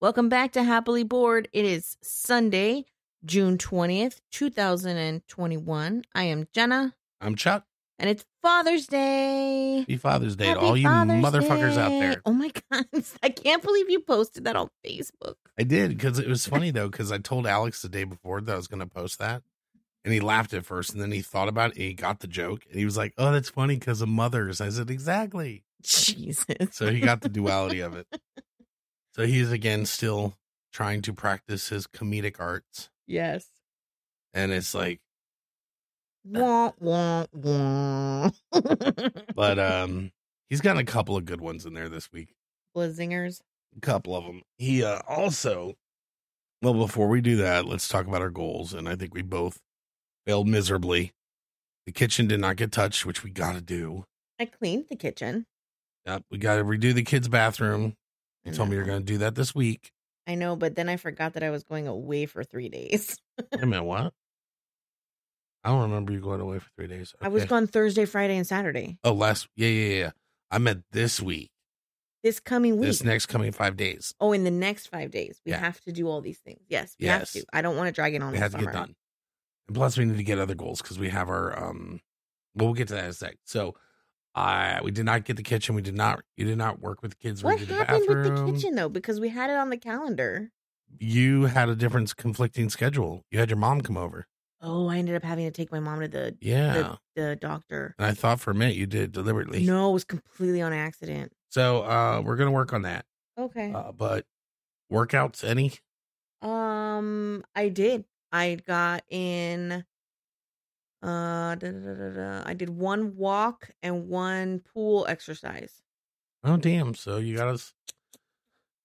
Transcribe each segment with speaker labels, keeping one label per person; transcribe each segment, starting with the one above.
Speaker 1: Welcome back to Happily Bored. It is Sunday, June 20th, 2021. I am Jenna,
Speaker 2: I'm Chuck.
Speaker 1: and it's Father's Day.
Speaker 2: Happy Father's Day to
Speaker 1: Happy
Speaker 2: all you
Speaker 1: Father's
Speaker 2: motherfuckers out
Speaker 1: Day.
Speaker 2: there.
Speaker 1: Oh my God. I can't believe you posted that on Facebook.
Speaker 2: I did because it was funny though because I told Alex the day before that I was going to post that, and he laughed at first, and then he thought about it and he got the joke, and he was like, "Oh, that's funny because of mothers." I said, "Exactly."
Speaker 1: Jesus.
Speaker 2: So he got the duality of it. So he is again still trying to practice his comedic arts,
Speaker 1: Yes.
Speaker 2: and it's like,
Speaker 1: Wah, wah, wah.
Speaker 2: but um, he's got a couple of good ones in there this week.
Speaker 1: Blizzingers.
Speaker 2: couple of them. He uh, also, well, before we do that, let's talk about our goals. And I think we both failed miserably. The kitchen did not get touched, which we got to do.
Speaker 1: I cleaned the kitchen.
Speaker 2: Yep, we got to redo the kids' bathroom. You
Speaker 1: I
Speaker 2: told me you're
Speaker 1: know.
Speaker 2: going to do that this week.
Speaker 1: I know, but then I forgot that I was going away for three days.
Speaker 2: Wait a minute, what? I don't remember you going away for three days.
Speaker 1: I was
Speaker 2: Okay.
Speaker 1: gone Thursday, Friday, and Saturday.
Speaker 2: Oh, last yeah, yeah, yeah. I meant this week,
Speaker 1: This coming week.
Speaker 2: this next coming five days.
Speaker 1: oh, in the next five days, we
Speaker 2: Yeah.
Speaker 1: have to do all these things. Yes, we
Speaker 2: Yes.
Speaker 1: have to. I don't want to drag it on.
Speaker 2: It
Speaker 1: all
Speaker 2: has to
Speaker 1: summer.
Speaker 2: get done. And plus, we need to get other goals because we have our um. Well, we'll get to that in a sec. So, I we did not get the kitchen. We did not. You did not work with the kids.
Speaker 1: What
Speaker 2: we did
Speaker 1: happened
Speaker 2: the
Speaker 1: with the
Speaker 2: bathroom.
Speaker 1: kitchen though? Because we had it on the calendar.
Speaker 2: You had a different conflicting schedule. You had your mom come over.
Speaker 1: Oh, I ended up having to take my mom to the
Speaker 2: Yeah,
Speaker 1: the, the doctor.
Speaker 2: and I thought for a minute you did it deliberately.
Speaker 1: No, it was completely on accident.
Speaker 2: So, uh, we're gonna work on that.
Speaker 1: Okay.
Speaker 2: Uh, but workouts, any?
Speaker 1: Um, I did. I got in. Uh, da, da, da, da, da. I did one walk and one pool exercise.
Speaker 2: Oh damn! So you got us.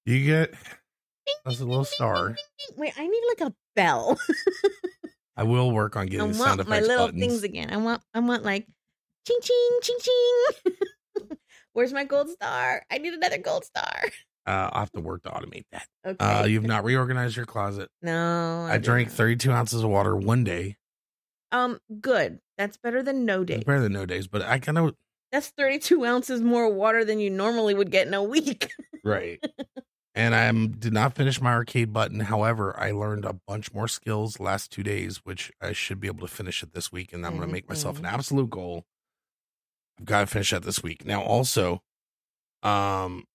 Speaker 2: You get us a little star.
Speaker 1: Wait, I need like a bell.
Speaker 2: I will work on
Speaker 1: I
Speaker 2: getting sound
Speaker 1: want
Speaker 2: effects
Speaker 1: my little
Speaker 2: buttons.
Speaker 1: things again. I want. I want like, ching ching ching ching. Where's my gold star? I need another gold star.
Speaker 2: Uh, I'll have to work to automate that.
Speaker 1: Okay.
Speaker 2: Uh, you've not reorganized your closet.
Speaker 1: no.
Speaker 2: I drank
Speaker 1: didn't.
Speaker 2: 32 ounces of water one day.
Speaker 1: Um, good. That's better than no
Speaker 2: It's
Speaker 1: day.
Speaker 2: better than no days, but I kind of
Speaker 1: That's thirty-two ounces more water than you normally would get in a week.
Speaker 2: right. and I am did not finish my arcade button. However, I learned a bunch more skills last two days, which I should be able to finish it this week. And I'm going to make myself an absolute goal. I've got to finish that this week. Now, also, um,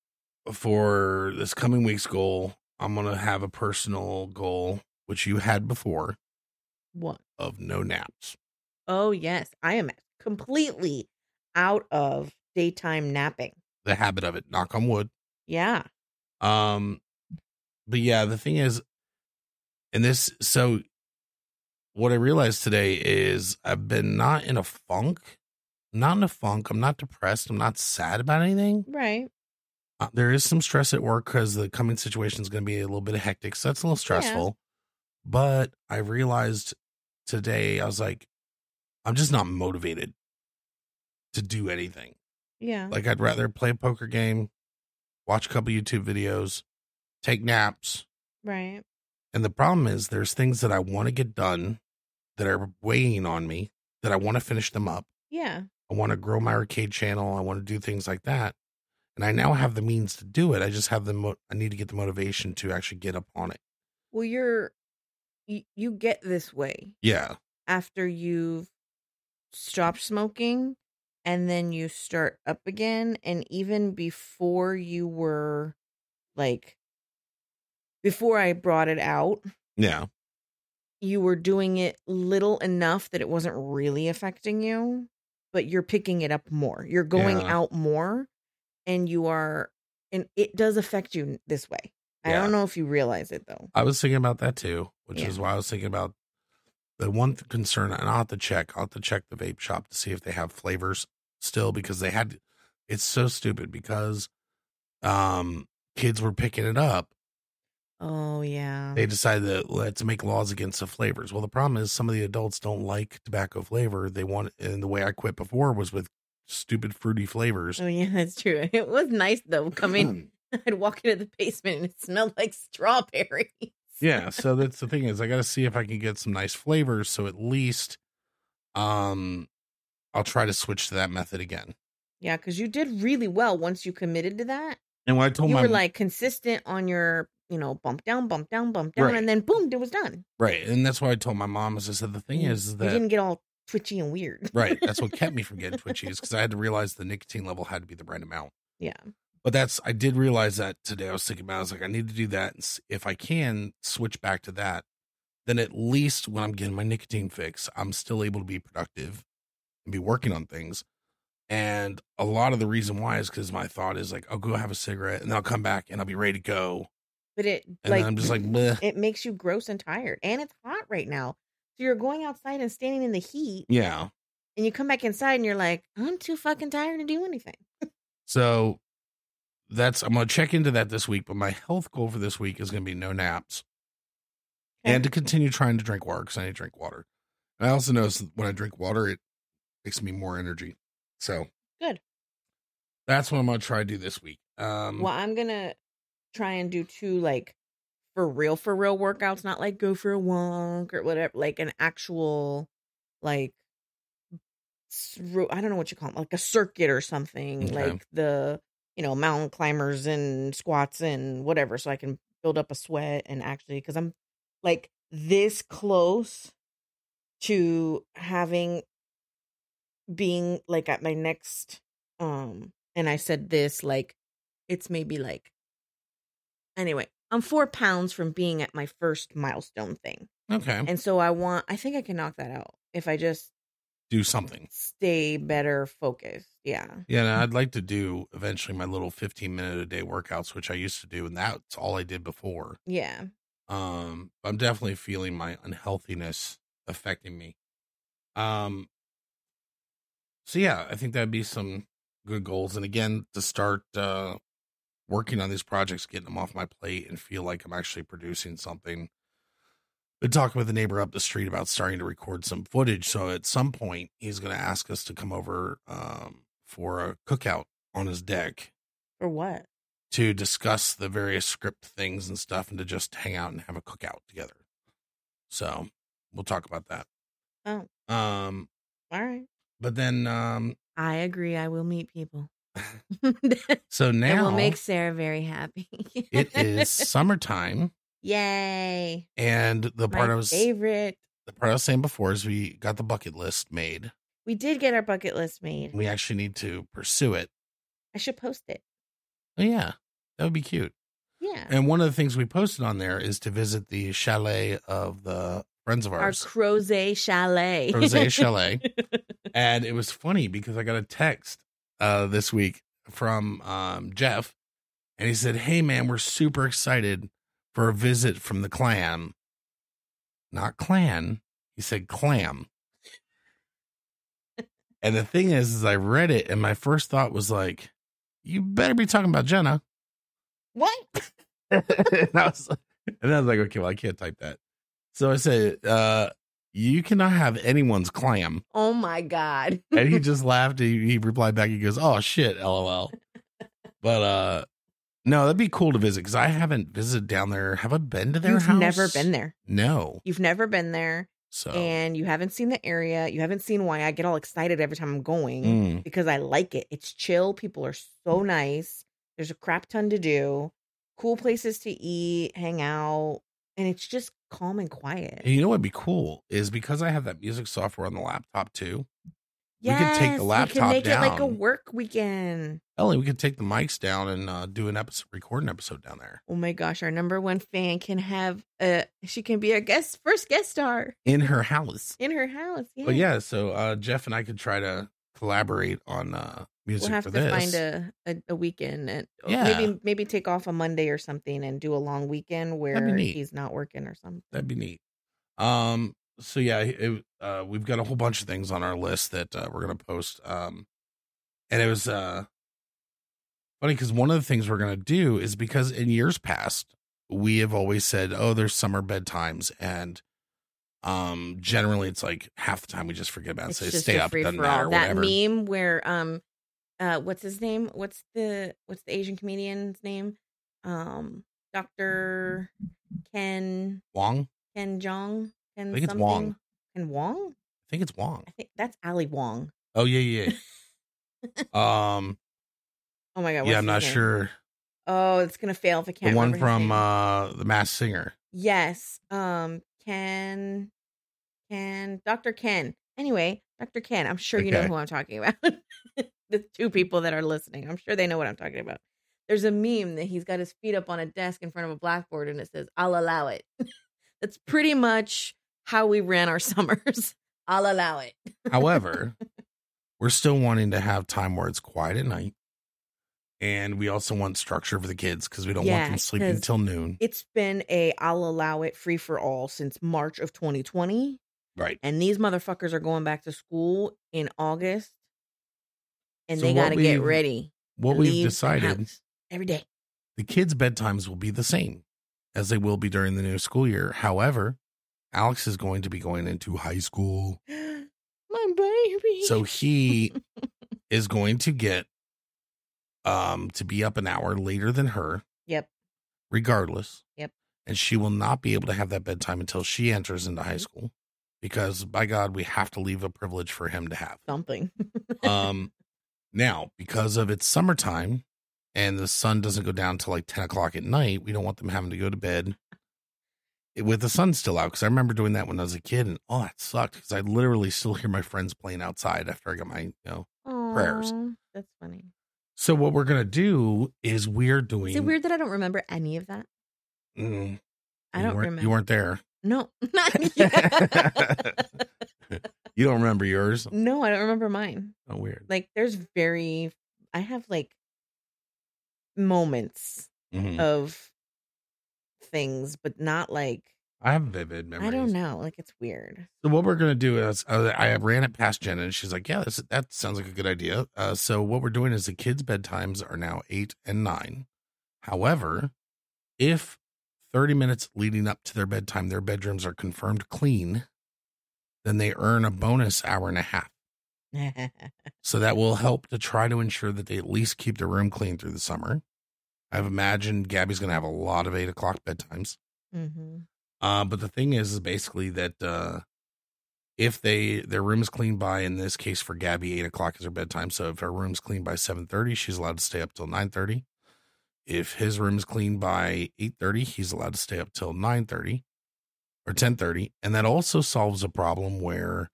Speaker 2: for this coming week's goal, I'm going to have a personal goal, which you had before,
Speaker 1: What?
Speaker 2: of no naps.
Speaker 1: Oh yes, I am completely out of daytime napping.
Speaker 2: The habit of it. Knock on wood.
Speaker 1: Yeah.
Speaker 2: Um, but yeah, the thing is, and this, so what I realized today is I've been not in a funk, not in a funk. I'm not depressed. I'm not sad about anything.
Speaker 1: Right.
Speaker 2: Uh, there is some stress at work because the coming situation is going to be a little bit hectic. So that's a little stressful. But I realized today, I was like, I'm just not motivated to do anything.
Speaker 1: Yeah.
Speaker 2: Like I'd rather play a poker game, watch a couple YouTube videos, take naps.
Speaker 1: Right.
Speaker 2: And the problem is there's things that I want to get done that are weighing on me that I want to finish them up.
Speaker 1: Yeah.
Speaker 2: I want to grow my arcade channel. I want to do things like that. And I now have the means to do it. I just have the mo- I need to get the motivation to actually get up on it.
Speaker 1: Well, you're you, you get this way
Speaker 2: Yeah.
Speaker 1: after you've stopped smoking and then you start up again and even before you were like before I brought it out,
Speaker 2: Yeah.
Speaker 1: you were doing it little enough that it wasn't really affecting you, but you're picking it up more. You're going
Speaker 2: Yeah.
Speaker 1: out more and you are and it does affect you this way. I
Speaker 2: Yeah.
Speaker 1: don't know if you realize it though.
Speaker 2: I was thinking about that too, which
Speaker 1: Yeah.
Speaker 2: is why I was thinking about the one th- concern, and I'll have to check. I'll have to check the vape shop to see if they have flavors still because they had. It's so stupid because, um, kids were picking it up.
Speaker 1: Oh yeah.
Speaker 2: They decided that let's make laws against the flavors. Well, the problem is some of the adults don't like tobacco flavor. They want, and the way I quit before was with stupid fruity flavors.
Speaker 1: Oh yeah, that's true. It was nice though. Coming, I'd walk into the basement and it smelled like strawberries.
Speaker 2: yeah so that's the thing is i gotta see if i can get some nice flavors so at least um i'll try to switch to that method again
Speaker 1: Yeah, because you did really well once you committed to that.
Speaker 2: and when i told
Speaker 1: you
Speaker 2: Oh, my
Speaker 1: were like consistent on your you know, bump down, bump down, bump down,
Speaker 2: Right.
Speaker 1: and then boom, it was done.
Speaker 2: Right. And that's why I told my mom is I said the thing is, is
Speaker 1: Mm, you
Speaker 2: that
Speaker 1: didn't get all twitchy and weird.
Speaker 2: right, that's what kept me from getting twitchy is because I had to realize the nicotine level had to be the right amount.
Speaker 1: Yeah.
Speaker 2: But that's I did realize that today. I was thinking about. it. I was like, I need to do that. and s- If I can switch back to that, then at least when I'm getting my nicotine fix, I'm still able to be productive and be working on things. And a lot of the reason why is because my thought is like, I'll go have a cigarette and then I'll come back and I'll be ready to go.
Speaker 1: But it
Speaker 2: And
Speaker 1: like
Speaker 2: then I'm just like, Bleh.
Speaker 1: it makes you gross and tired, and it's hot right now. So you're going outside and standing in the heat,
Speaker 2: yeah.
Speaker 1: and you come back inside, and you're like, I'm too fucking tired to do anything.
Speaker 2: So that's I'm gonna check into that this week. But my health goal for this week is gonna be no naps.
Speaker 1: Okay.
Speaker 2: and to continue trying to drink water because I need to drink water. And I also notice that when I drink water, it makes me more energy. So
Speaker 1: Good.
Speaker 2: That's what I'm gonna try to do this week. Um,
Speaker 1: well, I'm gonna try and do two like for real, for real workouts, not like go for a walk or whatever, like an actual like s- ro- I don't know what you call it, like a circuit or something,
Speaker 2: Okay.
Speaker 1: like the you know mountain climbers and squats and whatever, so I can build up a sweat and actually because I'm like this close to having being like at my next um and I said this like it's maybe like anyway i'm four pounds from being at my first milestone thing
Speaker 2: okay,
Speaker 1: and so i want i think i can knock that out if i just
Speaker 2: do something.
Speaker 1: stay better focused yeah
Speaker 2: Yeah, and I'd like to do eventually my little 15 minute a day workouts, which I used to do, and that's all I did before.
Speaker 1: yeah
Speaker 2: Um, I'm definitely feeling my unhealthiness affecting me. Um, so yeah, I think that'd be some good goals. And again, to start uh, working on these projects, getting them off my plate, and feel like I'm actually producing something. Been talking with a neighbor up the street about starting to record some footage. So at some point, he's going to ask us to come over um, for a cookout on his deck
Speaker 1: or what
Speaker 2: to discuss the various script things and stuff and to just hang out and have a cookout together. So we'll talk about that.
Speaker 1: Oh.
Speaker 2: Um,
Speaker 1: all right
Speaker 2: but then um
Speaker 1: i agree i will meet people
Speaker 2: so
Speaker 1: and
Speaker 2: now
Speaker 1: will make sarah very happy
Speaker 2: it is summertime
Speaker 1: yay
Speaker 2: and the part
Speaker 1: my
Speaker 2: I was
Speaker 1: favorite
Speaker 2: the part I was saying before is we got the bucket list made.
Speaker 1: we did get our bucket list made
Speaker 2: We actually need to pursue it.
Speaker 1: i should post it
Speaker 2: Oh yeah. That would be cute.
Speaker 1: yeah
Speaker 2: And one of the things we posted on there is to visit the chalet of the friends of
Speaker 1: our
Speaker 2: ours.
Speaker 1: crozet chalet
Speaker 2: Rose Chalet. and it was funny because I got a text uh, this week from um, Jeff, and he said, Hey, man, we're super excited for a visit from the clam. Not clan. He said clam. and the thing is, is I read it, and my first thought was like, You better be talking about Jenna.
Speaker 1: what
Speaker 2: and, I was, and I was like, Okay, well, I can't type that. So I said, uh, You cannot have anyone's clam.
Speaker 1: oh my god
Speaker 2: and he just laughed. He, he replied back. He goes, "Oh shit, lol." But uh, no, that'd be cool to visit because I haven't visited down there. Have I been to their
Speaker 1: You've
Speaker 2: house?
Speaker 1: never been there.
Speaker 2: No.
Speaker 1: You've never been there,
Speaker 2: So
Speaker 1: and you haven't seen the area. You haven't seen why I get all excited every time I'm going
Speaker 2: mm,
Speaker 1: because I like it. It's chill. People are so nice. There's a crap ton to do, cool places to eat, hang out, and it's just calm and quiet.
Speaker 2: and you know what'd be cool is because I have that music software on the laptop too. we could
Speaker 1: yes,
Speaker 2: take the
Speaker 1: We can
Speaker 2: laptop
Speaker 1: make it like a
Speaker 2: down.
Speaker 1: work weekend.
Speaker 2: Ellie, we could take the mics down and uh, do an episode, record an episode down there
Speaker 1: Oh my gosh, our number one fan can have a. She can be our guest first guest star
Speaker 2: in her house.
Speaker 1: in her house. Yeah.
Speaker 2: But yeah, so uh, Jeff and I could try to collaborate on uh, music
Speaker 1: we'll have
Speaker 2: for
Speaker 1: to
Speaker 2: this.
Speaker 1: find a, a, a weekend and or
Speaker 2: Yeah.
Speaker 1: maybe maybe take off a Monday or something and do a long weekend where
Speaker 2: neat.
Speaker 1: he's not working or something.
Speaker 2: That'd be neat. Um, so yeah, it, uh, we've got a whole bunch of things on our list that uh, we're gonna post. Um, and it was uh funny because one of the things we're gonna do is because in years past we have always said, oh, there's summer bedtimes, and um, generally it's like half the time we just forget about it
Speaker 1: It's
Speaker 2: and say
Speaker 1: just
Speaker 2: stay
Speaker 1: a
Speaker 2: up, doesn't
Speaker 1: free-for-all.
Speaker 2: matter,
Speaker 1: That
Speaker 2: whatever.
Speaker 1: meme where um uh what's his name? What's the what's the Asian comedian's name? Um Dr. Ken
Speaker 2: Wong,
Speaker 1: Ken Jong. Ken
Speaker 2: I think it's
Speaker 1: something?
Speaker 2: Wong.
Speaker 1: Ken Wong?
Speaker 2: I think it's Wong.
Speaker 1: I think that's Ali Wong.
Speaker 2: Oh yeah, yeah. yeah. um,
Speaker 1: Oh my god, what's
Speaker 2: yeah, I'm
Speaker 1: his
Speaker 2: not
Speaker 1: name?
Speaker 2: sure.
Speaker 1: Oh, it's gonna fail if I can't.
Speaker 2: the one
Speaker 1: remember his
Speaker 2: from
Speaker 1: name.
Speaker 2: uh the Mass Singer.
Speaker 1: Yes. Um. Ken. Ken. Doctor Ken. Anyway, Doctor Ken. I'm sure you know
Speaker 2: Okay.
Speaker 1: who I'm talking about. the two people that are listening, I'm sure they know what I'm talking about. There's a meme that he's got his feet up on a desk in front of a blackboard, and it says, "I'll allow it." That's pretty much how we ran our summers. I'll allow it.
Speaker 2: However, we're still wanting to have time where it's quiet at night. And we also want structure for the kids because we don't
Speaker 1: Yeah,
Speaker 2: want them sleeping
Speaker 1: 'cause-
Speaker 2: until noon.
Speaker 1: It's been a I'll allow it free for all since March of 2020.
Speaker 2: Right.
Speaker 1: and these motherfuckers are going back to school in August, and
Speaker 2: So
Speaker 1: they
Speaker 2: what
Speaker 1: got to get
Speaker 2: we've-
Speaker 1: ready.
Speaker 2: What
Speaker 1: to leave
Speaker 2: we've
Speaker 1: the
Speaker 2: decided
Speaker 1: house every day.
Speaker 2: the kids' bedtimes will be the same as they will be during the new school year. However, Alex is going to be going into high school.
Speaker 1: My baby.
Speaker 2: So he is going to get um to be up an hour later than her,
Speaker 1: yep,
Speaker 2: regardless.
Speaker 1: Yep.
Speaker 2: And she will not be able to have that bedtime until she enters into high
Speaker 1: Mhm.
Speaker 2: school because by God, we have to leave a privilege for him to have.
Speaker 1: something.
Speaker 2: Um now, because of it's summertime and the sun doesn't go down till like ten o'clock at night, we don't want them having to go to bed with the sun still out. Because I remember doing that when I was a kid, and oh, that sucked. Because I literally still hear my friends playing outside after I got my you know. prayers.
Speaker 1: Aw, That's funny.
Speaker 2: So what we're gonna do is we're doing.
Speaker 1: Is it weird that I don't remember any of that?
Speaker 2: Mm,
Speaker 1: I
Speaker 2: you
Speaker 1: don't
Speaker 2: weren't-
Speaker 1: remember.
Speaker 2: You weren't there.
Speaker 1: No, not yet.
Speaker 2: You don't remember yours.
Speaker 1: no, I don't remember mine.
Speaker 2: Oh, weird.
Speaker 1: Like, there's very. I have like moments
Speaker 2: Mhm.
Speaker 1: of things, but not like.
Speaker 2: I have vivid memories.
Speaker 1: I don't know. Like, it's weird.
Speaker 2: So what we're gonna do is uh, I ran it past Jen and she's like, "Yeah, this, that sounds like a good idea." Uh, so what we're doing is the kids' bedtimes are now eight and nine. However, if thirty minutes leading up to their bedtime, their bedrooms are confirmed clean, then they earn a bonus hour and a half.
Speaker 1: Mm-hmm.
Speaker 2: So that will help to try to ensure that they at least keep their room clean through the summer. I've imagined Gabby's gonna have a lot of eight o'clock bedtimes.
Speaker 1: hmm
Speaker 2: Uh, but the thing is, is basically that uh, if they their room's clean by, in this case for Gabby, eight o'clock is her bedtime. So if her room's clean by seven thirty, she's allowed to stay up till nine thirty. If his room's clean by eight thirty, he's allowed to stay up till nine thirty or ten thirty, and that also solves a problem where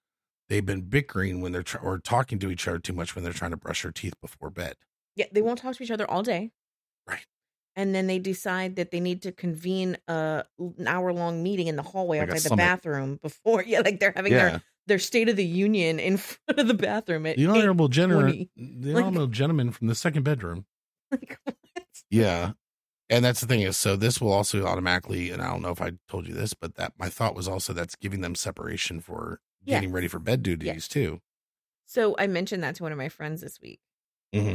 Speaker 2: they've been bickering when they're tr- or talking to each other too much when they're trying to brush their teeth before bed.
Speaker 1: Yeah, they won't talk to each other all day.
Speaker 2: Right.
Speaker 1: And then they decide that they need to convene a an hour long meeting in the hallway
Speaker 2: Like a
Speaker 1: outside the
Speaker 2: summit.
Speaker 1: bathroom before. Yeah, like they're having their their State of the Union in front of the bathroom at
Speaker 2: the honorable gentleman,
Speaker 1: 8:20.
Speaker 2: the honorable gentleman from the second bedroom.
Speaker 1: Like, what?
Speaker 2: Yeah. And that's the thing is, so this will also automatically, and I don't know if I told you this, but that my thought was also that's giving them separation for getting
Speaker 1: Yes.
Speaker 2: ready for bed duties
Speaker 1: Yes.
Speaker 2: too.
Speaker 1: So I mentioned that to one of my friends this week,
Speaker 2: Mhm.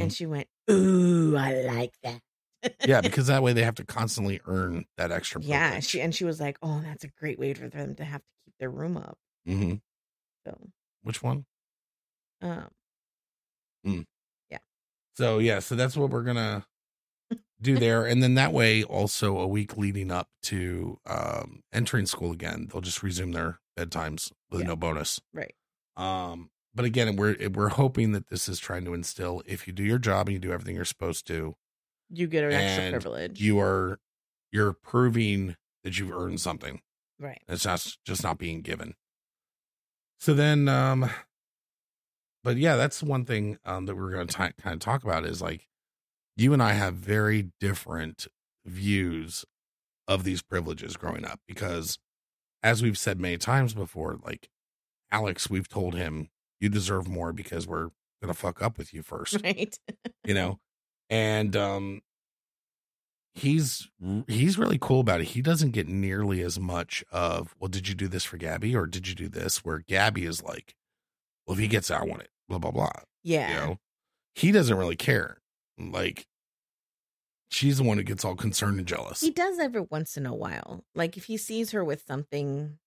Speaker 1: and she went, "Ooh, I like that."
Speaker 2: yeah, because that way they have to constantly earn that extra.
Speaker 1: yeah.
Speaker 2: privilege.
Speaker 1: She and she was like, "Oh, that's a great way for them to have to keep their room up."
Speaker 2: Mhm.
Speaker 1: So,
Speaker 2: Which one?
Speaker 1: um,
Speaker 2: So yeah, so that's what we're gonna do there, and then that way also a week leading up to um, entering school again, they'll just resume their bedtimes with
Speaker 1: Yeah.
Speaker 2: no bonus,
Speaker 1: Right.
Speaker 2: Um, but again, we're we're hoping that this is trying to instill: if you do your job and you do everything you're supposed to,
Speaker 1: you get an extra
Speaker 2: And
Speaker 1: privilege,
Speaker 2: you are you're proving that you've earned something.
Speaker 1: right?
Speaker 2: It's not just not being given. So then, um, but yeah, that's one thing um, that we're going to kind of talk about is like you and I have very different views of these privileges growing up because, as we've said many times before, like Alex, we've told him you deserve more because we're going to fuck up with you first
Speaker 1: Right.
Speaker 2: you know and um he's he's really cool about it he doesn't get nearly as much of well did you do this for gabby or did you do this where gabby is like well if he gets it i want it blah blah blah
Speaker 1: Yeah.
Speaker 2: you know he doesn't really care like she's the one who gets all concerned and jealous
Speaker 1: He does every once in a while. Like if he sees her with something,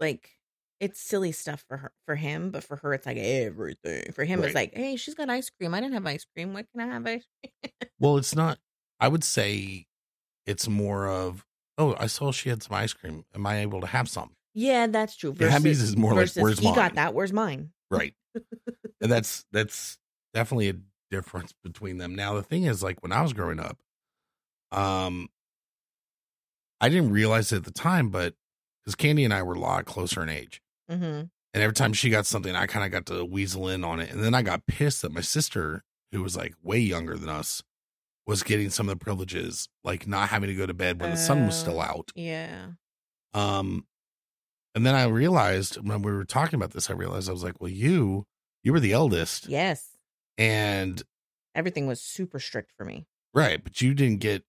Speaker 1: like it's silly stuff for her, for him, but for her it's like everything. For him it's like, hey, she's got ice cream. I didn't have ice cream. What can I have? Ice cream?
Speaker 2: well it's not i would say it's more of oh i saw she had some ice cream am i able to have some
Speaker 1: Yeah, that's true.
Speaker 2: Yeah, Happy's is more like,
Speaker 1: versus,
Speaker 2: "Where's
Speaker 1: he
Speaker 2: mine?"
Speaker 1: got that. Where's mine?
Speaker 2: right and that's that's definitely a difference between them now the thing is like when i was growing up Um, I didn't realize it at the time, but because Candy and I were a lot closer in age,
Speaker 1: Mm-hmm.
Speaker 2: and every time she got something, I kind of got to weasel in on it, and then I got pissed that my sister, who was like way younger than us, was getting some of the privileges, like not having to go to bed when the sun was
Speaker 1: Oh.
Speaker 2: still out.
Speaker 1: Yeah.
Speaker 2: Um, and then I realized when we were talking about this, I realized I was like, well, you, you were the eldest,
Speaker 1: Yes.
Speaker 2: and
Speaker 1: Everything was super strict for me.
Speaker 2: right, but you didn't get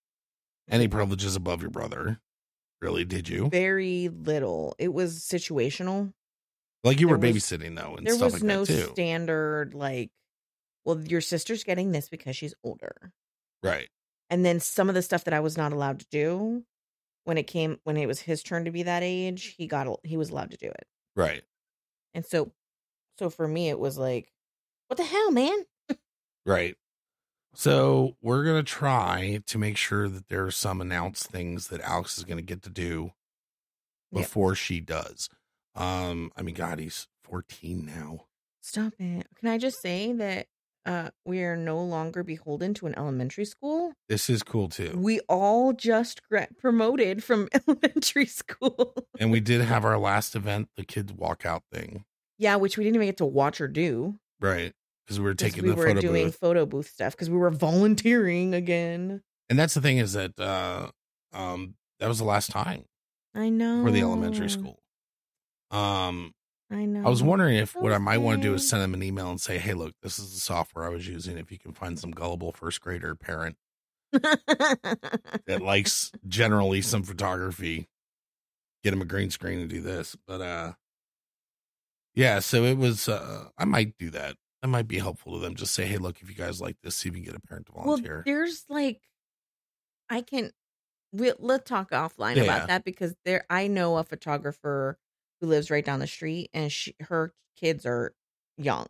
Speaker 2: any privileges above your brother, really, did you?
Speaker 1: Very little. It was situational.
Speaker 2: Like you were
Speaker 1: there was-
Speaker 2: babysitting though, and
Speaker 1: there
Speaker 2: stuff
Speaker 1: was
Speaker 2: like
Speaker 1: no
Speaker 2: that too,
Speaker 1: standard like well your sister's getting this because she's older.
Speaker 2: right?
Speaker 1: And then some of the stuff that I was not allowed to do when it came when it was his turn to be that age, he got al- he was allowed to do it.
Speaker 2: Right.
Speaker 1: And so so for me it was like what the hell, man?
Speaker 2: Right. So we're gonna try to make sure that there are some announced things that Alex is gonna get to do
Speaker 1: Yeah.
Speaker 2: before she does. Um, I mean, God, he's fourteen now.
Speaker 1: Stop it. Can I just say that uh we are no longer beholden to an elementary school?
Speaker 2: This is cool too.
Speaker 1: We all just gra- promoted from elementary school.
Speaker 2: And we did have our last event, the kids walkout thing,
Speaker 1: yeah, which we didn't even get to watch or do.
Speaker 2: right? Because we were
Speaker 1: 'cause
Speaker 2: taking
Speaker 1: we
Speaker 2: the
Speaker 1: were
Speaker 2: photo
Speaker 1: doing
Speaker 2: booth,
Speaker 1: photo booth stuff because we were volunteering again.
Speaker 2: and that's the thing is that uh, um, that was the last time
Speaker 1: I know.
Speaker 2: for the elementary
Speaker 1: Mm.
Speaker 2: school. Um,
Speaker 1: I know.
Speaker 2: I was wondering if what I might want to do is
Speaker 1: Okay.
Speaker 2: send them an email and say, "Hey, look, this is the software I was using. If you can find some gullible first grader parent that likes generally some photography, get him a green screen and do this." But uh, yeah, so it was. Uh, I might do that. That might be helpful to them. Just say, "Hey, look, if you guys like this, see if you can get a parent to
Speaker 1: well,
Speaker 2: volunteer."
Speaker 1: there's like, I can. We'll let's talk offline
Speaker 2: Yeah, yeah.
Speaker 1: about that because there. I know a photographer who lives right down the street, and she, her kids are young.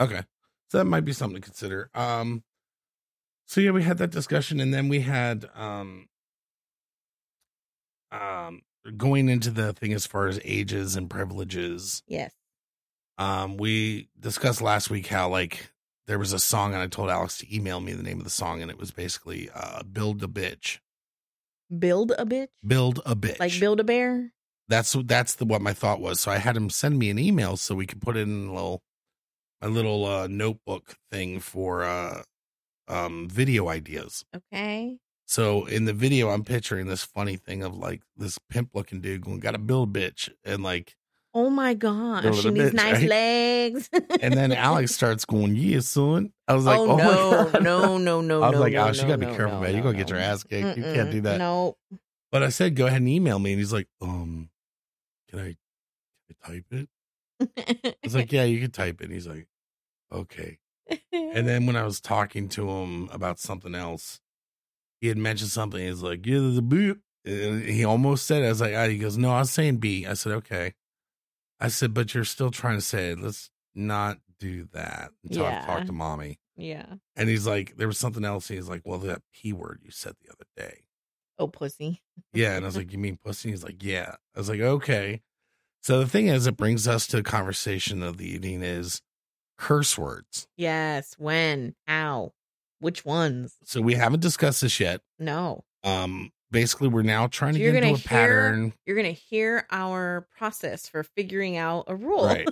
Speaker 2: okay, so that might be something to consider. Um, so yeah, we had that discussion, and then we had um, um going into the thing as far as ages and privileges
Speaker 1: Yes.
Speaker 2: um we discussed last week how like there was a song and i told alex to email me the name of the song and it was basically uh build a bitch
Speaker 1: Build a bitch.
Speaker 2: build a bitch
Speaker 1: Like build a bear.
Speaker 2: that's that's the what my thought was so i had him send me an email so we could put it in a little my little uh notebook thing for uh um video ideas
Speaker 1: Okay.
Speaker 2: So in the video, I'm picturing this funny thing of like this pimp looking dude going, "Gotta build a bitch," and like,
Speaker 1: Oh my gosh,
Speaker 2: Build
Speaker 1: she
Speaker 2: a
Speaker 1: needs
Speaker 2: bitch,
Speaker 1: nice
Speaker 2: right?
Speaker 1: legs.
Speaker 2: and then Alex starts going, "Yeah, son." I was like, "Oh,
Speaker 1: oh, no,
Speaker 2: my god,
Speaker 1: no, no, no,
Speaker 2: I was
Speaker 1: no,
Speaker 2: like,
Speaker 1: no,
Speaker 2: "Alex, you
Speaker 1: no,
Speaker 2: gotta be
Speaker 1: no,
Speaker 2: careful,
Speaker 1: no,
Speaker 2: man. You're
Speaker 1: no,
Speaker 2: gonna get
Speaker 1: no.
Speaker 2: your ass kicked. You can't
Speaker 1: Mm-mm.
Speaker 2: do that."
Speaker 1: No,
Speaker 2: But I said, "Go ahead and email me," and he's like, "Um, can I, can I type it?" I was like, "Yeah, you can type it." And he's like, "Okay." And then when I was talking to him about something else, he had mentioned something. He's like, "Yeah, there's a boot." And he almost said, it. "I was like," ah, he goes, "No, I was saying B." I said, "Okay." I said, "But you're still trying to say it. let's not do that until I
Speaker 1: Yeah.
Speaker 2: talk to mommy."
Speaker 1: yeah.
Speaker 2: And he's like, "There was something else." He's like, "Well, that p word you said the other day."
Speaker 1: Oh, pussy.
Speaker 2: Yeah, and I was like, "You mean pussy?" He's like, "Yeah." I was like, "Okay." So the thing is, it brings us to the conversation of the evening is curse words.
Speaker 1: Yes. When? How? Which ones?
Speaker 2: So we haven't discussed this yet.
Speaker 1: No.
Speaker 2: um basically we're now trying to
Speaker 1: So you're
Speaker 2: get into a
Speaker 1: gonna hear-
Speaker 2: pattern
Speaker 1: You're gonna hear our process for figuring out a rule.
Speaker 2: right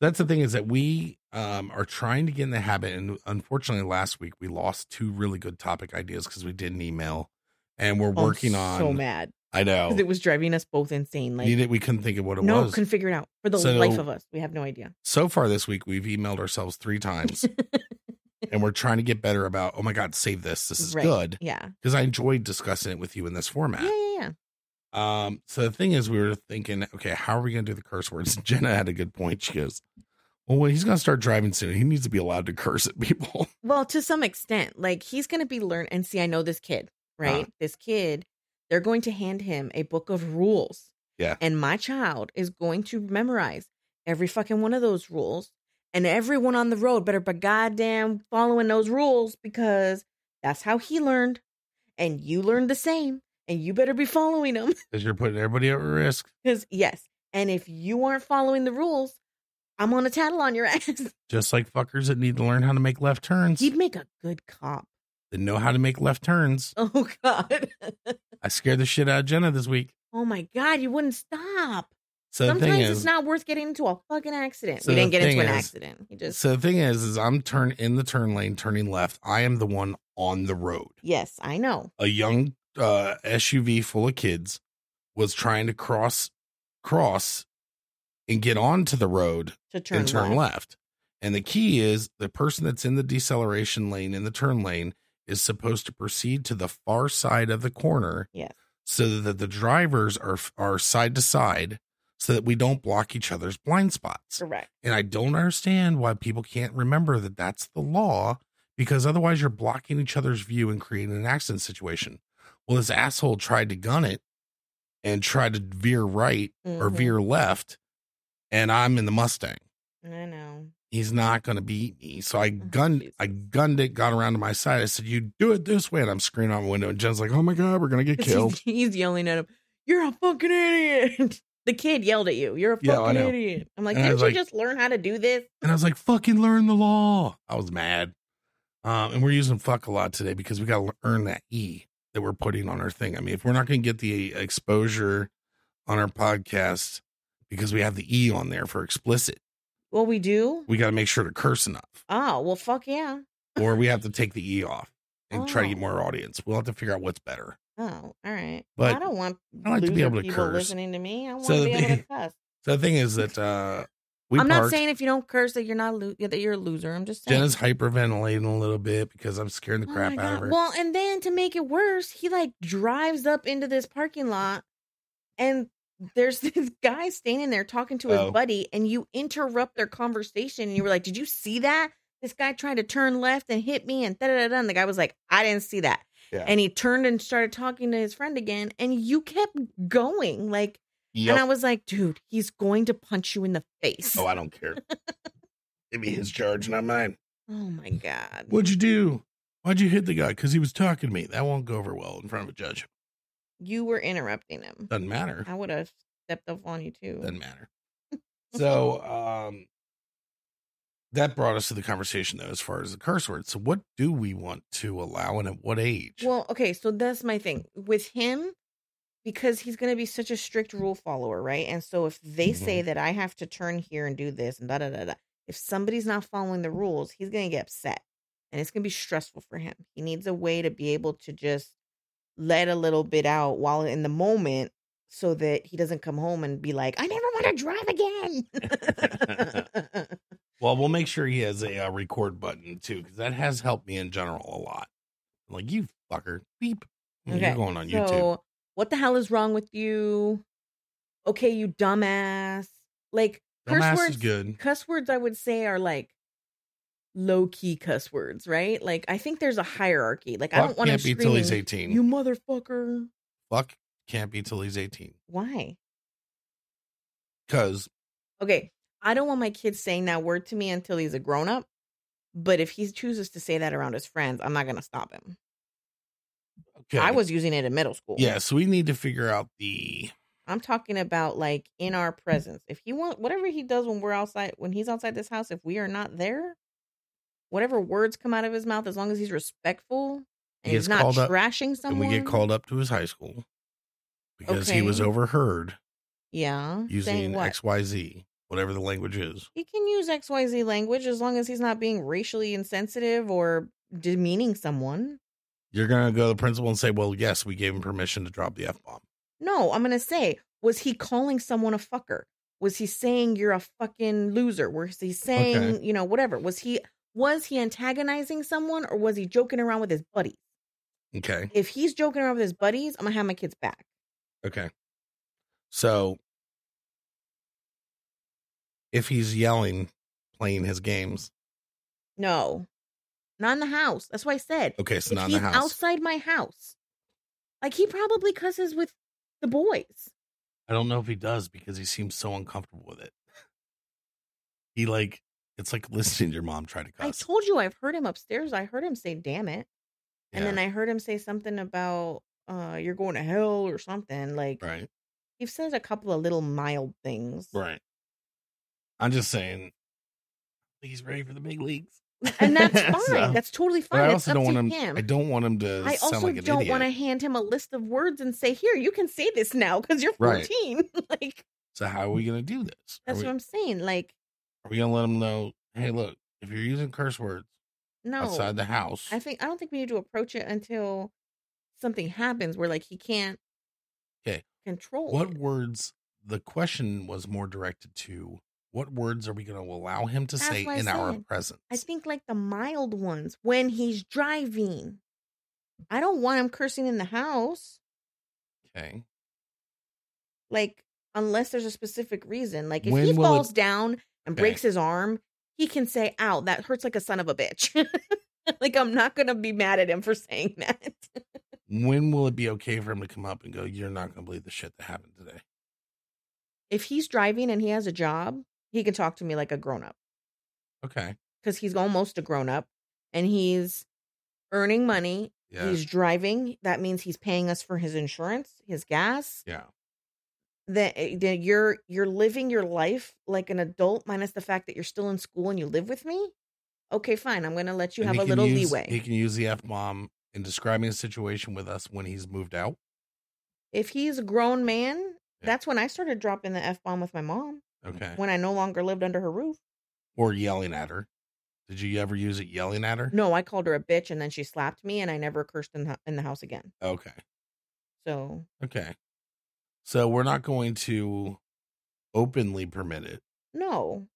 Speaker 2: that's the thing is that we um are trying to get in the habit and unfortunately last week we lost two really good topic ideas because we did an email and we're
Speaker 1: I'm
Speaker 2: working on
Speaker 1: Oh, So mad
Speaker 2: i know
Speaker 1: because it was driving us both insane. Like,
Speaker 2: Need it- we couldn't think of what it
Speaker 1: no,
Speaker 2: was
Speaker 1: couldn't figure it out for the
Speaker 2: So-
Speaker 1: life of us. We have no idea.
Speaker 2: so far this week we've emailed ourselves three times and we're trying to get better about oh my god save this this is
Speaker 1: Right.
Speaker 2: good
Speaker 1: Yeah.
Speaker 2: because i enjoyed discussing it with you in this format
Speaker 1: Yeah. Yeah. Yeah.
Speaker 2: Um, so the thing is, we were thinking, okay, how are we gonna do the curse words? Jenna had a good point. She goes, Well, when he's gonna start driving soon, he needs to be allowed to curse at people.
Speaker 1: Well, to some extent, like he's going to be learn and see. I know this kid, right? This kid, they're going to hand him a book of rules.
Speaker 2: Yeah.
Speaker 1: And my child is going to memorize every fucking one of those rules. And everyone on the road better be goddamn following those rules because that's how he learned. And you learned the same. And you better be following them.
Speaker 2: Because you're putting everybody at risk.
Speaker 1: Because, yes. And if you aren't following the rules, I'm going to tattle on your ass.
Speaker 2: Just like fuckers that need to learn how to make left turns.
Speaker 1: He'd make a good cop.
Speaker 2: that know how to make left turns.
Speaker 1: Oh God.
Speaker 2: I scared the shit out of Jenna this week.
Speaker 1: oh my God. You wouldn't stop.
Speaker 2: So the
Speaker 1: Sometimes
Speaker 2: thing
Speaker 1: it's
Speaker 2: is,
Speaker 1: not worth getting into a fucking accident.
Speaker 2: So
Speaker 1: we
Speaker 2: the
Speaker 1: didn't get into
Speaker 2: thing
Speaker 1: an
Speaker 2: is-
Speaker 1: accident. He just
Speaker 2: so the thing is, is I'm turn in the turn lane, turning left. I am the one on the road.
Speaker 1: yes, I know.
Speaker 2: A young uh, SUV full of kids was trying to cross, cross, and get onto the road
Speaker 1: To turn,
Speaker 2: and turn left. And the key is the person that's in the deceleration lane in the turn lane is supposed to proceed to the far side of the corner
Speaker 1: Yes.
Speaker 2: so that the drivers are are side to side so that we don't block each other's blind spots.
Speaker 1: Correct.
Speaker 2: And I don't understand why people can't remember that that's the law because otherwise you're blocking each other's view and creating an accident situation. Well, this asshole tried to gun it and tried to veer right or
Speaker 1: Mhm.
Speaker 2: veer left and I'm in the Mustang
Speaker 1: I know.
Speaker 2: he's not going to beat me. So I
Speaker 1: Oh,
Speaker 2: gunned,
Speaker 1: Jesus.
Speaker 2: I gunned it, got around to my side. I said, "You do it this way," and I'm screaming out my window. And Jen's like, "Oh my god, we're going to get killed!"
Speaker 1: He's, he's yelling at him. You're a fucking idiot. The kid yelled at you. You're a
Speaker 2: Yeah, I
Speaker 1: fucking
Speaker 2: know.
Speaker 1: idiot. I'm like,
Speaker 2: And I
Speaker 1: didn't
Speaker 2: was
Speaker 1: you
Speaker 2: like-
Speaker 1: just learn how to do this?
Speaker 2: And I was like, "Fucking learn the law." I was mad. Um, and we're using "fuck" a lot today because we got to earn that E that we're putting on our thing. I mean, if we're not going to get the exposure on our podcast because we have the E on there for explicit,
Speaker 1: Well, we do.
Speaker 2: we got to make sure to curse enough,
Speaker 1: Oh, well, fuck yeah.
Speaker 2: or we have to take the E off and try to
Speaker 1: Oh.
Speaker 2: get more audience. We'll have to figure out what's better.
Speaker 1: Oh, all right.
Speaker 2: But
Speaker 1: I don't want
Speaker 2: I like to be
Speaker 1: loser
Speaker 2: able to
Speaker 1: people
Speaker 2: curse.
Speaker 1: listening to me. I want
Speaker 2: So
Speaker 1: to be
Speaker 2: the
Speaker 1: able to
Speaker 2: thing-
Speaker 1: cuss.
Speaker 2: So the thing is that uh we
Speaker 1: I'm not
Speaker 2: parked.
Speaker 1: saying if you don't curse that you're not lo- that you're a loser. I'm just saying.
Speaker 2: Jenna's hyperventilating a little bit because I'm scaring the
Speaker 1: Oh
Speaker 2: crap
Speaker 1: my
Speaker 2: out
Speaker 1: God.
Speaker 2: of her.
Speaker 1: Well, and then to make it worse, he like drives up into this parking lot and there's this guy standing there talking to his
Speaker 2: Oh.
Speaker 1: buddy, and you interrupt their conversation. And you were like, Did you see that? This guy tried to turn left and hit me, and da da da. And the guy was like, I didn't see that.
Speaker 2: Yeah.
Speaker 1: And he turned and started talking to his friend again, and you kept going. Like,
Speaker 2: Yep.
Speaker 1: and I was like, Dude, he's going to punch you in the face.
Speaker 2: oh, I don't care. It'd be his charge, not mine.
Speaker 1: oh my God.
Speaker 2: What'd you do? Why'd you hit the guy? Because he was talking to me. That won't go over well in front of a judge.
Speaker 1: You were interrupting him.
Speaker 2: Doesn't matter.
Speaker 1: I would have stepped up on you too.
Speaker 2: Doesn't matter. So um that brought us to the conversation though, as far as the curse word. So what do we want to allow and at what age?
Speaker 1: Well, okay, so that's my thing with him because he's going to be such a strict rule follower, right? And so if they say that I have to turn here and do this and da da da da, if somebody's not following the rules, he's going to get upset and it's going to be stressful for him. He needs a way to be able to just let a little bit out while in the moment so that he doesn't come home and be like, I never want to drive again.
Speaker 2: Well, we'll make sure he has a uh, record button too, because that has helped me in general a lot. Like you fucker, beep. I mean, You're going on YouTube.
Speaker 1: So, what the hell is wrong with you? Okay, you dumbass. Like curse
Speaker 2: Dumbass
Speaker 1: words,
Speaker 2: is good.
Speaker 1: cuss words. I would say are like low key cuss words, right? Like I think there's a hierarchy. Like I
Speaker 2: Fuck
Speaker 1: don't want to
Speaker 2: can't be till
Speaker 1: scream.
Speaker 2: he's eighteen.
Speaker 1: You motherfucker.
Speaker 2: Fuck can't be till he's eighteen.
Speaker 1: Why?
Speaker 2: Cause
Speaker 1: Okay, I don't want my kid saying that word to me until he's a grown up. But if he chooses to say that around his friends, I'm not gonna stop him.
Speaker 2: okay,
Speaker 1: I was using it in middle school.
Speaker 2: yeah. So we need to figure out the
Speaker 1: I'm talking about like in our presence. If he want whatever he does when we're outside, when he's outside this house, if we are not there, whatever words come out of his mouth, as long as he's respectful
Speaker 2: He
Speaker 1: and he's
Speaker 2: gets
Speaker 1: not
Speaker 2: called up,
Speaker 1: trashing
Speaker 2: and
Speaker 1: someone,
Speaker 2: we get called up to his high school because he was
Speaker 1: Okay.
Speaker 2: overheard
Speaker 1: Yeah, saying
Speaker 2: using
Speaker 1: what
Speaker 2: X Y Z, whatever the language is.
Speaker 1: he can use X Y Z language as long as he's not being racially insensitive or demeaning someone.
Speaker 2: You're gonna go to the principal and say, "Well, yes, we gave him permission to drop the f bomb."
Speaker 1: No, I'm gonna say, was he calling someone a fucker? Was he saying you're a fucking loser? Was he saying, you know, whatever? Was he was he antagonizing someone or was he joking around with his buddies?
Speaker 2: Okay.
Speaker 1: If he's joking around with his buddies, I'm gonna have my kids back.
Speaker 2: Okay. So if he's yelling, playing his games,
Speaker 1: No. Not in the house. That's why I said
Speaker 2: okay, so
Speaker 1: if
Speaker 2: not in
Speaker 1: he's
Speaker 2: the house.
Speaker 1: outside my house. Like he probably cusses with the boys.
Speaker 2: I don't know if he does because he seems so uncomfortable with it. He like it's like listening to your mom try to
Speaker 1: I
Speaker 2: cuss.
Speaker 1: told you I've heard him upstairs. I heard him say damn it. And
Speaker 2: Yeah,
Speaker 1: then I heard him say something about uh you're going to hell or something. Like
Speaker 2: right,
Speaker 1: You've said a couple of little mild things.
Speaker 2: right. I'm just saying, he's ready for the big leagues.
Speaker 1: and that's fine.
Speaker 2: So-
Speaker 1: that's totally
Speaker 2: But
Speaker 1: fine.
Speaker 2: I
Speaker 1: it's
Speaker 2: also
Speaker 1: up
Speaker 2: don't
Speaker 1: to
Speaker 2: want him,
Speaker 1: him.
Speaker 2: I don't want him to
Speaker 1: I
Speaker 2: sound
Speaker 1: also
Speaker 2: like an
Speaker 1: don't
Speaker 2: idiot.
Speaker 1: want to hand him a list of words and say, "Here, you can say this now because you're
Speaker 2: Right.
Speaker 1: 14." like
Speaker 2: So how are we going to do this?
Speaker 1: that's
Speaker 2: are we,
Speaker 1: what I'm saying. Like
Speaker 2: are we going to let him know? Hey, look, if you're using curse words
Speaker 1: no,
Speaker 2: outside the house,
Speaker 1: I think I don't think we need to approach it until something happens where like he can't
Speaker 2: 'Kay.
Speaker 1: control
Speaker 2: what
Speaker 1: it.
Speaker 2: words? The question was more directed to what words are we going to allow him to
Speaker 1: That's
Speaker 2: say
Speaker 1: what I
Speaker 2: in our
Speaker 1: said.
Speaker 2: presence?
Speaker 1: I think like the mild ones when he's driving. I don't want him cursing in the house,
Speaker 2: okay.
Speaker 1: like unless there's a specific reason. Like if
Speaker 2: When
Speaker 1: he
Speaker 2: will it-
Speaker 1: falls down and
Speaker 2: Okay.
Speaker 1: breaks his arm, he can say, "Ow, that hurts like a son of a bitch." like I'm not gonna be mad at him for saying that.
Speaker 2: When will it be okay for him to come up and go, You're not going to believe the shit that happened today?
Speaker 1: if he's driving and he has a job, he can talk to me like a grown up.
Speaker 2: Okay.
Speaker 1: because he's almost a grown up and he's earning money.
Speaker 2: Yeah.
Speaker 1: He's driving. That means he's paying us for his insurance, his gas.
Speaker 2: yeah.
Speaker 1: That that you're you're living your life like an adult, minus the fact that you're still in school and you live with me. Okay, fine. I'm gonna let you
Speaker 2: And
Speaker 1: have
Speaker 2: he
Speaker 1: a
Speaker 2: can
Speaker 1: little
Speaker 2: use-
Speaker 1: leeway.
Speaker 2: He can use the F bomb in describing a situation with us when he's moved out.
Speaker 1: if he's a grown man,
Speaker 2: Yeah.
Speaker 1: that's when I started dropping the f bomb with my mom
Speaker 2: Okay.
Speaker 1: when I no longer lived under her roof.
Speaker 2: Or yelling at her. Did you ever use it yelling at her?
Speaker 1: No, I called her a bitch and then she slapped me and I never cursed in the, in the house again.
Speaker 2: Okay.
Speaker 1: So
Speaker 2: Okay. So we're not going to openly permit it.
Speaker 1: No.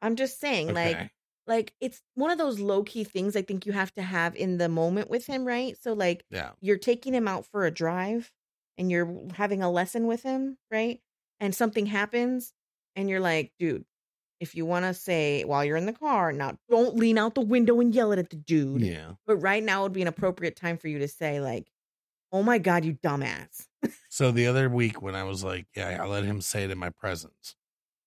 Speaker 1: I'm just saying, like,
Speaker 2: Okay.
Speaker 1: like it's one of those low key things I think you have to have in the moment with him, right? So like
Speaker 2: Yeah.
Speaker 1: you're taking him out for a drive and you're having a lesson with him, right? And something happens and you're like, dude, if you want to say while you're in the car, now don't lean out the window and yell it at the dude.
Speaker 2: Yeah.
Speaker 1: But right now would be an appropriate time for you to say like, "Oh my god, you dumbass."
Speaker 2: So the other week when I was like, yeah, I let him say it in my presence.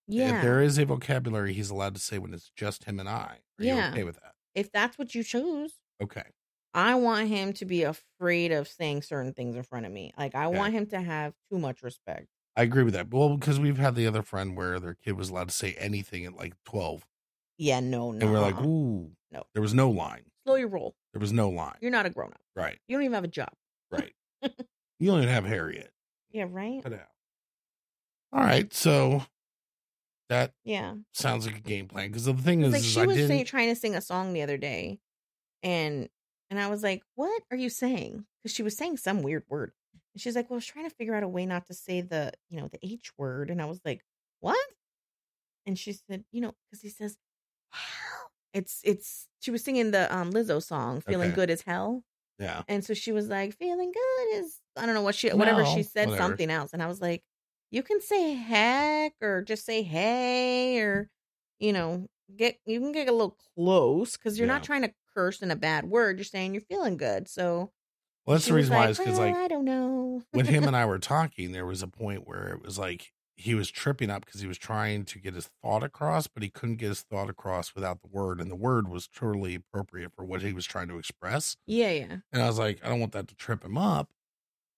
Speaker 1: Yeah.
Speaker 2: If there is a vocabulary he's allowed to say when it's just him and I, are
Speaker 1: Yeah.
Speaker 2: you okay with that?
Speaker 1: if that's what you choose,
Speaker 2: Okay.
Speaker 1: I want him to be afraid of saying certain things in front of me. Like I
Speaker 2: Okay.
Speaker 1: want him to have too much respect.
Speaker 2: I agree with that. Well, because we've had the other friend where their kid was allowed to say anything at like 12.
Speaker 1: Yeah, no, no.
Speaker 2: And we're like, ooh,
Speaker 1: No.
Speaker 2: There was no line.
Speaker 1: slow your roll.
Speaker 2: There was no line.
Speaker 1: You're not a grown up.
Speaker 2: Right.
Speaker 1: You don't even have a job.
Speaker 2: Right. you don't even have hair yet.
Speaker 1: Yeah, right.
Speaker 2: Cut it out. All right. So that
Speaker 1: Yeah.
Speaker 2: sounds like a game plan. Because the thing is,
Speaker 1: It's like
Speaker 2: is
Speaker 1: she
Speaker 2: I
Speaker 1: was
Speaker 2: didn't.
Speaker 1: saying, trying to sing a song the other day, and and I was like, "What are you saying?" Because she was saying some weird word, and she's like, "Well, I was trying to figure out a way not to say the you know the H word," and I was like, "What?" And she said, "You know, because he says, hell." it's it's." She was singing the um Lizzo song, "Feeling
Speaker 2: Okay.
Speaker 1: Good as Hell,"
Speaker 2: yeah.
Speaker 1: and so she was like, "Feeling good is I don't know what she whatever she
Speaker 2: No,
Speaker 1: said
Speaker 2: whatever.
Speaker 1: something else," and I was like, "You can say heck or just say hey or you know get you can get a little close because you're not
Speaker 2: Yeah.
Speaker 1: trying to curse in a bad word. You're saying you're feeling good." So
Speaker 2: Well, that's
Speaker 1: she
Speaker 2: the
Speaker 1: was
Speaker 2: reason why is because
Speaker 1: "Well,
Speaker 2: like
Speaker 1: I don't know.
Speaker 2: when him and I were talking, there was a point where it was like he was tripping up because he was trying to get his thought across, but he couldn't get his thought across without the word, and the word was totally appropriate for what he was trying to express.
Speaker 1: Yeah, yeah,
Speaker 2: And I was like, I don't want that to trip him up,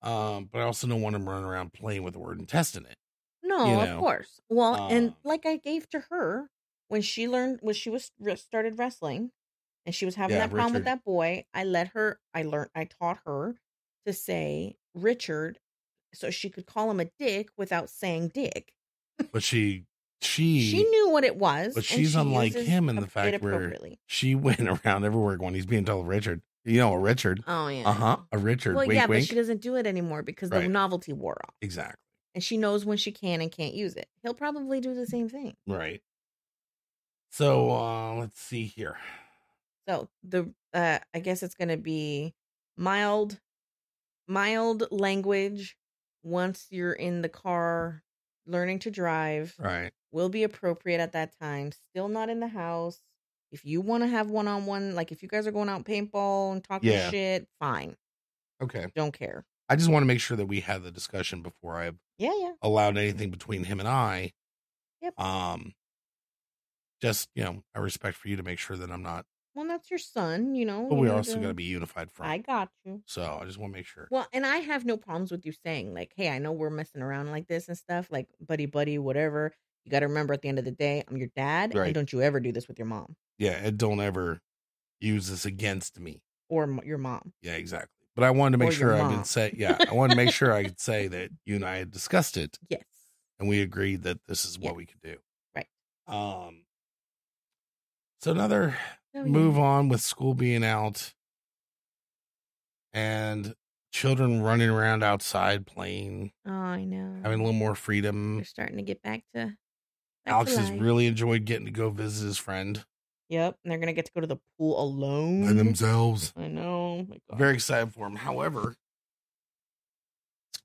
Speaker 2: um, but I also don't want him running around playing with the word and testing it.
Speaker 1: no,
Speaker 2: You
Speaker 1: of
Speaker 2: know,
Speaker 1: course. Well, and
Speaker 2: um,
Speaker 1: like I gave to her when she learned when she was started wrestling. And she was having
Speaker 2: Yeah,
Speaker 1: that problem with
Speaker 2: Richard.
Speaker 1: that boy. I let her. I learned. I taught her to say Richard so she could call him a dick without saying dick.
Speaker 2: But she, she,
Speaker 1: She knew what it was.
Speaker 2: But
Speaker 1: and
Speaker 2: she's
Speaker 1: she
Speaker 2: unlike
Speaker 1: uses
Speaker 2: him in the
Speaker 1: ap- it
Speaker 2: fact where-
Speaker 1: appropriately.
Speaker 2: she went around everywhere going, he's being told Richard. You know, a Richard.
Speaker 1: Oh yeah.
Speaker 2: Uh huh. A Richard.
Speaker 1: Well,
Speaker 2: wink,
Speaker 1: yeah,
Speaker 2: wink.
Speaker 1: but she doesn't do it anymore because the
Speaker 2: Right.
Speaker 1: novelty wore off,
Speaker 2: exactly.
Speaker 1: and she knows when she can and can't use it. He'll probably do the same thing.
Speaker 2: Right. So uh, let's see here.
Speaker 1: So the uh, I guess it's going to be mild, mild language. Once you're in the car, learning to drive
Speaker 2: Right.
Speaker 1: will be appropriate at that time. Still not in the house. If you want to have one on one, like if you guys are going out paintball and talking
Speaker 2: Yeah.
Speaker 1: shit, fine.
Speaker 2: Okay.
Speaker 1: Don't care.
Speaker 2: I just want to make sure that we had the discussion before I've
Speaker 1: Yeah, yeah.
Speaker 2: allowed anything between him and I.
Speaker 1: Yep.
Speaker 2: Um, just you know, a respect for you to make sure that I'm not,
Speaker 1: Well, that's your son, you know.
Speaker 2: but
Speaker 1: you
Speaker 2: we're
Speaker 1: need
Speaker 2: also
Speaker 1: to-
Speaker 2: going to be unified from.
Speaker 1: Mm-hmm. I got you.
Speaker 2: so I just want to make sure.
Speaker 1: Well, and I have no problems with you saying like, "Hey, I know we're messing around like this and stuff, like buddy buddy, whatever." You got to remember at the end of the day, I'm your dad,
Speaker 2: Right.
Speaker 1: and don't you ever do this with your mom
Speaker 2: Yeah, and don't ever use this against me.
Speaker 1: or m- your mom.
Speaker 2: Yeah, exactly. But I wanted to make
Speaker 1: Or your
Speaker 2: sure I
Speaker 1: mom.
Speaker 2: could say, yeah, I wanted to make sure I could say that you and I had discussed it
Speaker 1: Yes.
Speaker 2: and we agreed that this is
Speaker 1: Yeah.
Speaker 2: what we could do.
Speaker 1: Right.
Speaker 2: Um. So another
Speaker 1: Oh,
Speaker 2: move on with school being out and children running around outside playing,
Speaker 1: Oh, I know.
Speaker 2: having a little more freedom.
Speaker 1: They're starting to get back to. back to
Speaker 2: Alex has
Speaker 1: Mm-hmm. life.
Speaker 2: really enjoyed getting to go visit his friend
Speaker 1: Yep, and they're gonna get to go to the pool alone.
Speaker 2: by themselves.
Speaker 1: I know. My God.
Speaker 2: Very excited for him. However,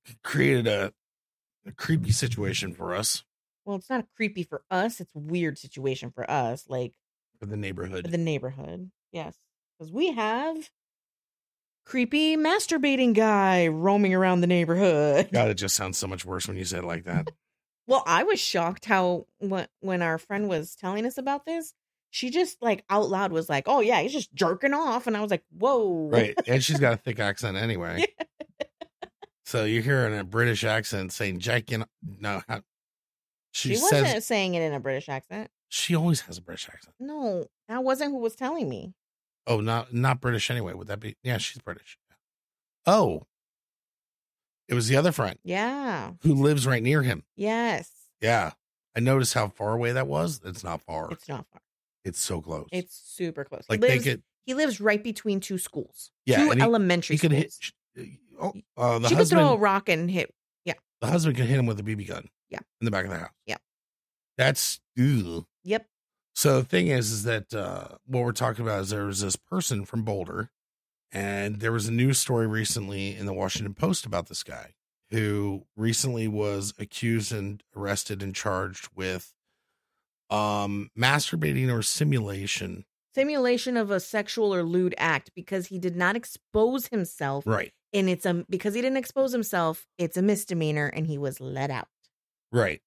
Speaker 2: it's created a, a creepy situation for us
Speaker 1: well, it's not creepy for us. It's a weird situation for us, like
Speaker 2: for the
Speaker 1: for
Speaker 2: neighborhood.
Speaker 1: the neighborhood. Yes, because we have creepy masturbating guy roaming around the neighborhood.
Speaker 2: God, it just sounds so much worse when you say it like that.
Speaker 1: Well, I was shocked how when when our friend was telling us about this, she just like out loud was like, "Oh yeah, he's just jerking off," and I was like, "Whoa,
Speaker 2: Right. And she's got a thick accent anyway. So you're hearing a British accent saying Jack and no how- she,
Speaker 1: She, wasn't
Speaker 2: says
Speaker 1: saying it in a British accent.
Speaker 2: she always has a British accent.
Speaker 1: No, that wasn't who was telling me.
Speaker 2: Oh, not not British anyway. Would that be yeah, she's British. Oh. It was the other friend
Speaker 1: Yeah.
Speaker 2: who lives right near him.
Speaker 1: Yes.
Speaker 2: Yeah. I noticed how far away that was. It's not far. It's,
Speaker 1: It's not far.
Speaker 2: so close.
Speaker 1: It's super close.
Speaker 2: like
Speaker 1: he,
Speaker 2: they
Speaker 1: lives,
Speaker 2: could
Speaker 1: he lives right between two schools.
Speaker 2: Yeah,
Speaker 1: two
Speaker 2: and he-
Speaker 1: elementary
Speaker 2: he could hit
Speaker 1: schools.
Speaker 2: oh, uh, the
Speaker 1: she could
Speaker 2: husband
Speaker 1: throw a rock and hit.
Speaker 2: the husband could hit him with a BB gun.
Speaker 1: Yeah.
Speaker 2: In the back of the house.
Speaker 1: Yeah.
Speaker 2: That's ew.
Speaker 1: Yep.
Speaker 2: So the thing is, is that uh, what we're talking about is there was this person from Boulder, and there was a news story recently in the Washington Post about this guy who recently was accused and arrested and charged with um masturbating or simulation.
Speaker 1: Simulation of a sexual or lewd act because he did not expose himself,
Speaker 2: Right.
Speaker 1: and it's a because he didn't expose himself, it's a misdemeanor, and he was let out.
Speaker 2: Right.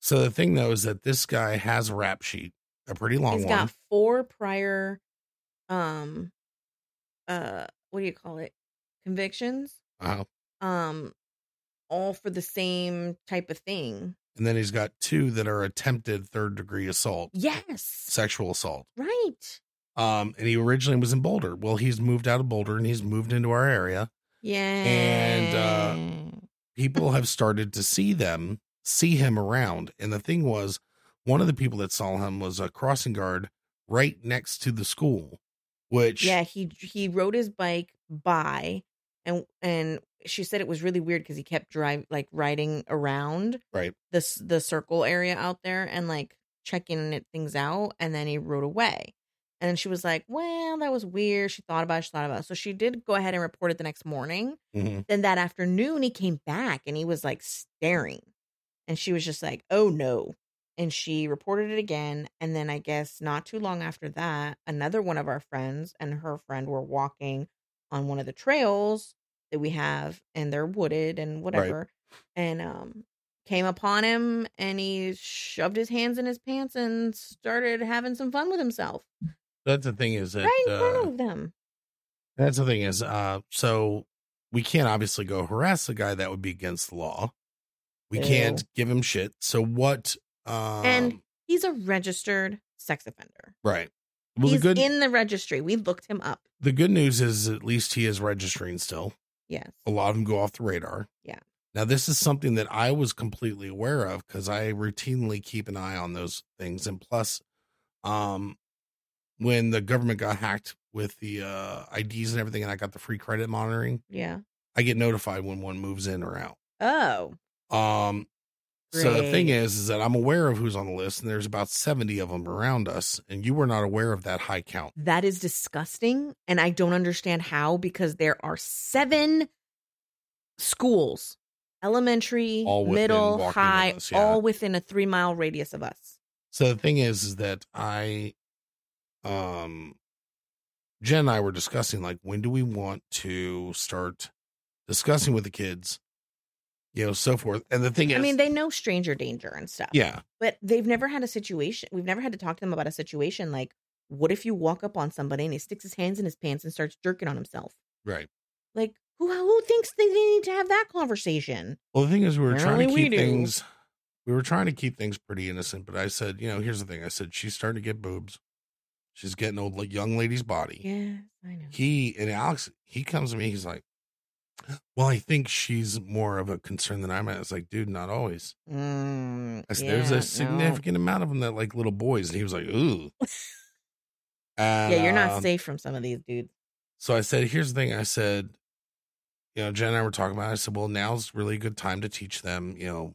Speaker 2: So the thing though is that this guy has a rap sheet, a pretty long
Speaker 1: He's
Speaker 2: one.
Speaker 1: got four prior, um, uh, what do you call it? Convictions.
Speaker 2: Uh-huh.
Speaker 1: Um, all for the same type of thing.
Speaker 2: And then he's got two that are attempted third degree assault,
Speaker 1: Yes.
Speaker 2: sexual assault.
Speaker 1: Right.
Speaker 2: Um, and he originally was in Boulder. Well, he's moved out of Boulder and he's moved into our area.
Speaker 1: Yeah.
Speaker 2: uh, People have started to see them, see him around. And the thing was, one of the people that saw him was a crossing guard right next to the school, which
Speaker 1: yeah, he he rode his bike by, and and she said it was really weird because he kept drive like riding around
Speaker 2: Right.
Speaker 1: the s- the circle area out there and like checking it, things out, and then he rode away. And then she was like, "Well, that was weird." She thought about it. She thought about it. So she did go ahead and report it the next morning.
Speaker 2: Mhm.
Speaker 1: Then that afternoon, he came back and he was like staring. And she was just like, oh no. And she reported it again. And then I guess not too long after that, another one of our friends and her friend were walking on one of the trails that we have, and they're wooded and whatever. And um, came upon him and he shoved his hands in his pants and started having some fun with himself
Speaker 2: that's the thing is that
Speaker 1: right in
Speaker 2: uh,
Speaker 1: front of them.
Speaker 2: that's the thing is uh, so we can't obviously go harass the guy that would be against the law. We
Speaker 1: Ew.
Speaker 2: can't give him shit. So what? Um,
Speaker 1: And- He's a registered sex offender.
Speaker 2: right. Well, the
Speaker 1: He's
Speaker 2: good
Speaker 1: in the registry. We looked him up.
Speaker 2: the good news is at least he is registering still.
Speaker 1: Yes.
Speaker 2: a lot of them go off the radar.
Speaker 1: Yeah.
Speaker 2: Now, this is something that I was completely aware of because I routinely keep an eye on those things. And plus, um, when the government got hacked with the uh, IDs and everything, and I got the free credit monitoring,
Speaker 1: Yeah.
Speaker 2: I get notified when one moves in or out.
Speaker 1: Oh.
Speaker 2: Um, so the thing
Speaker 1: Great.
Speaker 2: is, is that I'm aware of who's on the list, and there's about 70 of them around us, and you were not aware of that high count.
Speaker 1: That is disgusting. And I don't understand how because there are seven schools elementary,
Speaker 2: All within
Speaker 1: middle,
Speaker 2: walking
Speaker 1: high,
Speaker 2: distance, yeah.
Speaker 1: all within a three mile radius of us.
Speaker 2: So the thing is, is that I, um, Jen and I were discussing like when do we want to start discussing with the kids, you know, so forth. And the thing is,
Speaker 1: I mean, they know stranger danger and stuff.
Speaker 2: yeah,
Speaker 1: But they've never had a situation. We've never had to talk to them about a situation like, what if you walk up on somebody and he sticks his hands in his pants and starts jerking on himself?
Speaker 2: right.
Speaker 1: Like, who, who thinks they need to have that conversation?
Speaker 2: Well, the thing is, we were trying
Speaker 1: Apparently
Speaker 2: to
Speaker 1: we
Speaker 2: keep
Speaker 1: do.
Speaker 2: things we were trying to keep things pretty innocent, but I said, you know, here's the thing. I said she's starting to get boobs. She's getting old, like young lady's body.
Speaker 1: Yeah, I know.
Speaker 2: He and Alex, he comes to me. He's like, "Well, I think she's more of a concern than I'm at." I was like, "Dude, not always."
Speaker 1: Mm,
Speaker 2: I said,
Speaker 1: yeah,
Speaker 2: There's
Speaker 1: no.
Speaker 2: a significant amount of them that like little boys, and he was like, "Ooh." And,
Speaker 1: Yeah, you're
Speaker 2: um,
Speaker 1: not safe from some of these dudes.
Speaker 2: So I said, "Here's the thing." I said, "You know, Jen and I were talking about." It. I said, "Well, now's really a good time to teach them. You know,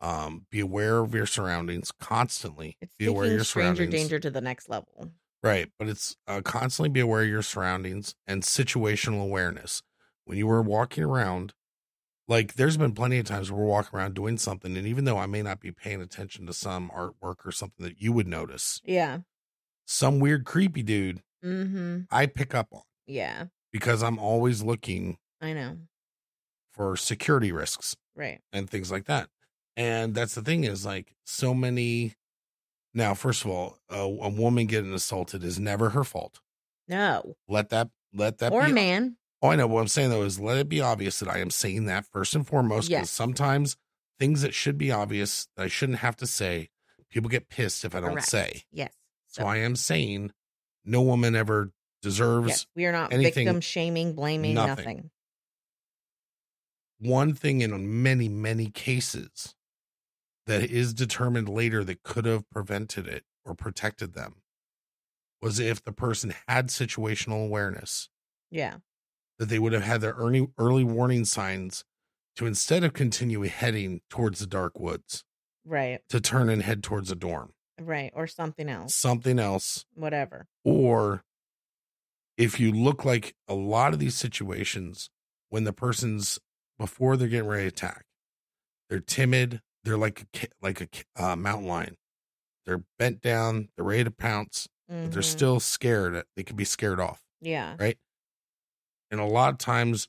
Speaker 2: um, be aware of your surroundings constantly.
Speaker 1: It's
Speaker 2: be aware of
Speaker 1: taking
Speaker 2: your
Speaker 1: stranger
Speaker 2: surroundings."
Speaker 1: danger to the next level.
Speaker 2: Right, but it's uh, constantly be aware of your surroundings and situational awareness. When you were walking around, like there's been plenty of times where we're walking around doing something, and even though I may not be paying attention to some artwork or something that you would notice,
Speaker 1: Yeah.
Speaker 2: some weird creepy dude
Speaker 1: Mm-hmm.
Speaker 2: I pick up on
Speaker 1: Yeah,
Speaker 2: because I'm always looking
Speaker 1: I know.
Speaker 2: for security risks
Speaker 1: Right.
Speaker 2: and things like that. And that's the thing is like so many. Now, first of all, a, a woman getting assaulted is never her fault.
Speaker 1: No.
Speaker 2: Let that let that
Speaker 1: Or
Speaker 2: be
Speaker 1: man.
Speaker 2: Oh, I know. What I'm saying though is let it be obvious that I am saying that first and foremost. Because
Speaker 1: Yes.
Speaker 2: sometimes things that should be obvious that I shouldn't have to say, people get pissed if I don't
Speaker 1: Correct.
Speaker 2: say.
Speaker 1: Yes.
Speaker 2: So I am saying no woman ever
Speaker 1: Yes.
Speaker 2: deserves
Speaker 1: We are not
Speaker 2: anything-
Speaker 1: victim shaming, blaming,
Speaker 2: nothing.
Speaker 1: nothing.
Speaker 2: one thing in many, many cases that is determined later that could have prevented it or protected them was if the person had situational awareness.
Speaker 1: Yeah.
Speaker 2: that they would have had their early, early warning signs to instead of continue heading towards the dark woods,
Speaker 1: Right.
Speaker 2: to turn and head towards a dorm,
Speaker 1: Right. Or something else.
Speaker 2: something else.
Speaker 1: Whatever.
Speaker 2: Or if you look like a lot of these situations when the person's before they're getting ready to attack, they're timid, they're like a, ki- like a ki- uh, mountain lion. They're bent down, they're ready to pounce, but they're
Speaker 1: Mhm.
Speaker 2: still scared. They could be scared off.
Speaker 1: Yeah.
Speaker 2: and a lot of times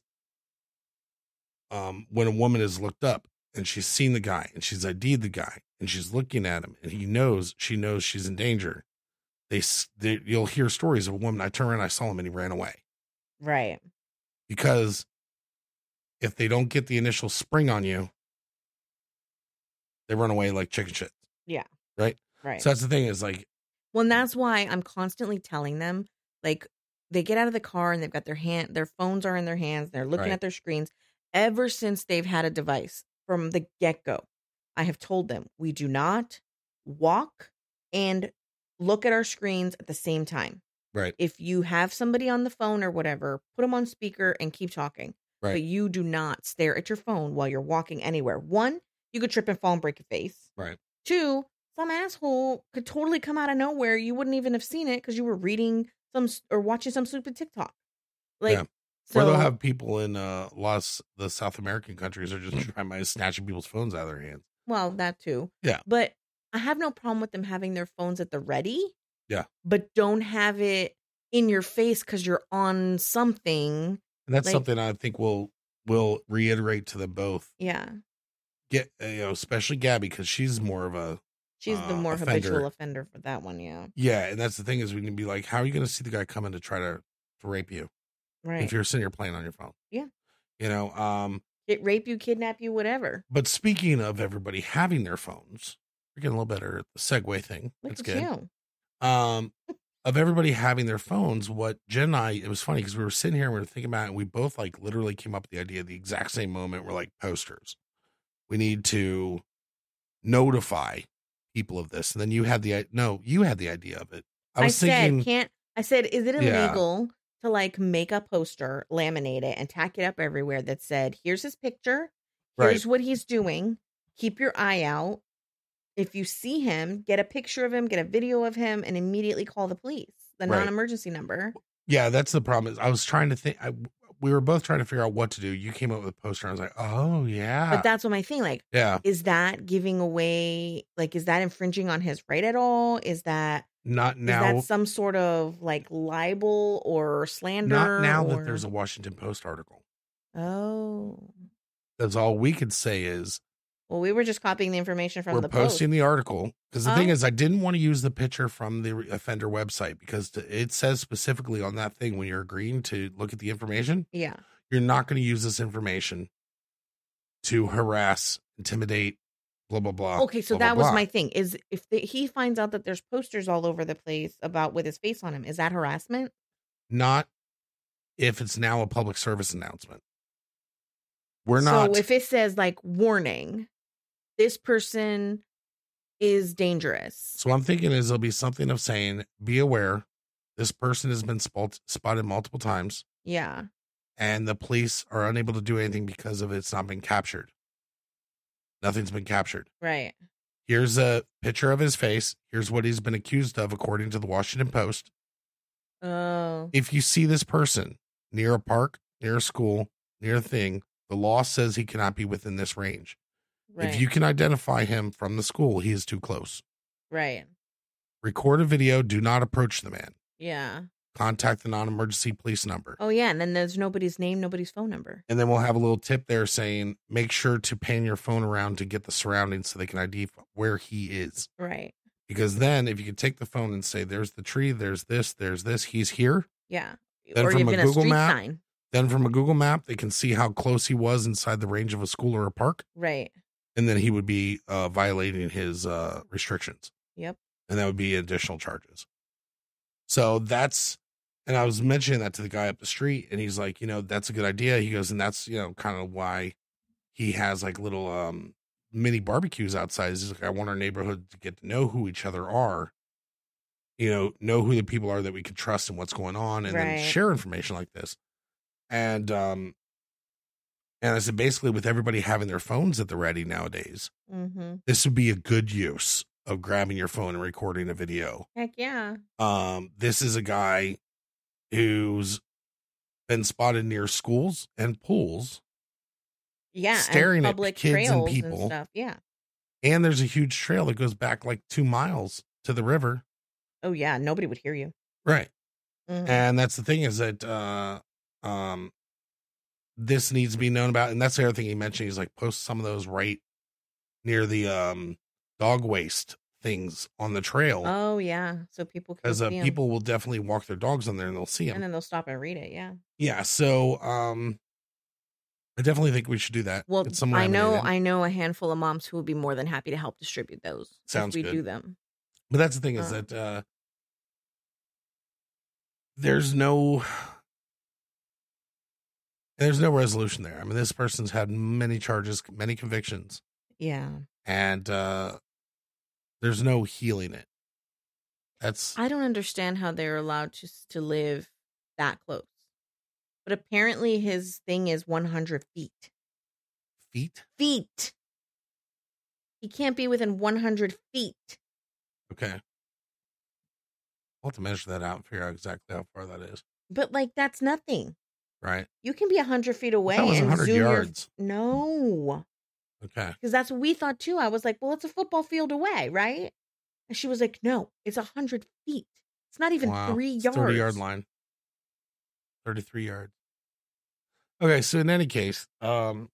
Speaker 2: um when a woman is looked up and she's seen the guy and she's ID'd the guy and she's looking at him and he knows she knows she's in danger they, s- they you'll hear stories of a woman I turned around I saw him and he ran away
Speaker 1: Right.
Speaker 2: because if they don't get the initial spring on you they run away like chicken shit
Speaker 1: Right.
Speaker 2: so that's the thing is like
Speaker 1: Well, and that's why I'm constantly telling them, like, they get out of the car and they've got their hand, their phones are in their hands, they're looking
Speaker 2: Right.
Speaker 1: at their screens. Ever since they've had a device from the get go, I have told them we do not walk and look at our screens at the same time.
Speaker 2: right
Speaker 1: If you have somebody on the phone or whatever, put them on speaker and keep talking. But
Speaker 2: Right.
Speaker 1: you do not stare at your phone while you're walking anywhere. One, you could trip and fall and break your face.
Speaker 2: right
Speaker 1: Two, some asshole could totally come out of nowhere. You wouldn't even have seen it because you were reading some s- or watching some stupid TikTok. Like,
Speaker 2: Yeah.
Speaker 1: so
Speaker 2: or they'll have people in uh, a lot of s- the South American countries are just trying by snatching people's phones out of their hands
Speaker 1: well that too.
Speaker 2: Yeah.
Speaker 1: but I have no problem with them having their phones at the ready.
Speaker 2: Yeah.
Speaker 1: but don't have it in your face because you're on something.
Speaker 2: And that's
Speaker 1: Like-
Speaker 2: something I think we'll will reiterate to them both.
Speaker 1: Yeah,
Speaker 2: Get uh, you know, especially Gabby because she's more of a
Speaker 1: she's the
Speaker 2: Uh,
Speaker 1: more
Speaker 2: offender.
Speaker 1: habitual offender for that one. Yeah,
Speaker 2: yeah. And that's the thing is we can be like, how are you going to see the guy coming to try to to rape you
Speaker 1: right.
Speaker 2: if you're sitting here playing on your phone?
Speaker 1: Yeah.
Speaker 2: you know. Um,
Speaker 1: Get rape you, kidnap you, whatever.
Speaker 2: but speaking of everybody having their phones, we're getting a little better at the segue thing.
Speaker 1: Look
Speaker 2: that's
Speaker 1: at
Speaker 2: good.
Speaker 1: you.
Speaker 2: Um, of everybody having their phones, what Jen and I, it was funny because we were sitting here and we were thinking about it, and we both like literally came up with the idea at the exact same moment. We're like posters. We need to notify people of this. And then you had the i- no, you had the idea of it. I
Speaker 1: I,
Speaker 2: was
Speaker 1: said,
Speaker 2: thinking
Speaker 1: can't I said, is it
Speaker 2: Yeah.
Speaker 1: illegal to like make a poster, laminate it, and tack it up everywhere that said, here's his picture,
Speaker 2: right,
Speaker 1: here's what he's doing, keep your eye out. If you see him, get a picture of him, get a video of him, and immediately call the police, the
Speaker 2: Right.
Speaker 1: non-emergency number.
Speaker 2: yeah, that's the problem. Is I was trying to think. I, we were both trying to figure out what to do. You came up with a poster. And I was like, oh yeah,
Speaker 1: But that's what my thing. Like,
Speaker 2: yeah.
Speaker 1: is that giving away? Like, is that infringing on his right at all? Is that
Speaker 2: Not
Speaker 1: is
Speaker 2: now.
Speaker 1: that some sort of like libel or slander?
Speaker 2: Not now
Speaker 1: or-
Speaker 2: that there's a Washington Post article.
Speaker 1: oh.
Speaker 2: That's all we could say is
Speaker 1: Well, we were just copying the information from
Speaker 2: we're
Speaker 1: the
Speaker 2: posting
Speaker 1: post.
Speaker 2: the article because the thing
Speaker 1: Oh.
Speaker 2: is i didn't want to use the picture from the offender website because t- it says specifically on that thing when you're agreeing to look at the information
Speaker 1: yeah,
Speaker 2: you're not going to use this information to harass intimidate blah blah blah.
Speaker 1: Okay, so
Speaker 2: blah,
Speaker 1: that
Speaker 2: blah,
Speaker 1: was
Speaker 2: blah.
Speaker 1: my thing. Is if the, he finds out that there's posters all over the place about with his face on him, is that harassment?
Speaker 2: not if it's now a public service announcement. We're not
Speaker 1: So if it says like warning, this person is dangerous.
Speaker 2: So I'm thinking is there'll be something of saying, be aware, this person has been spot- spotted multiple times,
Speaker 1: Yeah.
Speaker 2: and the police are unable to do anything because of it's not been captured. Nothing's been captured.
Speaker 1: Right.
Speaker 2: Here's a picture of his face. Here's what he's been accused of, according to the Washington Post.
Speaker 1: Oh.
Speaker 2: If you see this person near a park, near a school, near a thing, the law says he cannot be within this range.
Speaker 1: Right.
Speaker 2: If you can identify him from the school, he is too close.
Speaker 1: right.
Speaker 2: Record a video. Do not approach the man.
Speaker 1: Yeah.
Speaker 2: Contact the non emergency police number.
Speaker 1: Oh yeah, and then there's nobody's name, nobody's phone number.
Speaker 2: And then we'll have a little tip there saying make sure to pan your phone around to get the surroundings so they can ID where he is.
Speaker 1: Right.
Speaker 2: Because then if you can take the phone and say, there's the tree, there's this, there's this, he's here.
Speaker 1: Yeah.
Speaker 2: Then from a Google map-
Speaker 1: sign.
Speaker 2: Then from a Google map, they can see how close he was inside the range of a school or a park.
Speaker 1: Right.
Speaker 2: And then he would be uh, violating his uh, restrictions.
Speaker 1: Yep.
Speaker 2: And that would be additional charges. So that's, and I was mentioning that to the guy up the street, and he's like, you know, that's a good idea. He goes, and that's, you know, kind of why he has like little um mini barbecues outside. He's like, I want our neighborhood to get to know who each other are, you know, know who the people are that we can trust and what's going on, and
Speaker 1: Right.
Speaker 2: then share information like this. And um and I said basically with everybody having their phones at the ready nowadays,
Speaker 1: Mm-hmm.
Speaker 2: this would be a good use of grabbing your phone and recording a video
Speaker 1: Heck yeah.
Speaker 2: um, this is a guy who's been spotted near schools and pools,
Speaker 1: Yeah. and
Speaker 2: Staring at kids and
Speaker 1: trails
Speaker 2: people.
Speaker 1: stuff. Yeah.
Speaker 2: and there's a huge trail that goes back like two miles to the river.
Speaker 1: Oh yeah. Nobody would hear you.
Speaker 2: Right,
Speaker 1: Mhm.
Speaker 2: and that's the thing is that uh, um, this needs to be known about, and that's the other thing he mentioned. He's like post some of those right near the um, dog waste things on the trail
Speaker 1: Oh yeah. So people can
Speaker 2: because
Speaker 1: see
Speaker 2: uh,
Speaker 1: 'em.
Speaker 2: people will definitely walk their dogs on there and they'll see them.
Speaker 1: and then they'll stop and read it. Yeah.
Speaker 2: yeah so um i definitely think we should do that
Speaker 1: Well,
Speaker 2: Get some
Speaker 1: I know
Speaker 2: laminated.
Speaker 1: I know a handful of moms who would be more than happy to help distribute those. if
Speaker 2: Sounds
Speaker 1: we
Speaker 2: good.
Speaker 1: do them.
Speaker 2: but that's the thing is
Speaker 1: Uh.
Speaker 2: that uh there's no there's no resolution there i mean this person's had many charges many convictions
Speaker 1: Yeah.
Speaker 2: and uh there's no healing it that's
Speaker 1: I don't understand how they're allowed to s- to live that close. But apparently his thing is 100 feet.
Speaker 2: feet
Speaker 1: Feet. He can't be within 100 feet.
Speaker 2: okay i'll have to measure that out and figure out exactly how far that is
Speaker 1: But like that's nothing.
Speaker 2: right
Speaker 1: You can be 100 feet away
Speaker 2: that was
Speaker 1: and
Speaker 2: 100
Speaker 1: zoom your-
Speaker 2: yards.
Speaker 1: no.
Speaker 2: okay
Speaker 1: Cuz that's what we thought too. I was like, "Well, it's a football field away, right?" And she was like, "No, it's 100 feet. It's not even 3
Speaker 2: It's
Speaker 1: yards."
Speaker 2: 30 yard line. 33 yards. Okay, so in any case, um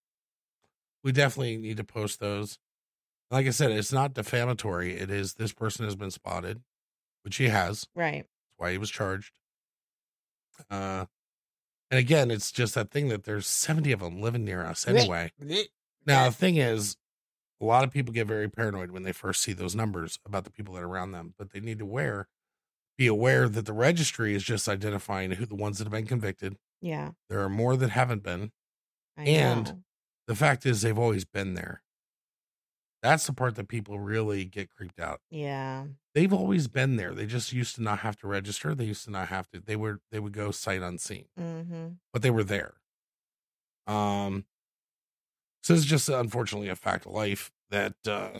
Speaker 2: we definitely need to post those. Like I said, it's not defamatory. It is this person has been spotted, which he has. That's
Speaker 1: Right.
Speaker 2: why he was charged. Uh and again, it's just that thing that there's 70 of them living near us
Speaker 1: Right.
Speaker 2: anyway. Now, the thing is, a lot of people get very paranoid when they first see those numbers about the people that are around them, but they need to aware, be aware that the registry is just identifying who the ones that have been convicted.
Speaker 1: Yeah.
Speaker 2: There are more that haven't been.
Speaker 1: I
Speaker 2: And-
Speaker 1: know.
Speaker 2: The fact is, they've always been there. That's the part that people really get creeped out.
Speaker 1: yeah.
Speaker 2: They've always been there. They just used to not have to register. They used to not have to. They were they would go sight unseen,
Speaker 1: Mhm.
Speaker 2: but they were there. Um. So this is just uh, unfortunately a fact of life that uh, we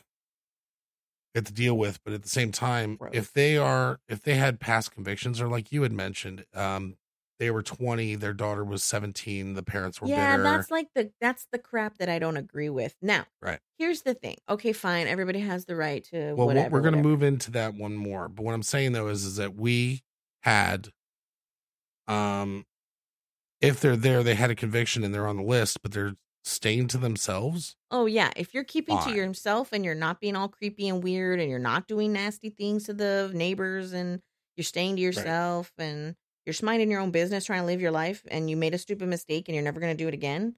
Speaker 2: have to deal with. But at the same time,
Speaker 1: Gross.
Speaker 2: if they are, if they had past convictions, or like you had mentioned, um, they were 20, their daughter was 17, the parents were
Speaker 1: yeah
Speaker 2: bitter.
Speaker 1: that's like the that's the crap that i don't agree with now
Speaker 2: Right.
Speaker 1: here's the thing okay fine everybody has the right to
Speaker 2: well,
Speaker 1: whatever
Speaker 2: we're going to
Speaker 1: whatever.
Speaker 2: move into that one more. But what I'm saying though is, is that we had, um, if they're there, they had a conviction and they're on the list, but they're staying to themselves.
Speaker 1: oh yeah if you're keeping
Speaker 2: Fine.
Speaker 1: to yourself and you're not being all creepy and weird and you're not doing nasty things to the neighbors and you're staying to yourself and you're minding your own business trying to live your life and you made a stupid mistake and you're never going to do it again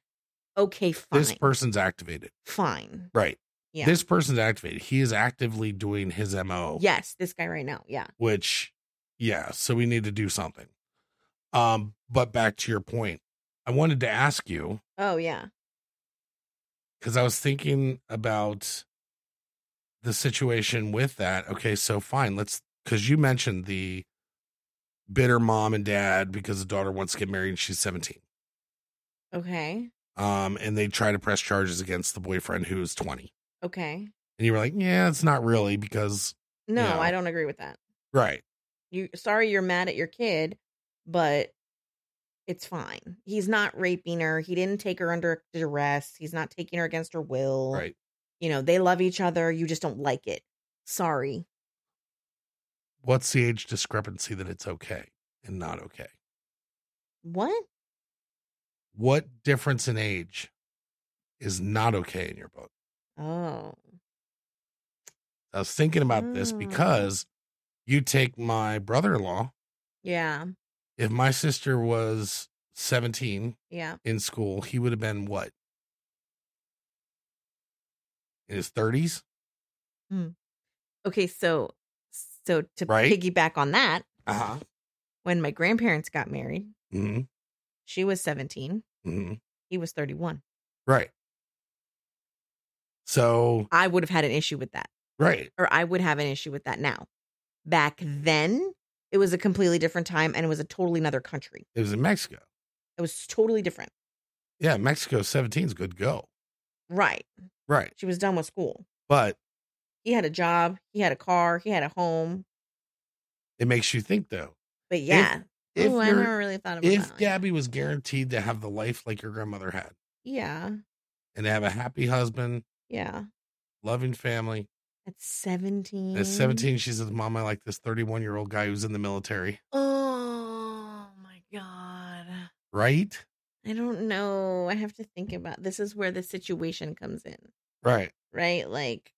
Speaker 1: okay fine
Speaker 2: This person's activated.
Speaker 1: fine
Speaker 2: Right.
Speaker 1: Yeah.
Speaker 2: This person's activated. He is actively doing his MO.
Speaker 1: yes, this guy right now. Yeah.
Speaker 2: Which, yeah, so we need to do something. Um, but back to your point, I wanted to ask you
Speaker 1: Oh yeah.
Speaker 2: because I was thinking about the situation with that. Okay, so fine, let's because you mentioned the bitter mom and dad because the daughter wants to get married and she's 17.
Speaker 1: Okay.
Speaker 2: Um, and they try to press charges against the boyfriend who is 20.
Speaker 1: Okay.
Speaker 2: And you were like, yeah, it's not really because,
Speaker 1: No,
Speaker 2: Yeah.
Speaker 1: I don't agree with that.
Speaker 2: right.
Speaker 1: You sorry you're mad at your kid, but it's fine. He's not raping her. He didn't take her under duress. He's not taking her against her will.
Speaker 2: Right.
Speaker 1: You know, they love each other. You just don't like it. Sorry.
Speaker 2: What's the age discrepancy that it's okay and not okay?
Speaker 1: What?
Speaker 2: What difference in age is not okay in your book?
Speaker 1: Oh.
Speaker 2: I was thinking about this
Speaker 1: Mm.
Speaker 2: because you take my brother in law.
Speaker 1: Yeah.
Speaker 2: If my sister was 17
Speaker 1: Yeah.
Speaker 2: in school, he would have been what? In his 30s?
Speaker 1: Okay, so so to
Speaker 2: Right.
Speaker 1: piggyback on that,
Speaker 2: Uh
Speaker 1: Uh-huh.
Speaker 2: huh.
Speaker 1: when my grandparents got married,
Speaker 2: hmm
Speaker 1: she was 17,
Speaker 2: hmm
Speaker 1: he was 31.
Speaker 2: Right. So,
Speaker 1: I would have had an issue with that.
Speaker 2: right.
Speaker 1: or I would have an issue with that now. Back then, it was a completely different time and it was a totally another country.
Speaker 2: It was in Mexico.
Speaker 1: It was totally different.
Speaker 2: Yeah. Mexico 17 is good go.
Speaker 1: Right.
Speaker 2: Right.
Speaker 1: She was done with school.
Speaker 2: But
Speaker 1: He had a job, he had a car, he had a home.
Speaker 2: it makes you think though.
Speaker 1: But yeah.
Speaker 2: If,
Speaker 1: Ooh, I
Speaker 2: you're-
Speaker 1: never really thought about
Speaker 2: if
Speaker 1: that.
Speaker 2: Gabby was guaranteed to have the life like your grandmother had
Speaker 1: yeah.
Speaker 2: and to have a happy husband,
Speaker 1: Yeah.
Speaker 2: loving family,
Speaker 1: At 17.
Speaker 2: At 17, she says, Mom, I like this 31 year old guy who's in the military.
Speaker 1: Oh my God.
Speaker 2: Right?
Speaker 1: I don't know. I have to think about this is where the situation comes in.
Speaker 2: Right.
Speaker 1: right? Like,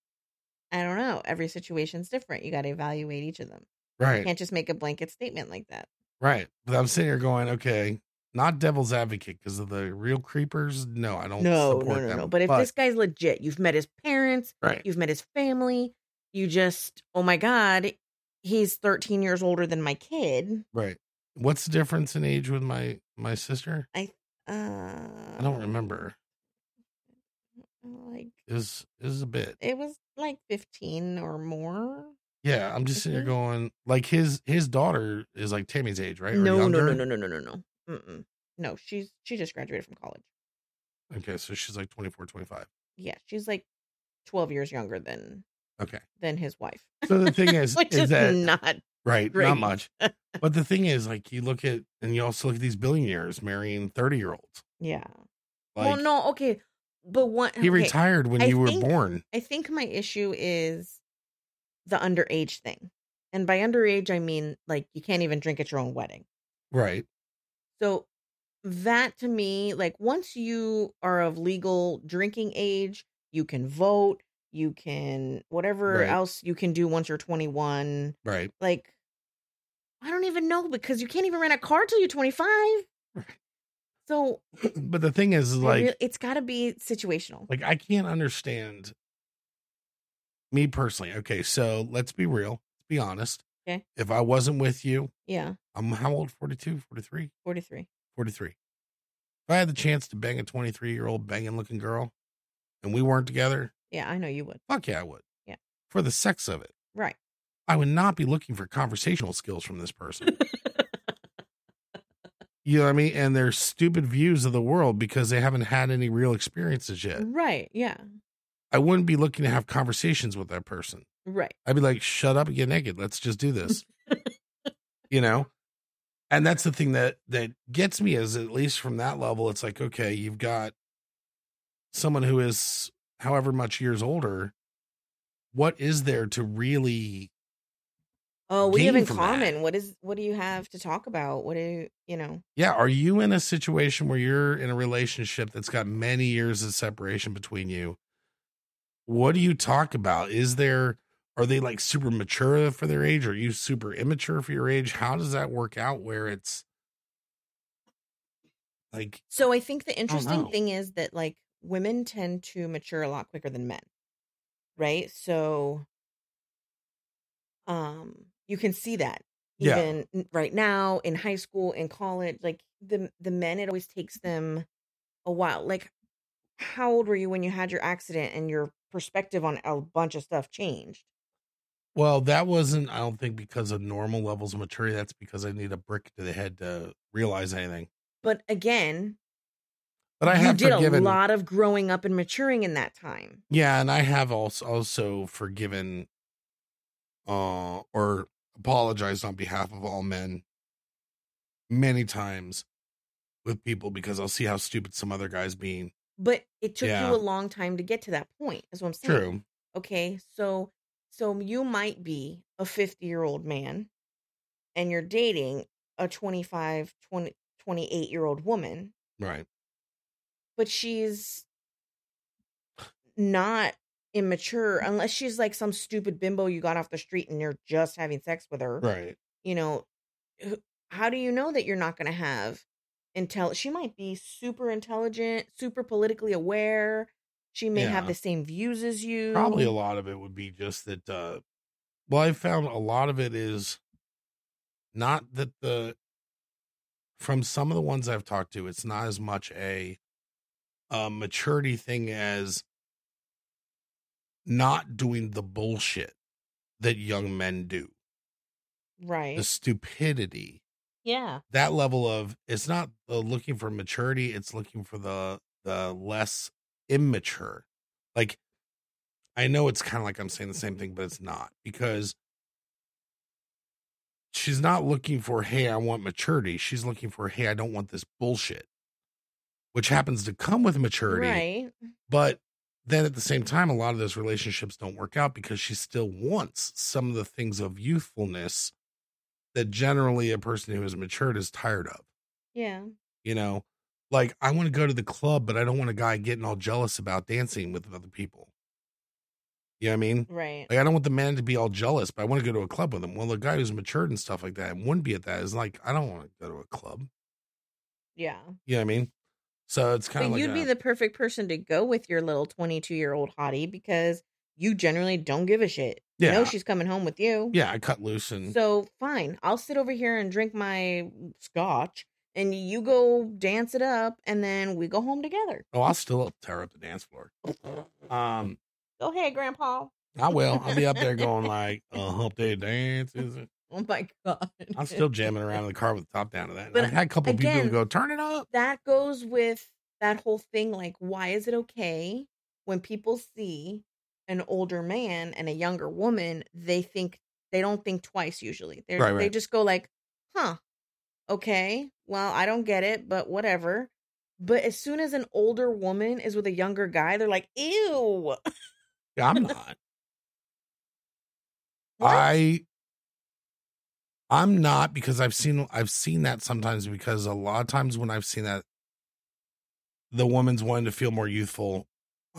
Speaker 1: I don't know. Every situation's different. You got to evaluate each of them. You
Speaker 2: Right.
Speaker 1: can't just make a blanket statement like that.
Speaker 2: Right. But I'm sitting here going, okay, not devil's advocate because of the real creepers. No, I don't
Speaker 1: No, no,
Speaker 2: support
Speaker 1: no,
Speaker 2: them.
Speaker 1: no. But if this guy's legit, you've met his parents,
Speaker 2: Right.
Speaker 1: you've met his family, you just, oh my God, he's 13 years older than my kid.
Speaker 2: Right. What's the difference in age with my my sister?
Speaker 1: Uh,
Speaker 2: I don't remember.
Speaker 1: Uh, Like,
Speaker 2: Is is a bit.
Speaker 1: it was like 15 or more.
Speaker 2: Yeah, I'm just sitting here
Speaker 1: Mhm.
Speaker 2: going like his his daughter is like Tammy's age, right? Or
Speaker 1: No, no,
Speaker 2: younger.
Speaker 1: no, no, no, no, no, no. Mm-mm. No, she's she just graduated from college.
Speaker 2: Okay, so she's like 24, 25.
Speaker 1: Yeah, she's like 12 years younger than
Speaker 2: Okay.
Speaker 1: than his wife,
Speaker 2: So the thing is,
Speaker 1: which
Speaker 2: is
Speaker 1: is
Speaker 2: that
Speaker 1: not
Speaker 2: Right.
Speaker 1: Great.
Speaker 2: Not much. But the thing is, like, you look at, and you also look at these billionaires marrying 30 year olds.
Speaker 1: yeah.
Speaker 2: Like,
Speaker 1: well, no, okay, but what
Speaker 2: he
Speaker 1: okay,
Speaker 2: retired when
Speaker 1: I
Speaker 2: you were
Speaker 1: think-
Speaker 2: born.
Speaker 1: I think my issue is the underage thing, and by underage I mean like you can't even drink at your own wedding.
Speaker 2: Right.
Speaker 1: So that to me, like once you are of legal drinking age, you can vote, you can whatever
Speaker 2: Right.
Speaker 1: else you can do once you're 21.
Speaker 2: Right.
Speaker 1: Like I don't even know because you can't even rent a car till you're 25. So
Speaker 2: but the thing is, is
Speaker 1: I
Speaker 2: like,
Speaker 1: rea- it's got to be situational.
Speaker 2: like, I can't understand me personally. Okay. So let's be real. Let's be honest.
Speaker 1: Okay.
Speaker 2: If I wasn't with you,
Speaker 1: yeah,
Speaker 2: I'm how old? 42, 43,
Speaker 1: 43.
Speaker 2: 43. If I had the chance to bang a 23 year old banging looking girl and we weren't together,
Speaker 1: Yeah, I know you would.
Speaker 2: fuck yeah, I would.
Speaker 1: Yeah.
Speaker 2: For the sex of it.
Speaker 1: Right.
Speaker 2: I would not be looking for conversational skills from this person. you know what I mean? And their stupid views of the world because they haven't had any real experiences yet.
Speaker 1: Right. Yeah.
Speaker 2: I wouldn't be looking to have conversations with that person.
Speaker 1: Right.
Speaker 2: I'd be like, shut up and get naked. Let's just do this. you know? And that's the thing that that gets me is at least from that level, it's like, okay, you've got someone who is however much years older. What is there to really
Speaker 1: Oh, what do you have
Speaker 2: Gain
Speaker 1: in
Speaker 2: from that.
Speaker 1: common? What is what do you have to talk about? What do you, you know?
Speaker 2: Yeah. Are you in a situation where you're in a relationship that's got many years of separation between you? What do you talk about? Is there, are they like super mature for their age? Are you super immature for your age? How does that work out where it's like, Oh,
Speaker 1: So I think the interesting
Speaker 2: know.
Speaker 1: thing is that like women tend to mature a lot quicker than men. right? So um you can see that
Speaker 2: Yeah.
Speaker 1: even n- right now in high school in college like the the men it always takes them a while like how old were you when you had your accident and your perspective on a bunch of stuff changed
Speaker 2: Well, that wasn't, I don't think, because of normal levels of maturity. That's because I need a brick to the head to realize anything.
Speaker 1: but again
Speaker 2: But I
Speaker 1: you
Speaker 2: have
Speaker 1: did
Speaker 2: forgiven.
Speaker 1: a lot of growing up and maturing in that time
Speaker 2: Yeah, and I have also also forgiven, uh, or apologized on behalf of all men many times with people because I'll see how stupid some other guys being.
Speaker 1: but it took
Speaker 2: Yeah.
Speaker 1: you a long time to get to that point is what i'm saying
Speaker 2: True.
Speaker 1: okay so so you might be a 50 year old man and you're dating a 25 20, 28 year old woman
Speaker 2: Right.
Speaker 1: but she's not immature unless she's like some stupid bimbo you got off the street and you're just having sex with her
Speaker 2: Right.
Speaker 1: you know wh- how do you know that you're not going to have intel she might be super intelligent super politically aware she may have
Speaker 2: Yeah.
Speaker 1: the same views as you
Speaker 2: Probably a lot of it would be just that. Uh, well, I found a lot of it is not that the from some of the ones I've talked to, it's not as much a, a maturity thing as not doing the bullshit that young men do,
Speaker 1: right
Speaker 2: the stupidity.
Speaker 1: yeah
Speaker 2: That level of it's not the looking for maturity, it's looking for the the less immature. Like I know it's kind of like I'm saying the same thing, but it's not because she's not looking for, hey, I want maturity. She's looking for, hey, I don't want this bullshit, which happens to come with maturity.
Speaker 1: right
Speaker 2: But then at the same time, a lot of those relationships don't work out because she still wants some of the things of youthfulness that generally a person who is matured is tired of.
Speaker 1: yeah
Speaker 2: You know, like I want to go to the club, but I don't want a guy getting all jealous about dancing with other people. You know what I mean?
Speaker 1: right
Speaker 2: Like I don't want the man to be all jealous, but I want to go to a club with him. Well, the guy who's matured and stuff like that and wouldn't be at that is like, I don't want to go to a club.
Speaker 1: yeah
Speaker 2: You know what I mean? So it's kind
Speaker 1: But
Speaker 2: of like
Speaker 1: you'd be
Speaker 2: a-
Speaker 1: the perfect person to go with your little 22 year old hottie because you generally don't give a shit. You
Speaker 2: Yeah.
Speaker 1: know she's coming home with you.
Speaker 2: yeah, I cut loose and
Speaker 1: So fine, I'll sit over here and drink my scotch and you go dance it up and then we go home together.
Speaker 2: oh, I'll still tear up the dance floor. Um,
Speaker 1: Go ahead, grandpa.
Speaker 2: I will. I'll be up there going like "Uh, a hump day dance. is it?
Speaker 1: Oh my god.
Speaker 2: I'm still jamming around in the car with the top down to that. And
Speaker 1: But
Speaker 2: I've had a couple people
Speaker 1: again-
Speaker 2: go, turn it up.
Speaker 1: that goes with that whole thing like why is it okay when people see an older man and a younger woman they think they don't think twice usually they
Speaker 2: Right,
Speaker 1: they
Speaker 2: right.
Speaker 1: just go like huh okay well i don't get it but whatever but as soon as an older woman is with a younger guy they're like ew
Speaker 2: Yeah, I'm not.
Speaker 1: What?
Speaker 2: I I'm not because I've seen I've seen that sometimes because a lot of times when I've seen that the woman's wanting to feel more youthful.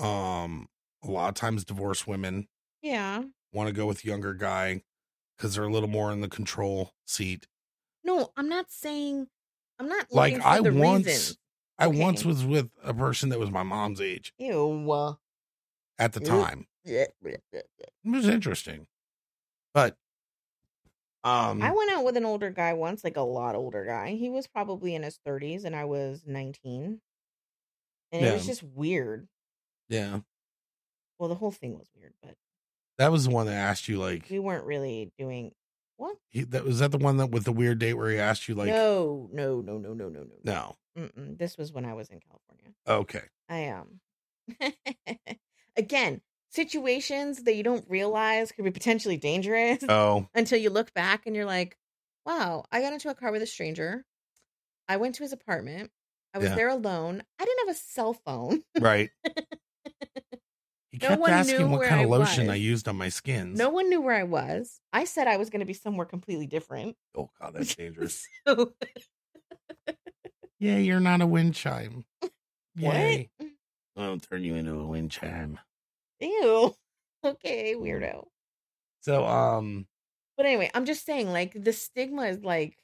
Speaker 2: Um a lot of times divorced women
Speaker 1: yeah
Speaker 2: want to go with younger guy because they're a little more in the control seat.
Speaker 1: no i'm not saying i'm not
Speaker 2: Like,
Speaker 1: looking for
Speaker 2: I
Speaker 1: the
Speaker 2: once-
Speaker 1: reason
Speaker 2: I once
Speaker 1: Okay.
Speaker 2: was with a person that was my mom's age
Speaker 1: ew
Speaker 2: at the
Speaker 1: Mm.
Speaker 2: time. It was interesting. But um
Speaker 1: I went out with an older guy once, like a lot older guy. He was probably in his 30s and I was 19. And it was
Speaker 2: Yeah.
Speaker 1: just weird.
Speaker 2: yeah.
Speaker 1: Well, the whole thing was weird, but
Speaker 2: That was the one that asked you like
Speaker 1: we weren't really doing what?
Speaker 2: he, that was that the one that with the weird date where he asked you like
Speaker 1: no, no, no, no, no, no, no.
Speaker 2: no.
Speaker 1: Mm-mm. This was when I was in California.
Speaker 2: Okay.
Speaker 1: I um again, situations that you don't realize could be potentially dangerous.
Speaker 2: Oh,
Speaker 1: until you look back and you're like, wow, I got into a car with a stranger. I went to his apartment. I was
Speaker 2: Yeah.
Speaker 1: there alone. I didn't have a cell phone.
Speaker 2: Right. He
Speaker 1: No
Speaker 2: kept
Speaker 1: one knew
Speaker 2: asking what
Speaker 1: where
Speaker 2: kind of
Speaker 1: I
Speaker 2: lotion I
Speaker 1: was.
Speaker 2: used on my skins.
Speaker 1: No one knew where I was. I said I was going to be somewhere completely different.
Speaker 2: Oh god, that's dangerous.
Speaker 1: So,
Speaker 2: yeah, you're not a wind chime.
Speaker 1: What? Mm.
Speaker 2: Yay. I'll turn you into a wind chime.
Speaker 1: ew. Okay, weirdo.
Speaker 2: So um
Speaker 1: But anyway, I'm just saying, like, the stigma is like,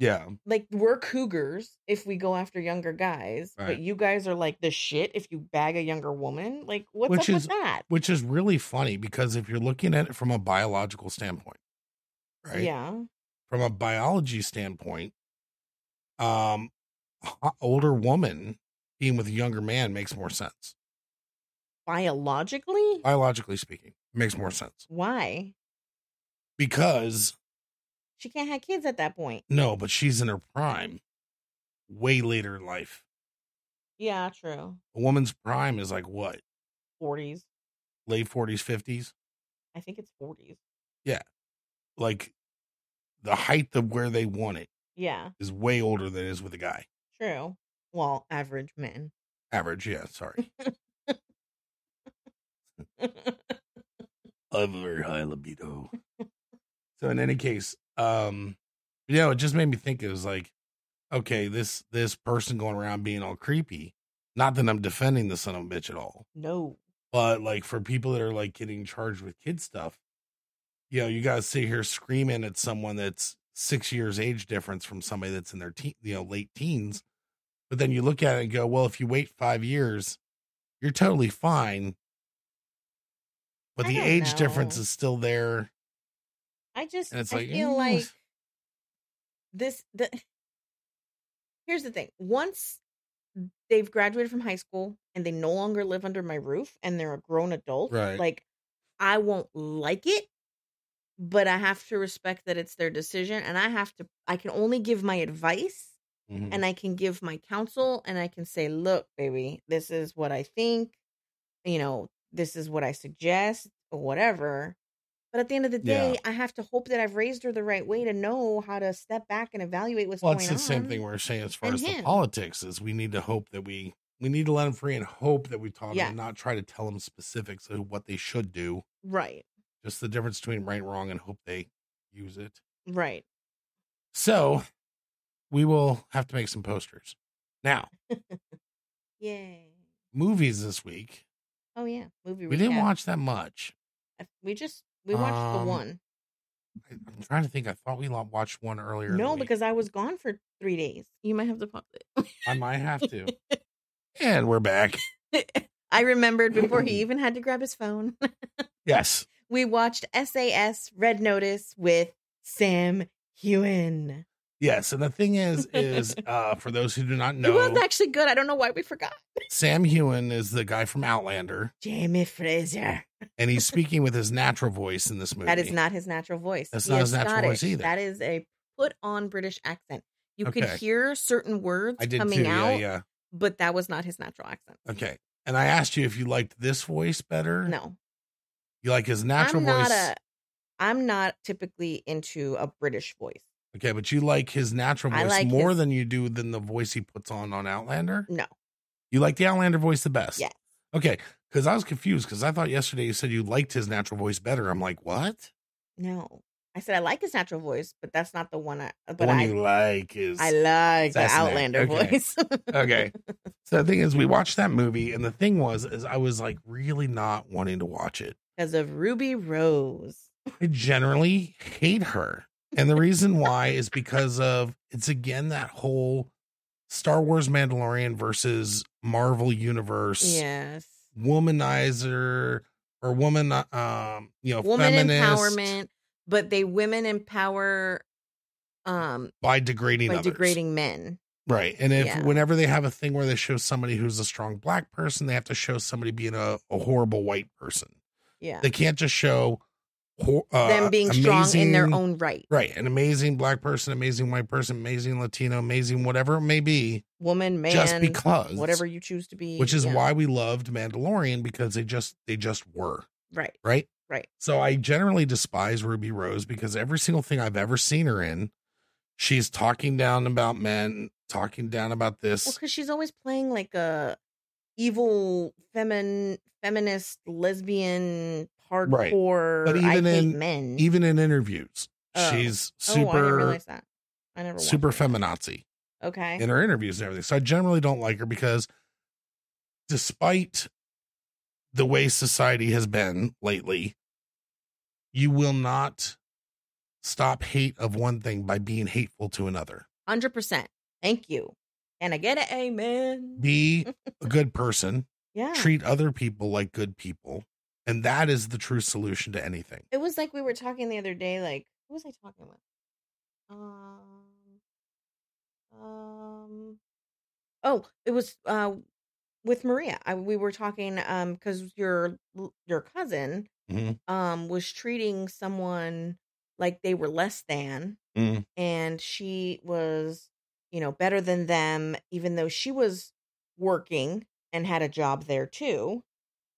Speaker 2: Yeah.
Speaker 1: like we're cougars if we go after younger guys,
Speaker 2: Right.
Speaker 1: but you guys are like the shit if you bag a younger woman. Like what's
Speaker 2: Which
Speaker 1: up
Speaker 2: is-
Speaker 1: with that?
Speaker 2: Which is really funny because if you're looking at it from a biological standpoint, right?
Speaker 1: Yeah.
Speaker 2: From a biology standpoint, um, a- older woman being with a younger man makes more sense.
Speaker 1: Biologically?
Speaker 2: Biologically speaking, makes more sense
Speaker 1: Why?
Speaker 2: because
Speaker 1: She can't have kids at that point.
Speaker 2: no, but she's in her prime, way later in life.
Speaker 1: Yeah, true.
Speaker 2: A woman's prime is like what,
Speaker 1: 40s.
Speaker 2: late forties, fifties.
Speaker 1: I think it's 40s.
Speaker 2: Like the height of where they want it
Speaker 1: Yeah,
Speaker 2: is way older than it is with a guy.
Speaker 1: true. Well, average men.
Speaker 2: Average, yeah. Sorry, I have a very high libido. Mm-hmm. so in any case, um, you know, it just made me think. It was like, okay, this this person going around being all creepy. Not that I'm defending the son of a bitch at all,
Speaker 1: no.
Speaker 2: but like for people that are like getting charged with kid stuff, you know, you gotta sit here screaming at someone that's six years age difference from somebody that's in their teen, you know, late teens. But then you look at it and go, well, if you wait five years, you're totally fine. But
Speaker 1: I
Speaker 2: the
Speaker 1: don't
Speaker 2: age difference
Speaker 1: know.
Speaker 2: is still there.
Speaker 1: I just
Speaker 2: And it's
Speaker 1: I
Speaker 2: like,
Speaker 1: feel
Speaker 2: "Mm."
Speaker 1: like this the Here's the thing. Once they've graduated from high school and they no longer live under my roof and they're a grown adult,
Speaker 2: Right.
Speaker 1: like I won't like it, but I have to respect that it's their decision and I have to I can only give my advice
Speaker 2: Mhm.
Speaker 1: and I can give my counsel and I can say, look, baby, this is what I think, you know, this is what I suggest or whatever. But at the end of the
Speaker 2: Yeah.
Speaker 1: day, I have to hope that I've raised her the right way to know how to step back and evaluate what's
Speaker 2: well,
Speaker 1: going
Speaker 2: it's the
Speaker 1: on.
Speaker 2: same thing we're saying as far
Speaker 1: And
Speaker 2: as the
Speaker 1: him.
Speaker 2: politics is we need to hope that we we need to let them free and hope that we taught them
Speaker 1: Yeah.
Speaker 2: and not try to tell them specifics of what they should do.
Speaker 1: Right,
Speaker 2: Just the difference between right and wrong and hope they use it.
Speaker 1: right.
Speaker 2: So we will have to make some posters. Now,
Speaker 1: Yay.
Speaker 2: movies this week.
Speaker 1: Oh yeah, movie.
Speaker 2: We didn't
Speaker 1: recap.
Speaker 2: watch that much.
Speaker 1: I- We just we watched
Speaker 2: Um,
Speaker 1: the one.
Speaker 2: I, I'm trying to think. I thought we lo- watched one earlier. in the
Speaker 1: No,
Speaker 2: week.
Speaker 1: because I was gone for three days. You might have to pause it.
Speaker 2: I might have to. and we're back.
Speaker 1: I remembered before he even had to grab his phone.
Speaker 2: Yes.
Speaker 1: we watched SAS Red Notice with Sam Hewen.
Speaker 2: Yes. And the thing is, is uh, for those who do not
Speaker 1: It was
Speaker 2: know,
Speaker 1: actually good. I don't know why we forgot.
Speaker 2: Sam Hewen is the guy from Outlander,
Speaker 1: Jamie Fraser.
Speaker 2: and he's speaking with his natural voice in this movie.
Speaker 1: That is not his natural voice.
Speaker 2: That's
Speaker 1: He
Speaker 2: not
Speaker 1: is
Speaker 2: his natural voice either.
Speaker 1: That is a put on British accent. You could
Speaker 2: Okay.
Speaker 1: hear certain words
Speaker 2: I did
Speaker 1: coming
Speaker 2: too.
Speaker 1: out,
Speaker 2: Yeah. Yeah.
Speaker 1: but that was not his natural accent.
Speaker 2: Okay. And I asked you if you liked this voice better.
Speaker 1: No.
Speaker 2: You like his natural
Speaker 1: I'm
Speaker 2: voice.
Speaker 1: not a I'm not typically into a British voice.
Speaker 2: Okay, but you like his natural
Speaker 1: I
Speaker 2: voice
Speaker 1: like
Speaker 2: more
Speaker 1: his-
Speaker 2: than you do than the voice he puts on on Outlander.
Speaker 1: No.
Speaker 2: You like the Outlander voice the best.
Speaker 1: Yes.
Speaker 2: Okay, because I was confused because I thought yesterday you said you liked his natural voice better. I'm like, what?
Speaker 1: No. I said I like his natural voice, but that's not the one I but
Speaker 2: The one
Speaker 1: I
Speaker 2: you like is
Speaker 1: I like the
Speaker 2: That's not-
Speaker 1: Outlander
Speaker 2: okay.
Speaker 1: voice.
Speaker 2: okay. So the thing is, we watched that movie, and the thing was, is I was like really not wanting to watch it.
Speaker 1: because of Ruby Rose.
Speaker 2: I generally hate her, and the reason why is because of it's again that whole Star Wars Mandalorian versus Marvel Universe.
Speaker 1: Yes.
Speaker 2: womanizer or woman um you know
Speaker 1: Woman
Speaker 2: feminist
Speaker 1: empowerment, but they women empower um
Speaker 2: by degrading
Speaker 1: by
Speaker 2: others.
Speaker 1: degrading men.
Speaker 2: right and if
Speaker 1: Yeah.
Speaker 2: whenever they have a thing where they show somebody who's a strong black person they have to show somebody being a, a horrible white person
Speaker 1: Yeah.
Speaker 2: they can't just show hor- uh,
Speaker 1: Them being strong in their
Speaker 2: amazing-
Speaker 1: own right.
Speaker 2: right an amazing black person amazing white person amazing latino amazing whatever it may be
Speaker 1: Woman, man,
Speaker 2: just because
Speaker 1: whatever you choose to be.
Speaker 2: which is
Speaker 1: yeah.
Speaker 2: why we loved mandalorian because they just they just were
Speaker 1: Right.
Speaker 2: right?
Speaker 1: Right.
Speaker 2: So I generally despise Ruby Rose because every single thing I've ever seen her in, she's talking down about men, talking down about
Speaker 1: Well,
Speaker 2: this.
Speaker 1: because she's always playing like a evil femin feminist lesbian hardcore
Speaker 2: But
Speaker 1: I
Speaker 2: even
Speaker 1: hate
Speaker 2: in-
Speaker 1: men.
Speaker 2: Even in interviews,
Speaker 1: Oh.
Speaker 2: she's
Speaker 1: oh, I didn't
Speaker 2: super
Speaker 1: realize that. I never watched
Speaker 2: super
Speaker 1: it.
Speaker 2: feminazi
Speaker 1: Okay.
Speaker 2: in her interviews and everything. So I generally don't like her because despite the way society has been lately, you will not stop hate of one thing by being hateful to another.
Speaker 1: 100%. Thank you. And I get it. Amen.
Speaker 2: Be a good person,
Speaker 1: Yeah.
Speaker 2: treat other people like good people. And that is the true solution to anything.
Speaker 1: It was like we were talking the other day, like, who was I talking with? Um, um, oh, it was uh, with Maria. I, we were talking um because your your cousin
Speaker 2: Mhm.
Speaker 1: um was treating someone like they were less than,
Speaker 2: Mhm.
Speaker 1: and she was you know better than them, even though she was working and had a job there too.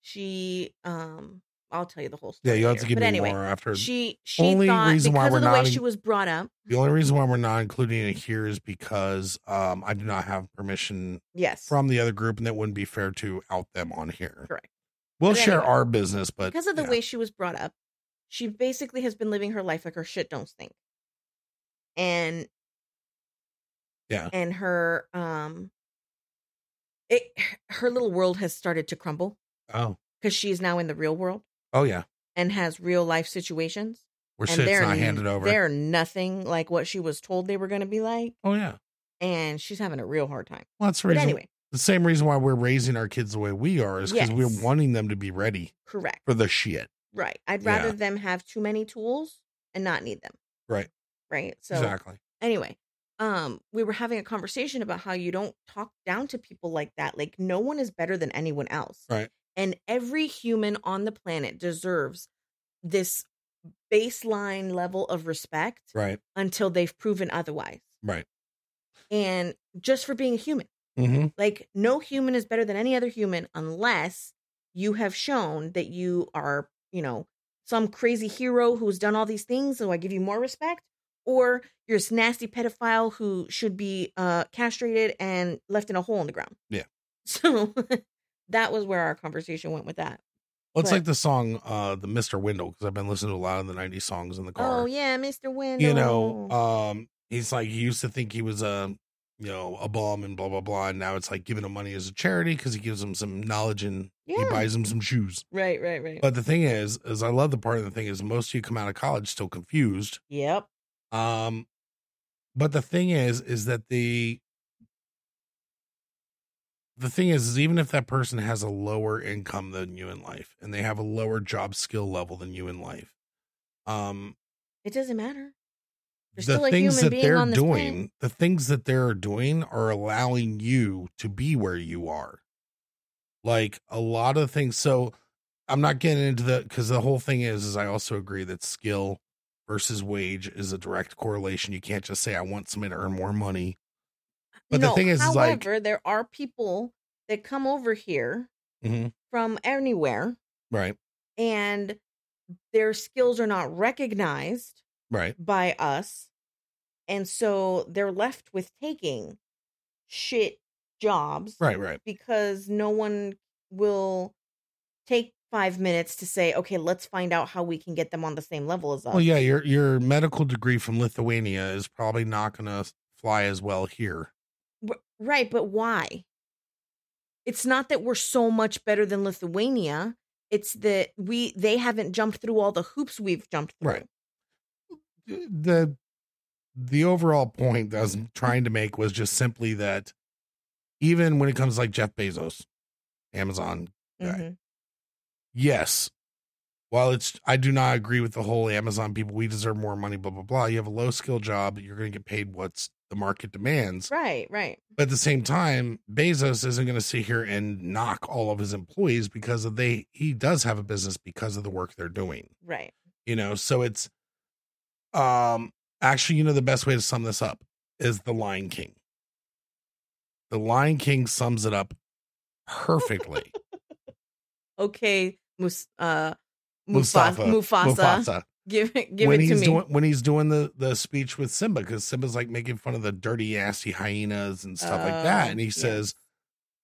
Speaker 1: She um, I'll tell you the whole
Speaker 2: Yeah,
Speaker 1: story.
Speaker 2: you have to
Speaker 1: later.
Speaker 2: give
Speaker 1: but
Speaker 2: me
Speaker 1: anyway,
Speaker 2: more after.
Speaker 1: she she
Speaker 2: Only
Speaker 1: thought
Speaker 2: reason why
Speaker 1: because
Speaker 2: we're
Speaker 1: of the way
Speaker 2: not in-
Speaker 1: she was brought up.
Speaker 2: the only reason
Speaker 1: Mm-hmm.
Speaker 2: why we're not including it here is because um, I do not have permission
Speaker 1: Yes.
Speaker 2: from the other group, and that wouldn't be fair to out them on here.
Speaker 1: Correct.
Speaker 2: We'll
Speaker 1: But
Speaker 2: share
Speaker 1: anyway,
Speaker 2: our business, but
Speaker 1: because of the
Speaker 2: yeah.
Speaker 1: way she was brought up, she basically has been living her life like her shit don't stink. And
Speaker 2: Yeah.
Speaker 1: And her um it her little world has started to crumble
Speaker 2: Oh,
Speaker 1: because she is now in the real world
Speaker 2: oh yeah,
Speaker 1: and has real life situations.
Speaker 2: where
Speaker 1: and
Speaker 2: shit's
Speaker 1: they're
Speaker 2: not
Speaker 1: n-
Speaker 2: handed over.
Speaker 1: They're nothing like what she was told they were gonna be like.
Speaker 2: Oh yeah,
Speaker 1: And she's having a real hard time.
Speaker 2: well, that's the
Speaker 1: But
Speaker 2: reason.
Speaker 1: anyway,
Speaker 2: The same reason why we're raising our kids the way we are is because
Speaker 1: Yes.
Speaker 2: we're wanting them to be ready
Speaker 1: correct.
Speaker 2: for the shit.
Speaker 1: Right. I'd
Speaker 2: Yeah.
Speaker 1: rather them have too many tools and not need them.
Speaker 2: Right.
Speaker 1: Right. So
Speaker 2: exactly.
Speaker 1: anyway, um, we were having a conversation about how you don't talk down to people like that. Like no one is better than anyone else.
Speaker 2: Right.
Speaker 1: And every human on the planet deserves this baseline level of respect
Speaker 2: Right.
Speaker 1: until they've proven otherwise.
Speaker 2: Right.
Speaker 1: And just for being a human.
Speaker 2: Mm-hmm.
Speaker 1: Like no human is better than any other human unless you have shown that you are, you know, some crazy hero who's done all these things, so I give you more respect, or you're this nasty pedophile who should be uh castrated and left in a hole in the ground.
Speaker 2: Yeah.
Speaker 1: So that was where our conversation went with that.
Speaker 2: Well, it's
Speaker 1: But-
Speaker 2: like the song, uh, the Mister Window, because I've been listening to a lot of the '90s songs in the car.
Speaker 1: Oh yeah, Mr. Window.
Speaker 2: you know, um, he's like he used to think he was a you know a bum and blah blah blah, and now it's like giving him money as a charity because he gives him some knowledge and he
Speaker 1: Yeah.
Speaker 2: buys him some shoes.
Speaker 1: right, right, right.
Speaker 2: But the thing is, is I love the part of the thing is most of you come out of college still confused.
Speaker 1: yep.
Speaker 2: Um, but the thing is, is that the the thing is, is even if that person has a lower income than you in life and they have a lower job skill level than you in life, um,
Speaker 1: It doesn't matter. You're
Speaker 2: the
Speaker 1: still a
Speaker 2: things
Speaker 1: human
Speaker 2: that
Speaker 1: being
Speaker 2: they're
Speaker 1: on this planet.
Speaker 2: doing, the things that they're doing are allowing you to be where you are. Like a lot of things. So I'm not getting into the because the whole thing is, is I also agree that skill versus wage is a direct correlation. You can't just say I want somebody to earn more money. But the
Speaker 1: no,
Speaker 2: thing is, is like-
Speaker 1: however, there are people that come over here
Speaker 2: Mhm.
Speaker 1: from anywhere
Speaker 2: Right.
Speaker 1: and their skills are not recognized
Speaker 2: Right.
Speaker 1: by us. And so they're left with taking shit jobs
Speaker 2: Right. Right.
Speaker 1: because no one will take five minutes to say, okay, let's find out how we can get them on the same level as us.
Speaker 2: Well, yeah, your your medical degree from Lithuania is probably not gonna fly as well here.
Speaker 1: R- Right, but why? It's not that we're so much better than Lithuania. It's that we they haven't jumped through all the hoops we've jumped through.
Speaker 2: Right. the the overall point that I was trying to make was just simply that even when it comes to like Jeff Bezos, Amazon, Right.
Speaker 1: Mhm.
Speaker 2: yes. While it's I do not agree with the whole Amazon people, we deserve more money, blah, blah, blah. You have a low skill job, you're gonna get paid what's the market demands.
Speaker 1: Right, right.
Speaker 2: But at the same time, Bezos isn't gonna sit here and knock all of his employees because of they he does have a business because of the work they're doing
Speaker 1: Right.
Speaker 2: you know so it's um actually you know the best way to sum this up is the lion king the lion king sums it up perfectly
Speaker 1: Okay, Mus- uh Mufasa,
Speaker 2: Mustafa,
Speaker 1: Mufasa,
Speaker 2: Mufasa.
Speaker 1: give it, give
Speaker 2: when
Speaker 1: it to
Speaker 2: he's
Speaker 1: me.
Speaker 2: doing when he's doing the the speech with Simba, because Simba's like making fun of the dirty, assy hyenas and stuff like that,
Speaker 1: Oh,
Speaker 2: and he
Speaker 1: yeah.
Speaker 2: says,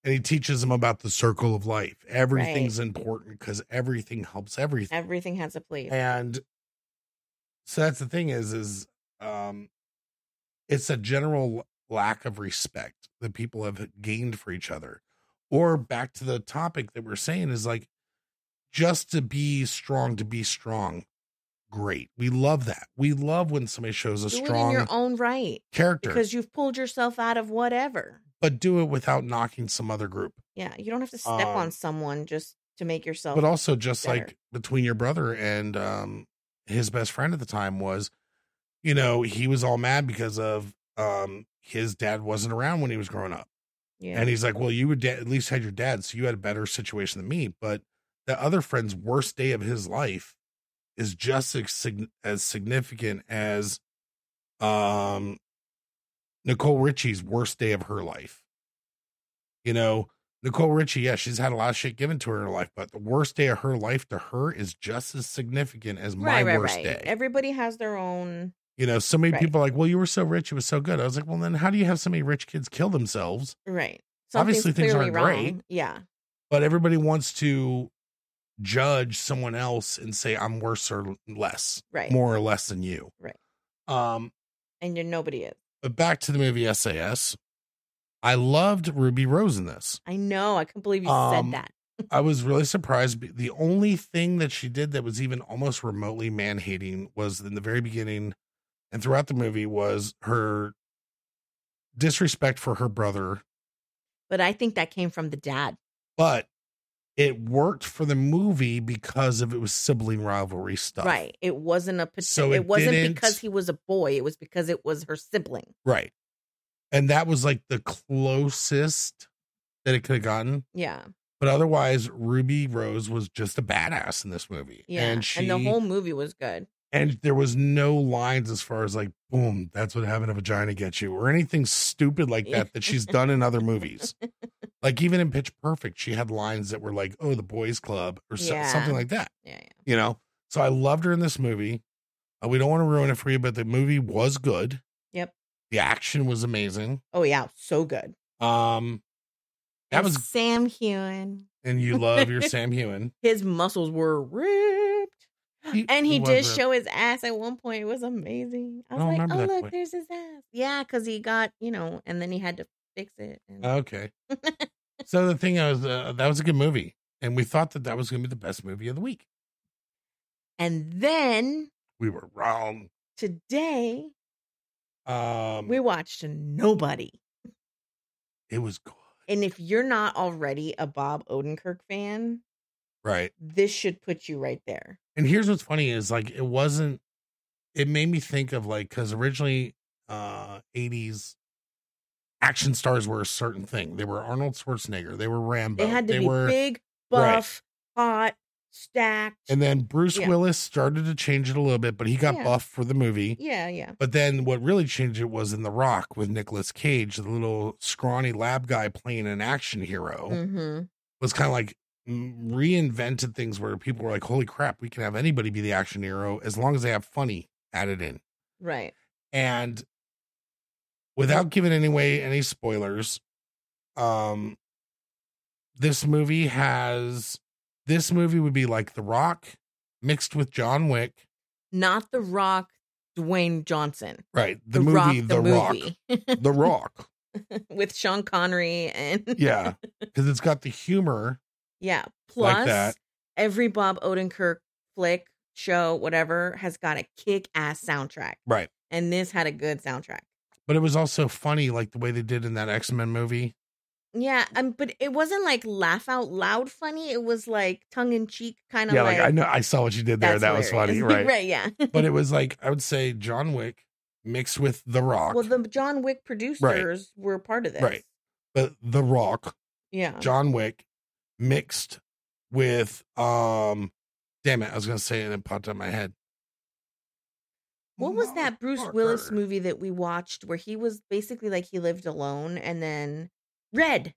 Speaker 2: and he teaches him about the circle of life. Everything's important because everything helps everything.
Speaker 1: Everything has a place.
Speaker 2: and so that's the thing is is um it's a general lack of respect that people have gained for each other or back to the topic that we're saying is like just to be strong to be strong great. We love that. We love when somebody shows a
Speaker 1: Do it in
Speaker 2: strong
Speaker 1: your own right
Speaker 2: character,
Speaker 1: because you've pulled yourself out of whatever.
Speaker 2: but do it without knocking some other group.
Speaker 1: Yeah, you don't have to step
Speaker 2: Um,
Speaker 1: on someone just to make yourself.
Speaker 2: but also just
Speaker 1: better.
Speaker 2: like between your brother and um his best friend at the time was you know he was all mad because of um his dad wasn't around when he was growing up
Speaker 1: yeah,
Speaker 2: and he's like well you would da- at least had your dad so you had a better situation than me but the other friend's worst day of his life is just as, sig- as significant as um Nicole Richie's worst day of her life. You know, Nicole Richie, yeah, she's had a lot of shit given to her in her life, but the worst day of her life to her is just as significant as my
Speaker 1: right, right,
Speaker 2: worst
Speaker 1: right.
Speaker 2: day.
Speaker 1: Everybody has their own.
Speaker 2: you know, so many
Speaker 1: Right.
Speaker 2: people are like, well, you were so rich, it was so good. I was like, well, then how do you have so many rich kids kill themselves?
Speaker 1: Right.
Speaker 2: Obviously, things
Speaker 1: clearly
Speaker 2: aren't great.
Speaker 1: Yeah.
Speaker 2: But everybody wants to judge someone else and say, I'm worse or less,
Speaker 1: Right.
Speaker 2: more or less than you.
Speaker 1: Right.
Speaker 2: Um,
Speaker 1: And you're nobody is.
Speaker 2: but back to the movie SAS. I loved Ruby Rose in this.
Speaker 1: I know. I couldn't believe you said
Speaker 2: Um,
Speaker 1: that.
Speaker 2: I was really surprised. be- The only thing that she did that was even almost remotely man hating was in the very beginning and throughout the movie was her disrespect for her brother.
Speaker 1: But I think that came from the dad.
Speaker 2: But it worked for the movie because of it was sibling rivalry stuff.
Speaker 1: Right. It wasn't a. pati-
Speaker 2: So
Speaker 1: it,
Speaker 2: it
Speaker 1: wasn't
Speaker 2: didn't-
Speaker 1: because he was a boy. It was because it was her sibling.
Speaker 2: Right. And that was like the closest that it could have gotten.
Speaker 1: Yeah.
Speaker 2: But otherwise, Ruby Rose was just a badass in this movie.
Speaker 1: Yeah.
Speaker 2: And she
Speaker 1: the whole movie was good.
Speaker 2: and there was no lines as far as like boom that's what having a vagina gets you or anything stupid like that that she's done in other movies like even in pitch perfect she had lines that were like oh the boys club or so-
Speaker 1: Yeah.
Speaker 2: something like that
Speaker 1: Yeah. yeah.
Speaker 2: you know so i loved her in this movie uh, we don't want to ruin it for you but the movie was good
Speaker 1: Yep.
Speaker 2: the action was amazing
Speaker 1: Oh yeah. So good.
Speaker 2: um that
Speaker 1: And
Speaker 2: was
Speaker 1: Sam Hewen.
Speaker 2: and you love your sam hewen
Speaker 1: His muscles were ripped.
Speaker 2: He-
Speaker 1: and
Speaker 2: he
Speaker 1: he
Speaker 2: was
Speaker 1: did
Speaker 2: ripped.
Speaker 1: show his ass at one point. It was amazing. I
Speaker 2: I
Speaker 1: was
Speaker 2: don't
Speaker 1: like,
Speaker 2: remember
Speaker 1: oh,
Speaker 2: that
Speaker 1: look,
Speaker 2: point."
Speaker 1: there's his ass. Yeah, because he got, you know, and then he had to fix it. And
Speaker 2: okay so the thing is uh, that was a good movie and we thought that that was going to be the best movie of the week
Speaker 1: And then
Speaker 2: we were wrong.
Speaker 1: today
Speaker 2: Um,
Speaker 1: we watched Nobody.
Speaker 2: it was good,
Speaker 1: And if you're not already a Bob Odenkirk fan,
Speaker 2: right?
Speaker 1: this should put you right there.
Speaker 2: And here's what's funny is like it wasn't. It made me think of like because originally, uh, '80s action stars were a certain thing. They were Arnold Schwarzenegger. They were Rambo.
Speaker 1: it had to
Speaker 2: they
Speaker 1: be
Speaker 2: were,
Speaker 1: big,
Speaker 2: right.
Speaker 1: buff, hot, stacked.
Speaker 2: and then Bruce
Speaker 1: Yeah.
Speaker 2: Willis started to change it a little bit, but he got
Speaker 1: Yeah.
Speaker 2: buff for the movie.
Speaker 1: yeah, yeah.
Speaker 2: But then what really changed it was in The Rock with Nicolas Cage, the little scrawny lab guy playing an action hero.
Speaker 1: hmm
Speaker 2: was kind of like mm, reinvented things where people were like, "Holy crap, we can have anybody be the action hero as long as they have funny added in."
Speaker 1: Right.
Speaker 2: And without giving any away any spoilers, um, this movie has this movie would be like The Rock mixed with John Wick,
Speaker 1: Not The Rock, Dwayne Johnson.
Speaker 2: right? The, movie, The, Rock,
Speaker 1: Rock.
Speaker 2: The Rock,
Speaker 1: with Sean Connery and
Speaker 2: yeah, because it's got the humor,
Speaker 1: yeah. Plus
Speaker 2: Like that.
Speaker 1: every Bob Odenkirk flick, show, whatever has got a kick ass soundtrack.
Speaker 2: right?
Speaker 1: And this had a good soundtrack.
Speaker 2: But it was also funny, like the way they did in that X Men movie.
Speaker 1: Yeah, um, but it wasn't like laugh out loud funny. It was like tongue in cheek kind of
Speaker 2: yeah,
Speaker 1: like,
Speaker 2: like I know, I saw what you did there.
Speaker 1: "That's
Speaker 2: That was funny,
Speaker 1: hilarious."
Speaker 2: right?
Speaker 1: right, yeah.
Speaker 2: but it was like I would say John Wick mixed with The Rock,
Speaker 1: Well, the John Wick producers were part of this.
Speaker 2: Right. but The Rock,
Speaker 1: Yeah.
Speaker 2: John Wick mixed with um, damn it, I was gonna say it and it popped out of my head.
Speaker 1: What was that Bruce Willis
Speaker 2: Motherfucker.
Speaker 1: movie that we watched where he was basically like he lived alone and then Red.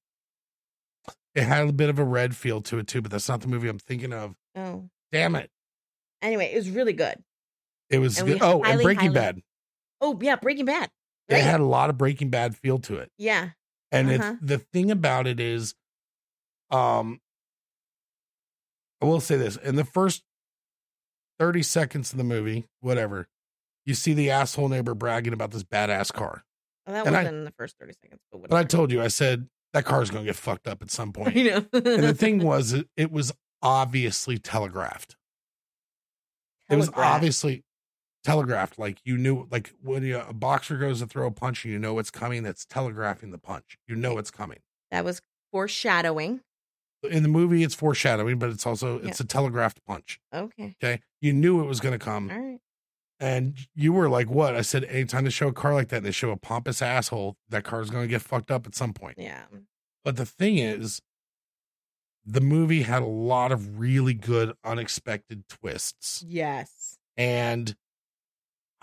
Speaker 2: It had a bit of a red feel to it too, but that's not the movie I'm thinking of.
Speaker 1: Oh.
Speaker 2: Damn it,
Speaker 1: Anyway, it was really good.
Speaker 2: it was
Speaker 1: And
Speaker 2: good.
Speaker 1: we
Speaker 2: oh, and
Speaker 1: highly,
Speaker 2: Breaking
Speaker 1: highly-
Speaker 2: Bad.
Speaker 1: Oh yeah, Breaking Bad.
Speaker 2: It
Speaker 1: Right.
Speaker 2: had a lot of Breaking Bad feel to it.
Speaker 1: yeah.
Speaker 2: And
Speaker 1: Uh-huh.
Speaker 2: it's, the thing about it is, um, I will say this: in the first thirty seconds of the movie, whatever, you see the asshole neighbor bragging about this badass car.
Speaker 1: Well, that
Speaker 2: And I-
Speaker 1: wasn't in the first thirty seconds, but
Speaker 2: But
Speaker 1: whatever.
Speaker 2: I told you, I said that car's going to get fucked up at some point.
Speaker 1: you know.
Speaker 2: and the thing was, it, it was obviously telegraphed. it was
Speaker 1: Telegraph.
Speaker 2: obviously telegraphed. Like you knew, like when you, a boxer goes to throw a punch, you know it's coming. That's telegraphing the punch. You know it's coming.
Speaker 1: That was foreshadowing.
Speaker 2: In the movie, it's foreshadowing, but it's also
Speaker 1: Yeah.
Speaker 2: it's a telegraphed punch.
Speaker 1: Okay.
Speaker 2: Okay, you knew it was going to come,
Speaker 1: All right.
Speaker 2: and you were like, "What?" I said, "Anytime they show a car like that, and they show a pompous asshole, that car's going to get fucked up at some point."
Speaker 1: Yeah.
Speaker 2: But the thing is, the movie had a lot of really good unexpected twists.
Speaker 1: Yes.
Speaker 2: And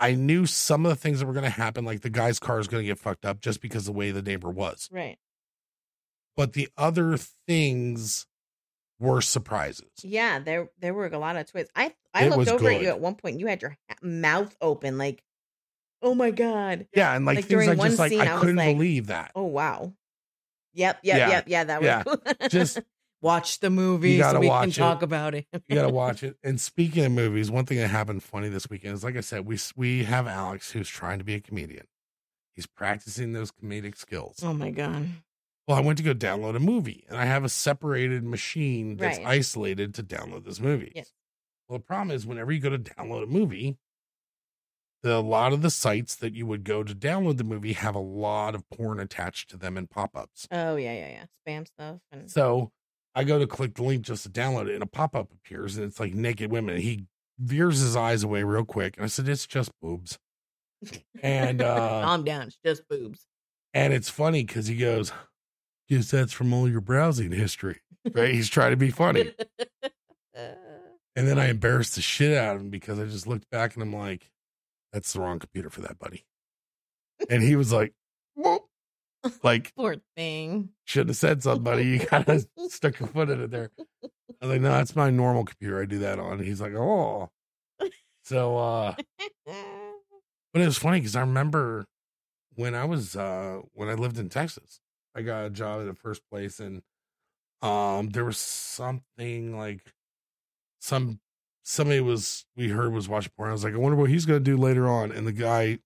Speaker 2: I knew some of the things that were going to happen, like the guy's car is going to get fucked up just because of the way the neighbor was.
Speaker 1: Right.
Speaker 2: But the other things were surprises.
Speaker 1: Yeah. There there were a lot of twists. I I
Speaker 2: It was
Speaker 1: looked over at
Speaker 2: good.
Speaker 1: you at one point. You had your ha- mouth open, like, oh my god.
Speaker 2: Yeah. And like,
Speaker 1: Like,
Speaker 2: things
Speaker 1: during
Speaker 2: like just
Speaker 1: one
Speaker 2: like,
Speaker 1: scene, I
Speaker 2: I
Speaker 1: was
Speaker 2: couldn't
Speaker 1: like-
Speaker 2: believe that.
Speaker 1: Oh wow. Yep. Yep.
Speaker 2: Yeah.
Speaker 1: Yep. Yeah. That was
Speaker 2: Yeah.
Speaker 1: cool.
Speaker 2: Just-
Speaker 1: watch the movie
Speaker 2: gotta
Speaker 1: so we can
Speaker 2: watch it.
Speaker 1: talk about it.
Speaker 2: You got to watch it. And speaking of movies, one thing that happened funny this weekend is like I said, we, we have Alex who's trying to be a comedian, he's practicing those comedic skills.
Speaker 1: Oh my god.
Speaker 2: well, I went to go download a movie and I have a separated machine that's
Speaker 1: Right.
Speaker 2: isolated to download this movie.
Speaker 1: Yes.
Speaker 2: Well, the problem is whenever you go to download a movie, the, a lot of the sites that you would go to download the movie have a lot of porn attached to them in pop ups.
Speaker 1: Oh yeah, yeah, yeah. Spam stuff and
Speaker 2: So I go to click the link just to download it and a pop up appears and it's like naked women. He veers his eyes away real quick. And I said, it's just boobs. and, uh,
Speaker 1: calm down. It's just boobs.
Speaker 2: And it's funny because he goes, Guess that's from all your browsing history. Right? He's trying to be funny.
Speaker 1: Uh,
Speaker 2: And then I embarrassed the shit out of him because I just looked back and I'm like, That's the wrong computer for that, buddy. And he was like, Whoop. Like,
Speaker 1: Poor thing.
Speaker 2: should have said something, buddy. You gotta stuck your foot in it there. I was like, No, that's my normal computer. I do that on. He's like, Oh. So uh
Speaker 1: Eh,
Speaker 2: But it was funny because I remember when I was uh when I lived in Texas, I got a job at the first place and um there was something like some somebody was we heard was watching porn. I was like, I wonder what he's gonna do later on. And the guy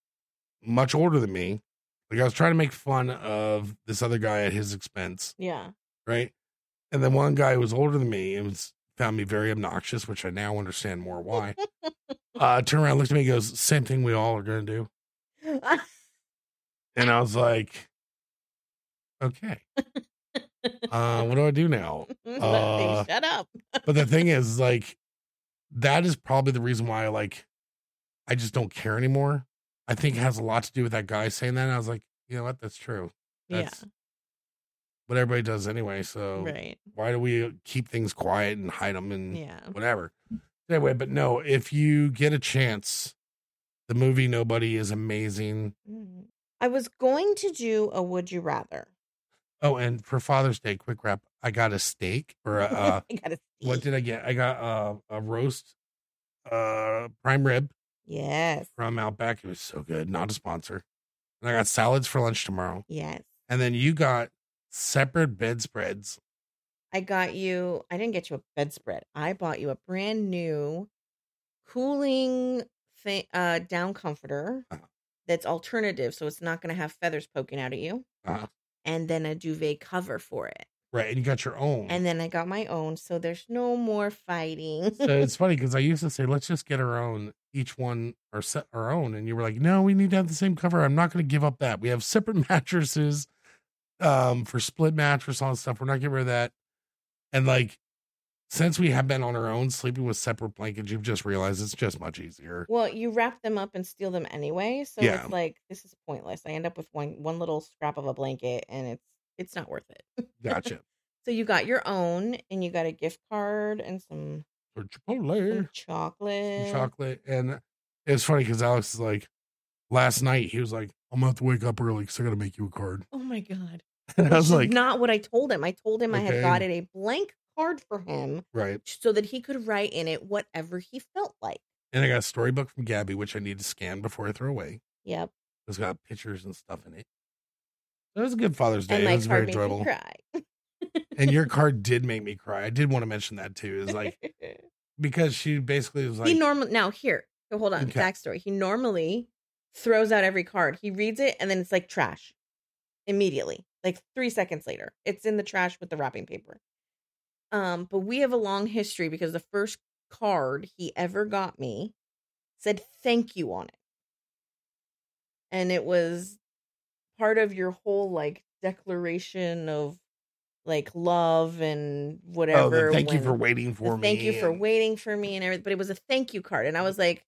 Speaker 2: much older than me, like I was trying to make fun of this other guy at his expense,
Speaker 1: yeah.
Speaker 2: right? And then one guy who was older than me and was found me very obnoxious, which I now understand more why. uh turned around, looked at me, and goes, same thing we all are gonna do. And I was like, okay, uh, what do I do now?
Speaker 1: Nothing.
Speaker 2: Uh,
Speaker 1: Shut up.
Speaker 2: But the thing is, like, that is probably the reason why, like, I just don't care anymore. I think it has a lot to do with that guy saying that. And I was like, you know what? That's true.
Speaker 1: Yeah.
Speaker 2: That's what everybody does anyway. So
Speaker 1: Right.
Speaker 2: why do we keep things quiet and hide them and
Speaker 1: Yeah.
Speaker 2: whatever? Anyway, but no, if you get a chance, the movie Nobody is amazing.
Speaker 1: Mm. I was going to do a would you rather.
Speaker 2: Oh, and for Father's Day, quick wrap, I got a steak or a. Uh,
Speaker 1: I gotta see.
Speaker 2: what did I get? I got uh, a roast uh prime rib
Speaker 1: yes.
Speaker 2: from Outback. It was so good, not a sponsor. And I got salads for lunch tomorrow.
Speaker 1: Yes.
Speaker 2: And then you got separate bedspreads.
Speaker 1: I got you. I didn't get you a bedspread. I bought you a brand new cooling thing, uh, down comforter
Speaker 2: Uh-huh.
Speaker 1: that's alternative, so it's not going to have feathers poking out at you.
Speaker 2: Uh-huh.
Speaker 1: And then a duvet cover for it.
Speaker 2: Right. And you got your own.
Speaker 1: And then I got my own, so there's no more fighting.
Speaker 2: so it's funny because I used to say, let's just get our own, each one our, se- our own. And you were like, no, we need to have the same cover. I'm not going to give up that. We have separate mattresses um, for split mattress, all that stuff. We're not getting rid of that. And like, since we have been on our own sleeping with separate blankets, you've just realized it's just much easier.
Speaker 1: Well, you wrap them up and steal them anyway, so
Speaker 2: Yeah.
Speaker 1: it's like this is pointless. I end up with one one little scrap of a blanket, and it's it's not worth it.
Speaker 2: Gotcha.
Speaker 1: So you got your own, and you got a gift card and some,
Speaker 2: For
Speaker 1: some
Speaker 2: Chipotle,
Speaker 1: chocolate.
Speaker 2: some chocolate. And it's funny because Alex is like, last night he was like, I'm going to have to wake up early because I got to make you a card.
Speaker 1: Oh my god!
Speaker 2: And
Speaker 1: Which
Speaker 2: I was
Speaker 1: is
Speaker 2: like,
Speaker 1: not what I told him. I told him I
Speaker 2: Okay.
Speaker 1: had got it a blank card for him
Speaker 2: right.
Speaker 1: so that he could write in it whatever he felt like.
Speaker 2: And I got a storybook from Gabby, which I need to scan before I throw away.
Speaker 1: Yep,
Speaker 2: It's got pictures and stuff in it. It was a good Father's Day.
Speaker 1: and
Speaker 2: it
Speaker 1: my
Speaker 2: was
Speaker 1: card
Speaker 2: very
Speaker 1: made me
Speaker 2: enjoyable.
Speaker 1: cry.
Speaker 2: And your card did make me cry. I did want to mention that too. Is like because she basically was like,
Speaker 1: he normally now here. So hold on.
Speaker 2: Okay.
Speaker 1: Backstory. He normally throws out every card. He reads it and then it's like trash immediately, like three seconds later. It's in the trash with the wrapping paper. Um, but we have a long history because the first card he ever got me said thank you on it. And it was part of your whole like declaration of like love and
Speaker 2: Oh,
Speaker 1: whatever.
Speaker 2: the thank you
Speaker 1: when-
Speaker 2: for waiting for
Speaker 1: the
Speaker 2: me.
Speaker 1: Thank you for
Speaker 2: and-
Speaker 1: waiting for me and everything. But it was a thank you card. And I was like,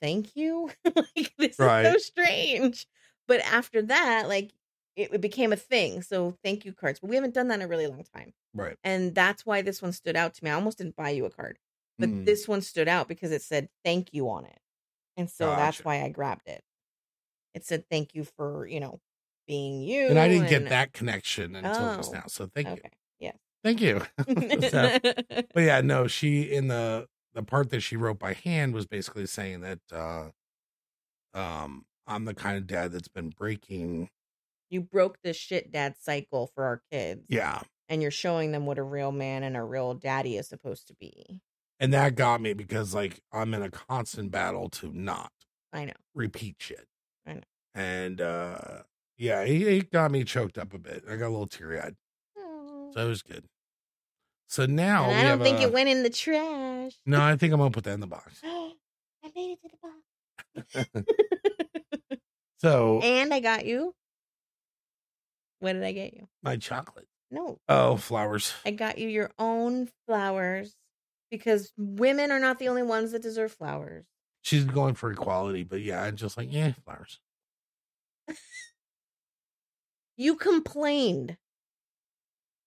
Speaker 1: thank you? like, this is so
Speaker 2: Right.
Speaker 1: strange. But after that, like, it, it became a thing. So thank you cards. But we haven't done that in a really long time.
Speaker 2: Right.
Speaker 1: And that's why this one stood out to me. I almost didn't buy you a card, but
Speaker 2: Mm.
Speaker 1: this one stood out because it said thank you on it. And so that's
Speaker 2: Gotcha.
Speaker 1: why I grabbed it. It said thank you for, you know, being you.
Speaker 2: and I didn't get
Speaker 1: and-
Speaker 2: that connection until just
Speaker 1: Oh,
Speaker 2: now. So thank you.
Speaker 1: Okay.
Speaker 2: Thank you. So- but yeah, no, she in the the part that she wrote by hand was basically saying that uh um I'm the kind of dad that's been breaking
Speaker 1: you broke this shit dad cycle for our kids.
Speaker 2: yeah.
Speaker 1: and you're showing them what a real man and a real daddy is supposed to be.
Speaker 2: And that got me because like I'm in a constant battle to not
Speaker 1: I know.
Speaker 2: repeat shit.
Speaker 1: I know.
Speaker 2: And uh yeah, he, he got me choked up a bit. I got a little teary eyed. So it was good. So now
Speaker 1: and
Speaker 2: we
Speaker 1: I
Speaker 2: have
Speaker 1: don't think
Speaker 2: a-
Speaker 1: it went in the trash.
Speaker 2: No, I think I'm gonna put that in the box.
Speaker 1: I made it to the box.
Speaker 2: So
Speaker 1: and I got you. What did I get you?
Speaker 2: my chocolate.
Speaker 1: No,
Speaker 2: Oh, flowers.
Speaker 1: I got you your own flowers because women are not the only ones that deserve flowers.
Speaker 2: She's going for equality, but yeah, I'm just like, yeah, flowers.
Speaker 1: You complained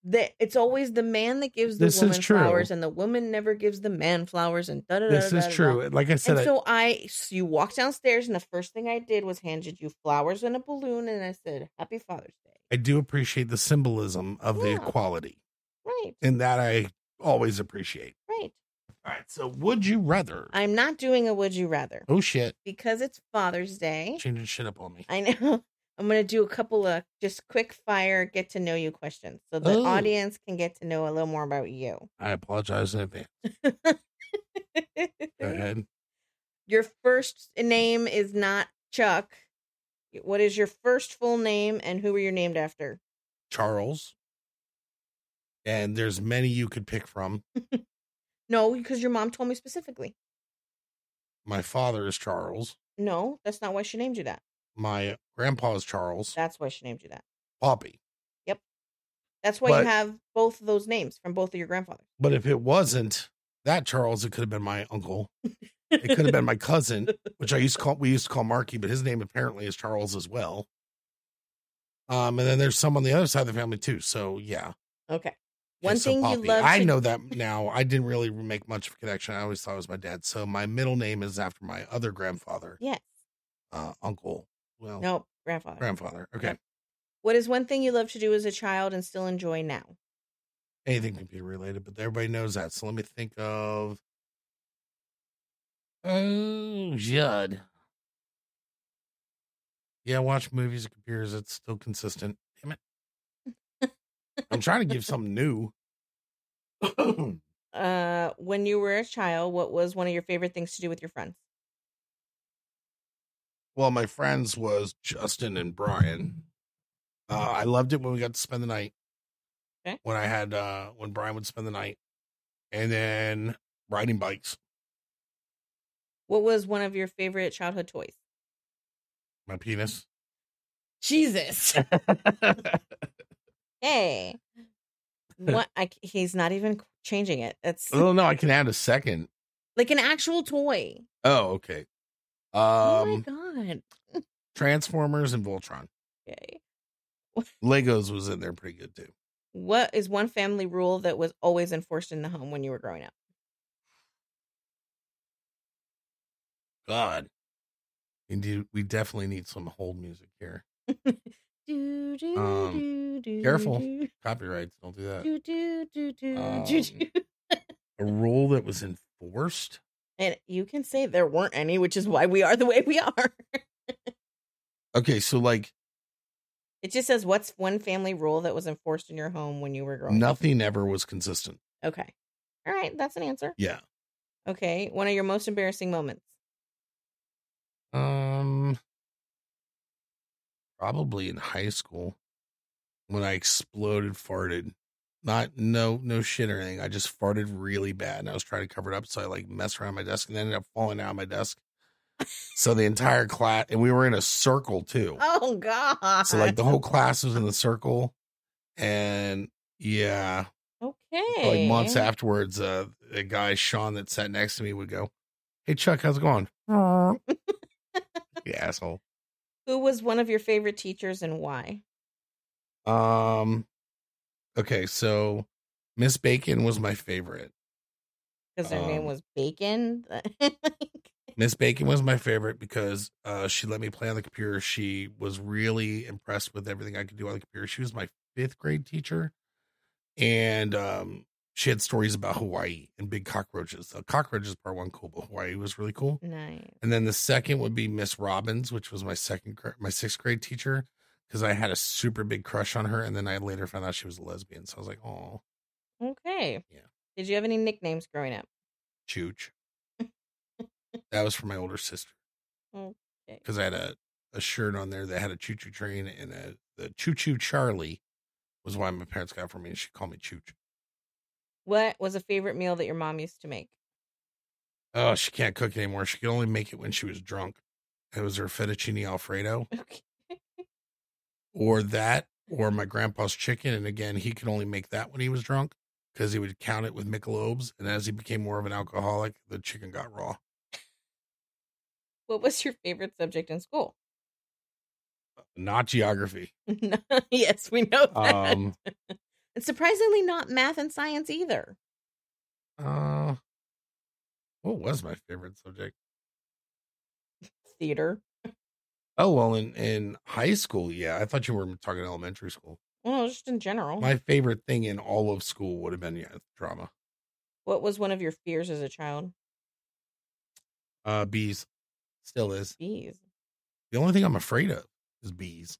Speaker 1: that it's always the man that gives the
Speaker 2: This is
Speaker 1: woman
Speaker 2: true.
Speaker 1: flowers and the woman never gives the man flowers and da da da.
Speaker 2: This is true. Like I said,
Speaker 1: And
Speaker 2: I-
Speaker 1: so I, so you walked downstairs, and the first thing I did was handed you flowers and a balloon, and I said, "Happy Father's Day."
Speaker 2: I do appreciate the symbolism of the
Speaker 1: Yeah.
Speaker 2: equality,
Speaker 1: Right,
Speaker 2: and that I always appreciate.
Speaker 1: right.
Speaker 2: All right, so would you rather?
Speaker 1: I'm not doing a would you rather
Speaker 2: oh shit,
Speaker 1: because it's Father's Day.
Speaker 2: changing shit up on me.
Speaker 1: I know. I'm gonna do a couple of just quick fire get to know you questions, so the
Speaker 2: Oh.
Speaker 1: audience can get to know a little more about you.
Speaker 2: I apologize in uh, advance. Go
Speaker 1: Mm-hmm.
Speaker 2: ahead.
Speaker 1: Your first name is not Chuck. What is your first full name, and who are you named after?
Speaker 2: Charles. And there's many you could pick from.
Speaker 1: No, because your mom told me specifically.
Speaker 2: My father is Charles.
Speaker 1: No, that's not why she named you that.
Speaker 2: My grandpa is Charles.
Speaker 1: That's why she named you that.
Speaker 2: Poppy.
Speaker 1: That's why
Speaker 2: But-
Speaker 1: you have both of those names from both of your grandfathers.
Speaker 2: But if it wasn't that Charles, it could have been my uncle. It could have been my cousin, which I used to call we used to call Marky, but his name apparently is Charles as well. Um, and then there's some on the other side of the family too. So yeah.
Speaker 1: okay. One
Speaker 2: Yeah, so
Speaker 1: thing you
Speaker 2: Poppy.
Speaker 1: love.
Speaker 2: I
Speaker 1: to-
Speaker 2: know that now. I didn't really make much of a connection. I always thought it was my dad. So my middle name is after my other grandfather,
Speaker 1: Yes.
Speaker 2: uh, uncle. Well,
Speaker 1: No, grandfather.
Speaker 2: grandfather. Okay.
Speaker 1: Yep. What is one thing you love to do as a child and still enjoy now?
Speaker 2: Anything computer related, but everybody knows that. So let me think of. Oh, Judd. Yeah, watch movies and computers. It's still consistent. Damn it. I'm trying to give something new.
Speaker 1: Uh, when you were a child, what was one of your favorite things to do with your friends?
Speaker 2: well, my friends was Justin and Brian. Uh, I loved it when we got to spend the night.
Speaker 1: Okay.
Speaker 2: When I had uh when Brian would spend the night. And then riding bikes.
Speaker 1: What was one of your favorite childhood toys?
Speaker 2: My penis.
Speaker 1: Jesus. hey. What? I, c- he's not even changing it. That's
Speaker 2: oh no, I can add a second.
Speaker 1: like an actual toy.
Speaker 2: Oh, okay. Um,
Speaker 1: oh my god.
Speaker 2: Transformers and Voltron.
Speaker 1: Okay.
Speaker 2: Legos was in there pretty good too.
Speaker 1: What is one family rule that was always enforced in the home when you were growing up?
Speaker 2: God. Indeed, we definitely need some hold music here.
Speaker 1: Do, do,
Speaker 2: Um,
Speaker 1: do, do,
Speaker 2: careful.
Speaker 1: Do,
Speaker 2: Copyrights, don't do that.
Speaker 1: do, do, do, do, do,
Speaker 2: Um,
Speaker 1: do.
Speaker 2: A rule that was enforced.
Speaker 1: And you can say there weren't any, which is why we are the way we are.
Speaker 2: Okay, so like
Speaker 1: It just says what's one family rule that was enforced in your home when you were growing up?
Speaker 2: nothing ever was consistent.
Speaker 1: Okay. All right, that's an answer.
Speaker 2: Yeah.
Speaker 1: Okay. One of your most embarrassing moments.
Speaker 2: Um probably in high school when I exploded farted Not no no shit or anything. I just farted really bad and I was trying to cover it up, so I like messed around my desk and ended up falling down my desk. So the entire class and we were in a circle too.
Speaker 1: Oh God.
Speaker 2: So like the whole class was in the circle, and yeah,
Speaker 1: Okay.
Speaker 2: like months afterwards, uh, the guy Sean that sat next to me would go, "Hey Chuck, how's it going?" you asshole.
Speaker 1: Who was one of your favorite teachers and why?
Speaker 2: Um, okay, so Miss Bacon was my favorite.
Speaker 1: Because her name
Speaker 2: Um,
Speaker 1: was Bacon.
Speaker 2: Miss Bacon was my favorite because uh, she let me play on the computer. She was really impressed with everything I could do on the computer. She was my fifth grade teacher, and um, she had stories about Hawaii and big cockroaches. The cockroaches part one cool, but Hawaii was really cool.
Speaker 1: nice.
Speaker 2: And then the second would be Miss Robbins, which was my second, gr- my sixth grade teacher, because I had a super big crush on her. And then I later found out she was a lesbian. So I was like, oh,
Speaker 1: Okay.
Speaker 2: Yeah.
Speaker 1: Did you have any nicknames growing up?
Speaker 2: chooch. that was for my older sister.
Speaker 1: Okay.
Speaker 2: Because I had a, a shirt on there that had a choo choo train and a, the choo choo Charlie was why my parents got it for me. And she called me chooch.
Speaker 1: What was a favorite meal that your mom used to make?
Speaker 2: Oh, she can't cook anymore. She could only make it when she was drunk. It was her fettuccine Alfredo.
Speaker 1: Okay.
Speaker 2: or that or my grandpa's chicken and again he could only make that when he was drunk because he would count it with michelobes and as he became more of an alcoholic the chicken got raw
Speaker 1: What was your favorite subject in school?
Speaker 2: not geography
Speaker 1: yes, we know that.
Speaker 2: um
Speaker 1: it's surprisingly not math and science either.
Speaker 2: uh what was my favorite subject
Speaker 1: Theater.
Speaker 2: oh well in in high school yeah i thought you were talking elementary school
Speaker 1: Well, just in general.
Speaker 2: my favorite thing in all of school would have been yeah drama
Speaker 1: what was one of your fears as a child?
Speaker 2: uh bees still is
Speaker 1: Bees.
Speaker 2: The only thing I'm afraid of is bees.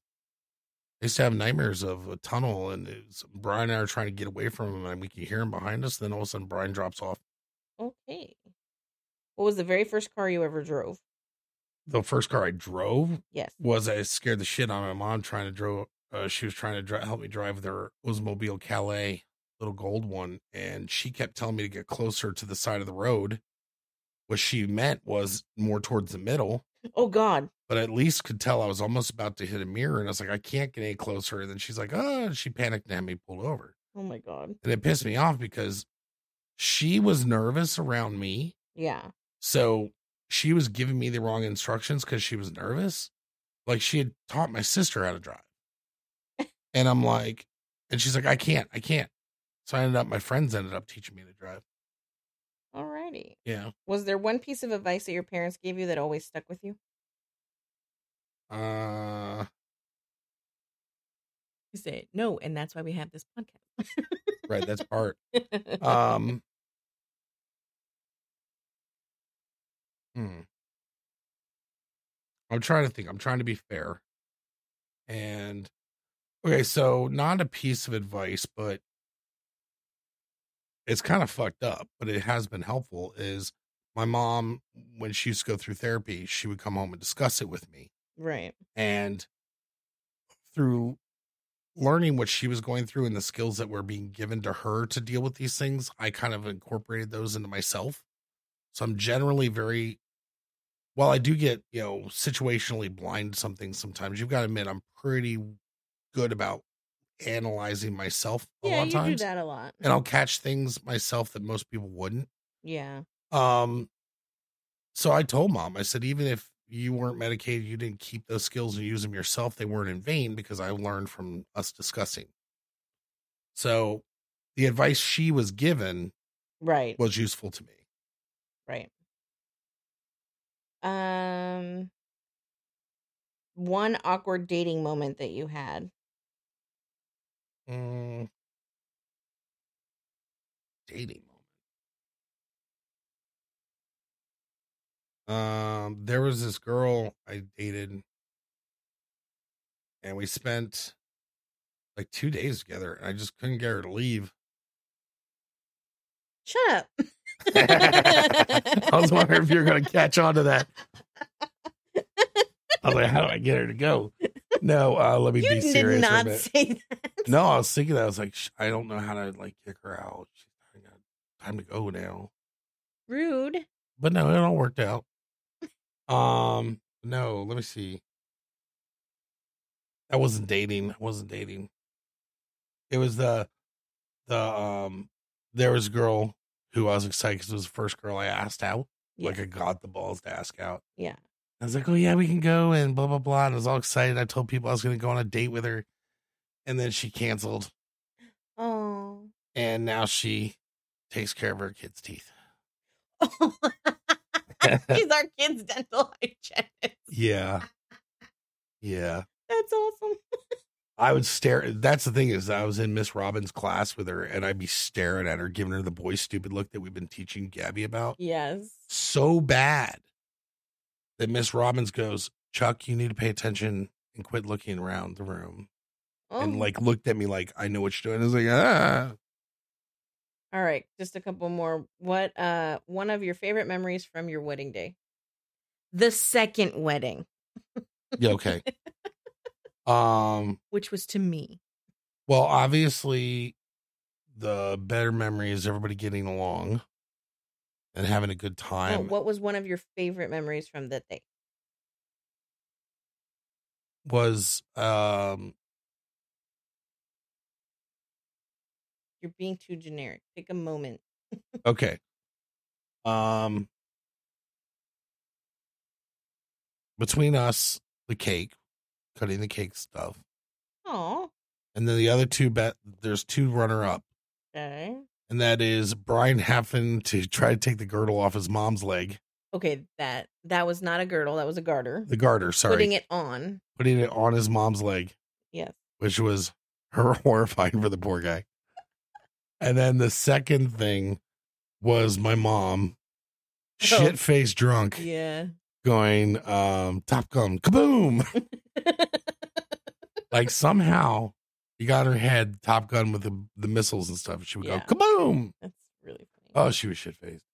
Speaker 2: I used to have nightmares of a tunnel, and it was, Brian and I are trying to get away from him, and we can hear him behind us. Then all of a sudden, Brian drops off.
Speaker 1: Okay. What was the very first car you ever drove?
Speaker 2: The first car I drove
Speaker 1: Yes.
Speaker 2: was I scared the shit out of my mom trying to drove. Uh, she was trying to dri- help me drive their Oldsmobile Calais little gold one, and she kept telling me to get closer to the side of the road. What she meant was more towards the middle,
Speaker 1: Oh God.
Speaker 2: but at least could tell I was almost about to hit a mirror, and I was like, I can't get any closer. And then she's like, Oh, and she panicked and had me pulled over.
Speaker 1: Oh my God.
Speaker 2: and it pissed me off because she was nervous around me
Speaker 1: Yeah.
Speaker 2: so she was giving me the wrong instructions because she was nervous like she had taught my sister how to drive and i'm like and she's like i can't i can't so i ended up my friends ended up teaching me to drive
Speaker 1: Alrighty.
Speaker 2: yeah
Speaker 1: Was there one piece of advice that your parents gave you that always stuck with you?
Speaker 2: uh
Speaker 1: You say no, and that's why we have this podcast.
Speaker 2: right that's part
Speaker 1: Uh,
Speaker 2: um hmm. i'm trying to think i'm trying to be fair and okay so not a piece of advice but it's kind of fucked up but it has been helpful is my mom when she used to go through therapy she would come home and discuss it with me
Speaker 1: right.
Speaker 2: and through learning what she was going through and the skills that were being given to her to deal with these things i kind of incorporated those into myself so i'm generally very while i do get you know situationally blind to some things sometimes you've got to admit i'm pretty good about analyzing myself a
Speaker 1: yeah,
Speaker 2: lot
Speaker 1: you
Speaker 2: of times
Speaker 1: do that a lot. Mm,
Speaker 2: and i'll catch things myself that most people wouldn't
Speaker 1: yeah.
Speaker 2: um, so I told mom, I said, even if you weren't medicated, you didn't keep those skills and use them yourself, they weren't in vain because I learned from us discussing. So the advice she was given
Speaker 1: Right.
Speaker 2: was useful to me.
Speaker 1: Right. Um one awkward dating moment that you had.
Speaker 2: Mm. Dating moment. Um, there was this girl I dated, and we spent like two days together, and I just couldn't get her to leave.
Speaker 1: Shut up.
Speaker 2: I was wondering if you were going to catch on to that. I was like, how do I get her to go? No, uh, let me
Speaker 1: you
Speaker 2: be
Speaker 1: did
Speaker 2: serious. for a
Speaker 1: not
Speaker 2: minute.
Speaker 1: say that.
Speaker 2: No, I was thinking that. I was like, "Sh- I don't know how to like kick her out. She's I got time to go now.
Speaker 1: Rude.
Speaker 2: But no, it all worked out. Um, no, let me see. I wasn't dating. I wasn't dating. It was the the um there was a girl who I was excited because it was the first girl I asked out.
Speaker 1: Yeah.
Speaker 2: Like I got the balls to ask out.
Speaker 1: Yeah.
Speaker 2: I was like, oh yeah, we can go and blah blah blah. And I was all excited. I told people I was gonna go on a date with her. And then she canceled.
Speaker 1: Oh.
Speaker 2: And now she takes care of her kids' teeth.
Speaker 1: She's our kid's dental hygienist.
Speaker 2: yeah. Yeah.
Speaker 1: That's awesome.
Speaker 2: I would stare. That's the thing is, I was in Miss Robbins' class with her, and I'd be staring at her, giving her the boy stupid look that we've been teaching Gabby about
Speaker 1: Yes.
Speaker 2: so bad that Miss Robbins goes, "Chuck, you need to pay attention and quit looking around the room,"
Speaker 1: Oh.
Speaker 2: and like looked at me like I know what you're doing. I was like, ah,
Speaker 1: All right, just a couple more. What uh one of your favorite memories from your wedding day? The second wedding,
Speaker 2: yeah, okay. um,
Speaker 1: which was to me.
Speaker 2: well, obviously, the better memory is everybody getting along and having a good
Speaker 1: Oh,
Speaker 2: time.
Speaker 1: what was one of your favorite memories from that day?
Speaker 2: was um
Speaker 1: You're being too generic. Take a moment.
Speaker 2: Okay. Um between us, the cake, cutting the cake stuff,
Speaker 1: Oh,
Speaker 2: and then the other two bet there's two runner up,
Speaker 1: okay.
Speaker 2: and that is Brian happened to try to take the girdle off his mom's leg.
Speaker 1: Okay, that that was not a girdle. That was a garter.
Speaker 2: The garter, sorry.
Speaker 1: Putting it on.
Speaker 2: putting it on his mom's leg,
Speaker 1: Yes.
Speaker 2: which was her horrifying for the poor guy. And then the second thing was my mom,
Speaker 1: Oh.
Speaker 2: shit faced drunk,
Speaker 1: Yeah.
Speaker 2: going um top gun kaboom. like somehow you got her head Top Gun with the, the missiles and stuff. She would
Speaker 1: Yeah.
Speaker 2: go kaboom.
Speaker 1: That's really funny.
Speaker 2: Oh, she was shit faced.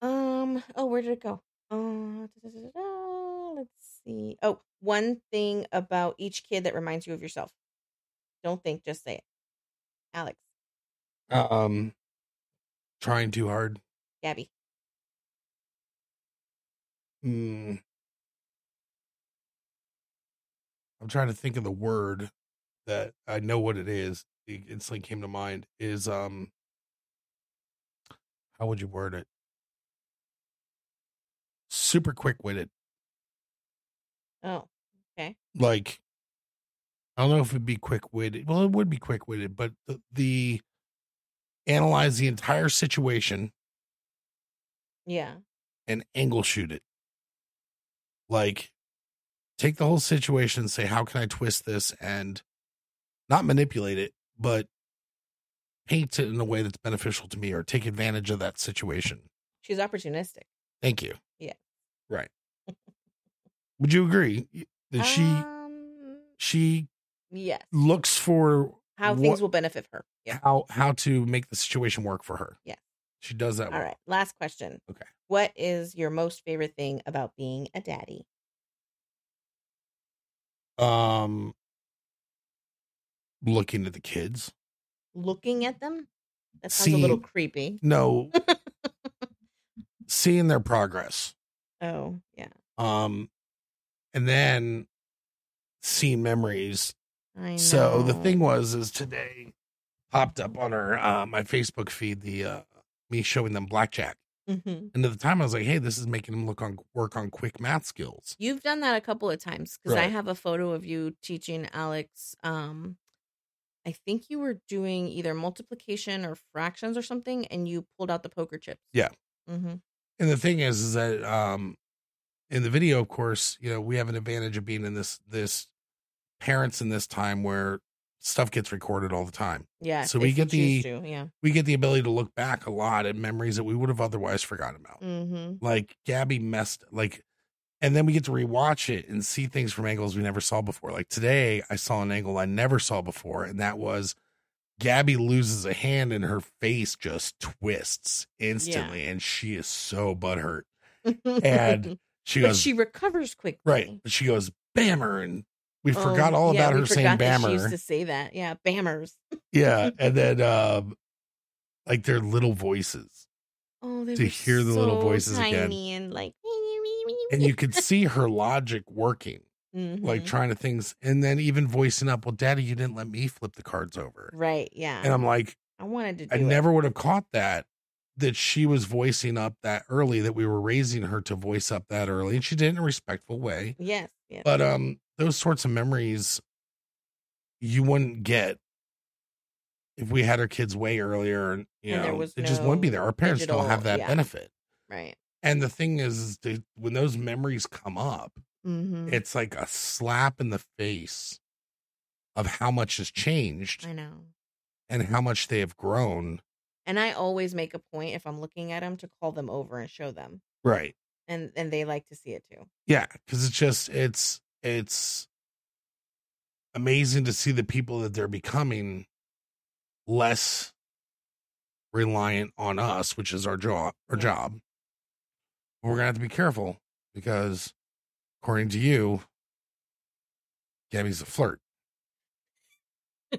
Speaker 1: Um. Oh, where did it go? Uh, da, da, da, da, da. Let's see. Oh, one thing about each kid that reminds you of yourself. Don't think, just say it. Alex,
Speaker 2: Um, trying too hard.
Speaker 1: Gabby,
Speaker 2: Hmm. I'm trying to think of the word that I know what it is. It instantly came to mind. Is um, how would you word it? Super quick witted.
Speaker 1: oh,
Speaker 2: like I don't know if it'd be quick witted. Well, it would be quick witted, but the, the analyze the entire situation
Speaker 1: yeah,
Speaker 2: and angle shoot it. Like take the whole situation and say, how can I twist this and not manipulate it, but paint it in a way that's beneficial to me or take advantage of that situation.
Speaker 1: she's opportunistic.
Speaker 2: Thank you.
Speaker 1: Yeah.
Speaker 2: Right. would you agree that she
Speaker 1: Um,
Speaker 2: she
Speaker 1: yes.
Speaker 2: looks for
Speaker 1: How
Speaker 2: what-
Speaker 1: things will benefit her. Yeah.
Speaker 2: how how to make the situation work for her.
Speaker 1: Yeah.
Speaker 2: She does that
Speaker 1: All
Speaker 2: well.
Speaker 1: right. Last question.
Speaker 2: Okay.
Speaker 1: What is your most favorite thing about being a daddy?
Speaker 2: Um looking at the kids.
Speaker 1: Looking at them. That sounds a little
Speaker 2: Seeing-
Speaker 1: creepy.
Speaker 2: No. seeing their progress.
Speaker 1: Oh, yeah.
Speaker 2: Um and then seeing memories.
Speaker 1: I know.
Speaker 2: So the thing was is today popped up on her uh my Facebook feed the uh me showing them blackjack.
Speaker 1: Mhm.
Speaker 2: And at the time I was like, hey, this is making them look on work on quick math skills.
Speaker 1: You've done that a couple of times because I
Speaker 2: Right.
Speaker 1: have a photo of you teaching Alex. Um, I think you were doing either multiplication or fractions or something, and you pulled out the poker chips.
Speaker 2: Yeah.
Speaker 1: Mm-hmm.
Speaker 2: And the thing is, is that um, in the video, of course, you know, we have an advantage of being in this this parents in this time where stuff gets recorded all the time.
Speaker 1: Yeah.
Speaker 2: So
Speaker 1: if
Speaker 2: we
Speaker 1: you
Speaker 2: get the-
Speaker 1: choose to, yeah.
Speaker 2: We get the ability to look back a lot at memories that we would have otherwise forgotten about.
Speaker 1: Mm-hmm.
Speaker 2: Like Gabby messed like, and then we get to rewatch it and see things from angles we never saw before. Like today, I saw an angle I never saw before, and that was. Gabby loses a hand and her face just twists instantly, and she is so butthurt. She
Speaker 1: but
Speaker 2: goes,
Speaker 1: she recovers quickly.
Speaker 2: Right. But she goes, Bammer. And We forgot all
Speaker 1: Oh, yeah,
Speaker 2: about
Speaker 1: we
Speaker 2: her saying
Speaker 1: forgot that She used
Speaker 2: Bammer.
Speaker 1: to say that. Yeah, bammers.
Speaker 2: Yeah, and then um, like their little voices,
Speaker 1: Oh, they
Speaker 2: To
Speaker 1: were
Speaker 2: hear the little
Speaker 1: so
Speaker 2: voices
Speaker 1: tiny
Speaker 2: again.
Speaker 1: and like.
Speaker 2: and you could see her logic working, like
Speaker 1: Mhm.
Speaker 2: trying to things, and then even voicing up, "Well, Daddy, you didn't let me flip the cards over,"
Speaker 1: right? Yeah.
Speaker 2: and I'm like,
Speaker 1: I wanted to. Do
Speaker 2: I
Speaker 1: it.
Speaker 2: never would have caught that that she was voicing up that early that we were raising her to voice up that early and she did it in a respectful way
Speaker 1: Yes. yes.
Speaker 2: but um those sorts of memories you wouldn't get if we had our kids way earlier and you
Speaker 1: And there
Speaker 2: know
Speaker 1: was
Speaker 2: it just wouldn't be
Speaker 1: no
Speaker 2: there our parents don't
Speaker 1: digital-
Speaker 2: have that
Speaker 1: yeah.
Speaker 2: benefit
Speaker 1: right.
Speaker 2: and the thing is, is to, when those memories come up
Speaker 1: Mm-hmm.
Speaker 2: it's like a slap in the face of how much has changed
Speaker 1: I know.
Speaker 2: and how much they have grown
Speaker 1: And I always make a point if I'm looking at them to call them over and show them,
Speaker 2: right
Speaker 1: and and they like to see it too.
Speaker 2: Yeah, because it's just it's it's amazing to see the people that they're becoming less reliant on us, which is our job. Our
Speaker 1: Yeah.
Speaker 2: job. We're gonna have to be careful because, according to you, Gabby's a flirt.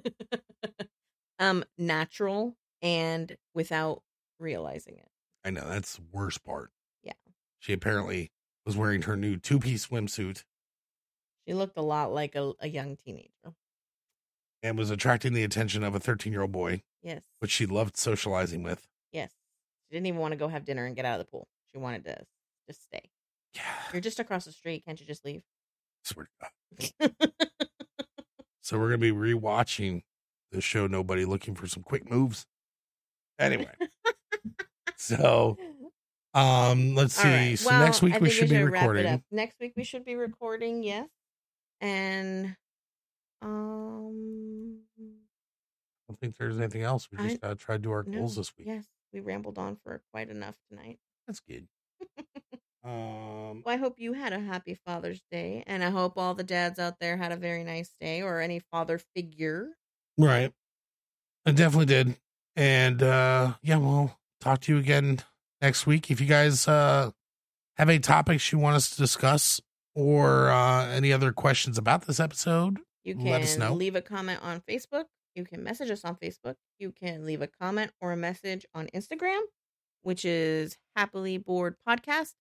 Speaker 1: Um, natural and without realizing it.
Speaker 2: I know that's the worst part.
Speaker 1: Yeah.
Speaker 2: she apparently was wearing her new two-piece swimsuit
Speaker 1: She looked a lot like a, a young teenager.
Speaker 2: and was attracting the attention of a thirteen-year-old boy,
Speaker 1: Yes.
Speaker 2: which she loved socializing with.
Speaker 1: Yes. She didn't even want to go have dinner and get out of the pool. She wanted to just stay.
Speaker 2: Yeah.
Speaker 1: You're just across the street. Can't you just leave?
Speaker 2: Swear to God. so we're gonna be rewatching the show Nobody looking for some quick moves. Anyway. so um let's see.
Speaker 1: All right.
Speaker 2: So next week
Speaker 1: I
Speaker 2: we
Speaker 1: think
Speaker 2: should be
Speaker 1: wrap it
Speaker 2: recording.
Speaker 1: up. Next week we should be recording, yes. And um
Speaker 2: I don't think there's anything else. We just
Speaker 1: I-
Speaker 2: gotta try to do our
Speaker 1: no,
Speaker 2: goals this week.
Speaker 1: Yes, we rambled on for quite enough tonight.
Speaker 2: That's good. um
Speaker 1: Well, I hope you had a happy Father's Day, and I hope all the dads out there had a very nice day, or any father figure.
Speaker 2: Right. I definitely did. And uh yeah, we'll talk to you again next week. If you guys uh have any topics you want us to discuss or uh any other questions about this episode,
Speaker 1: You can
Speaker 2: Let us know.
Speaker 1: leave a comment on Facebook. You can message us on Facebook. You can leave a comment or a message on Instagram, which is Happily Bored Podcast.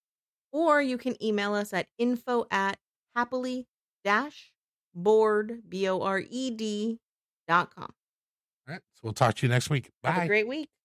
Speaker 1: Or you can email us at info at happily dash board, B O R E D dot com.
Speaker 2: all right. So we'll talk to you next week.
Speaker 1: Have
Speaker 2: Bye.
Speaker 1: a great week.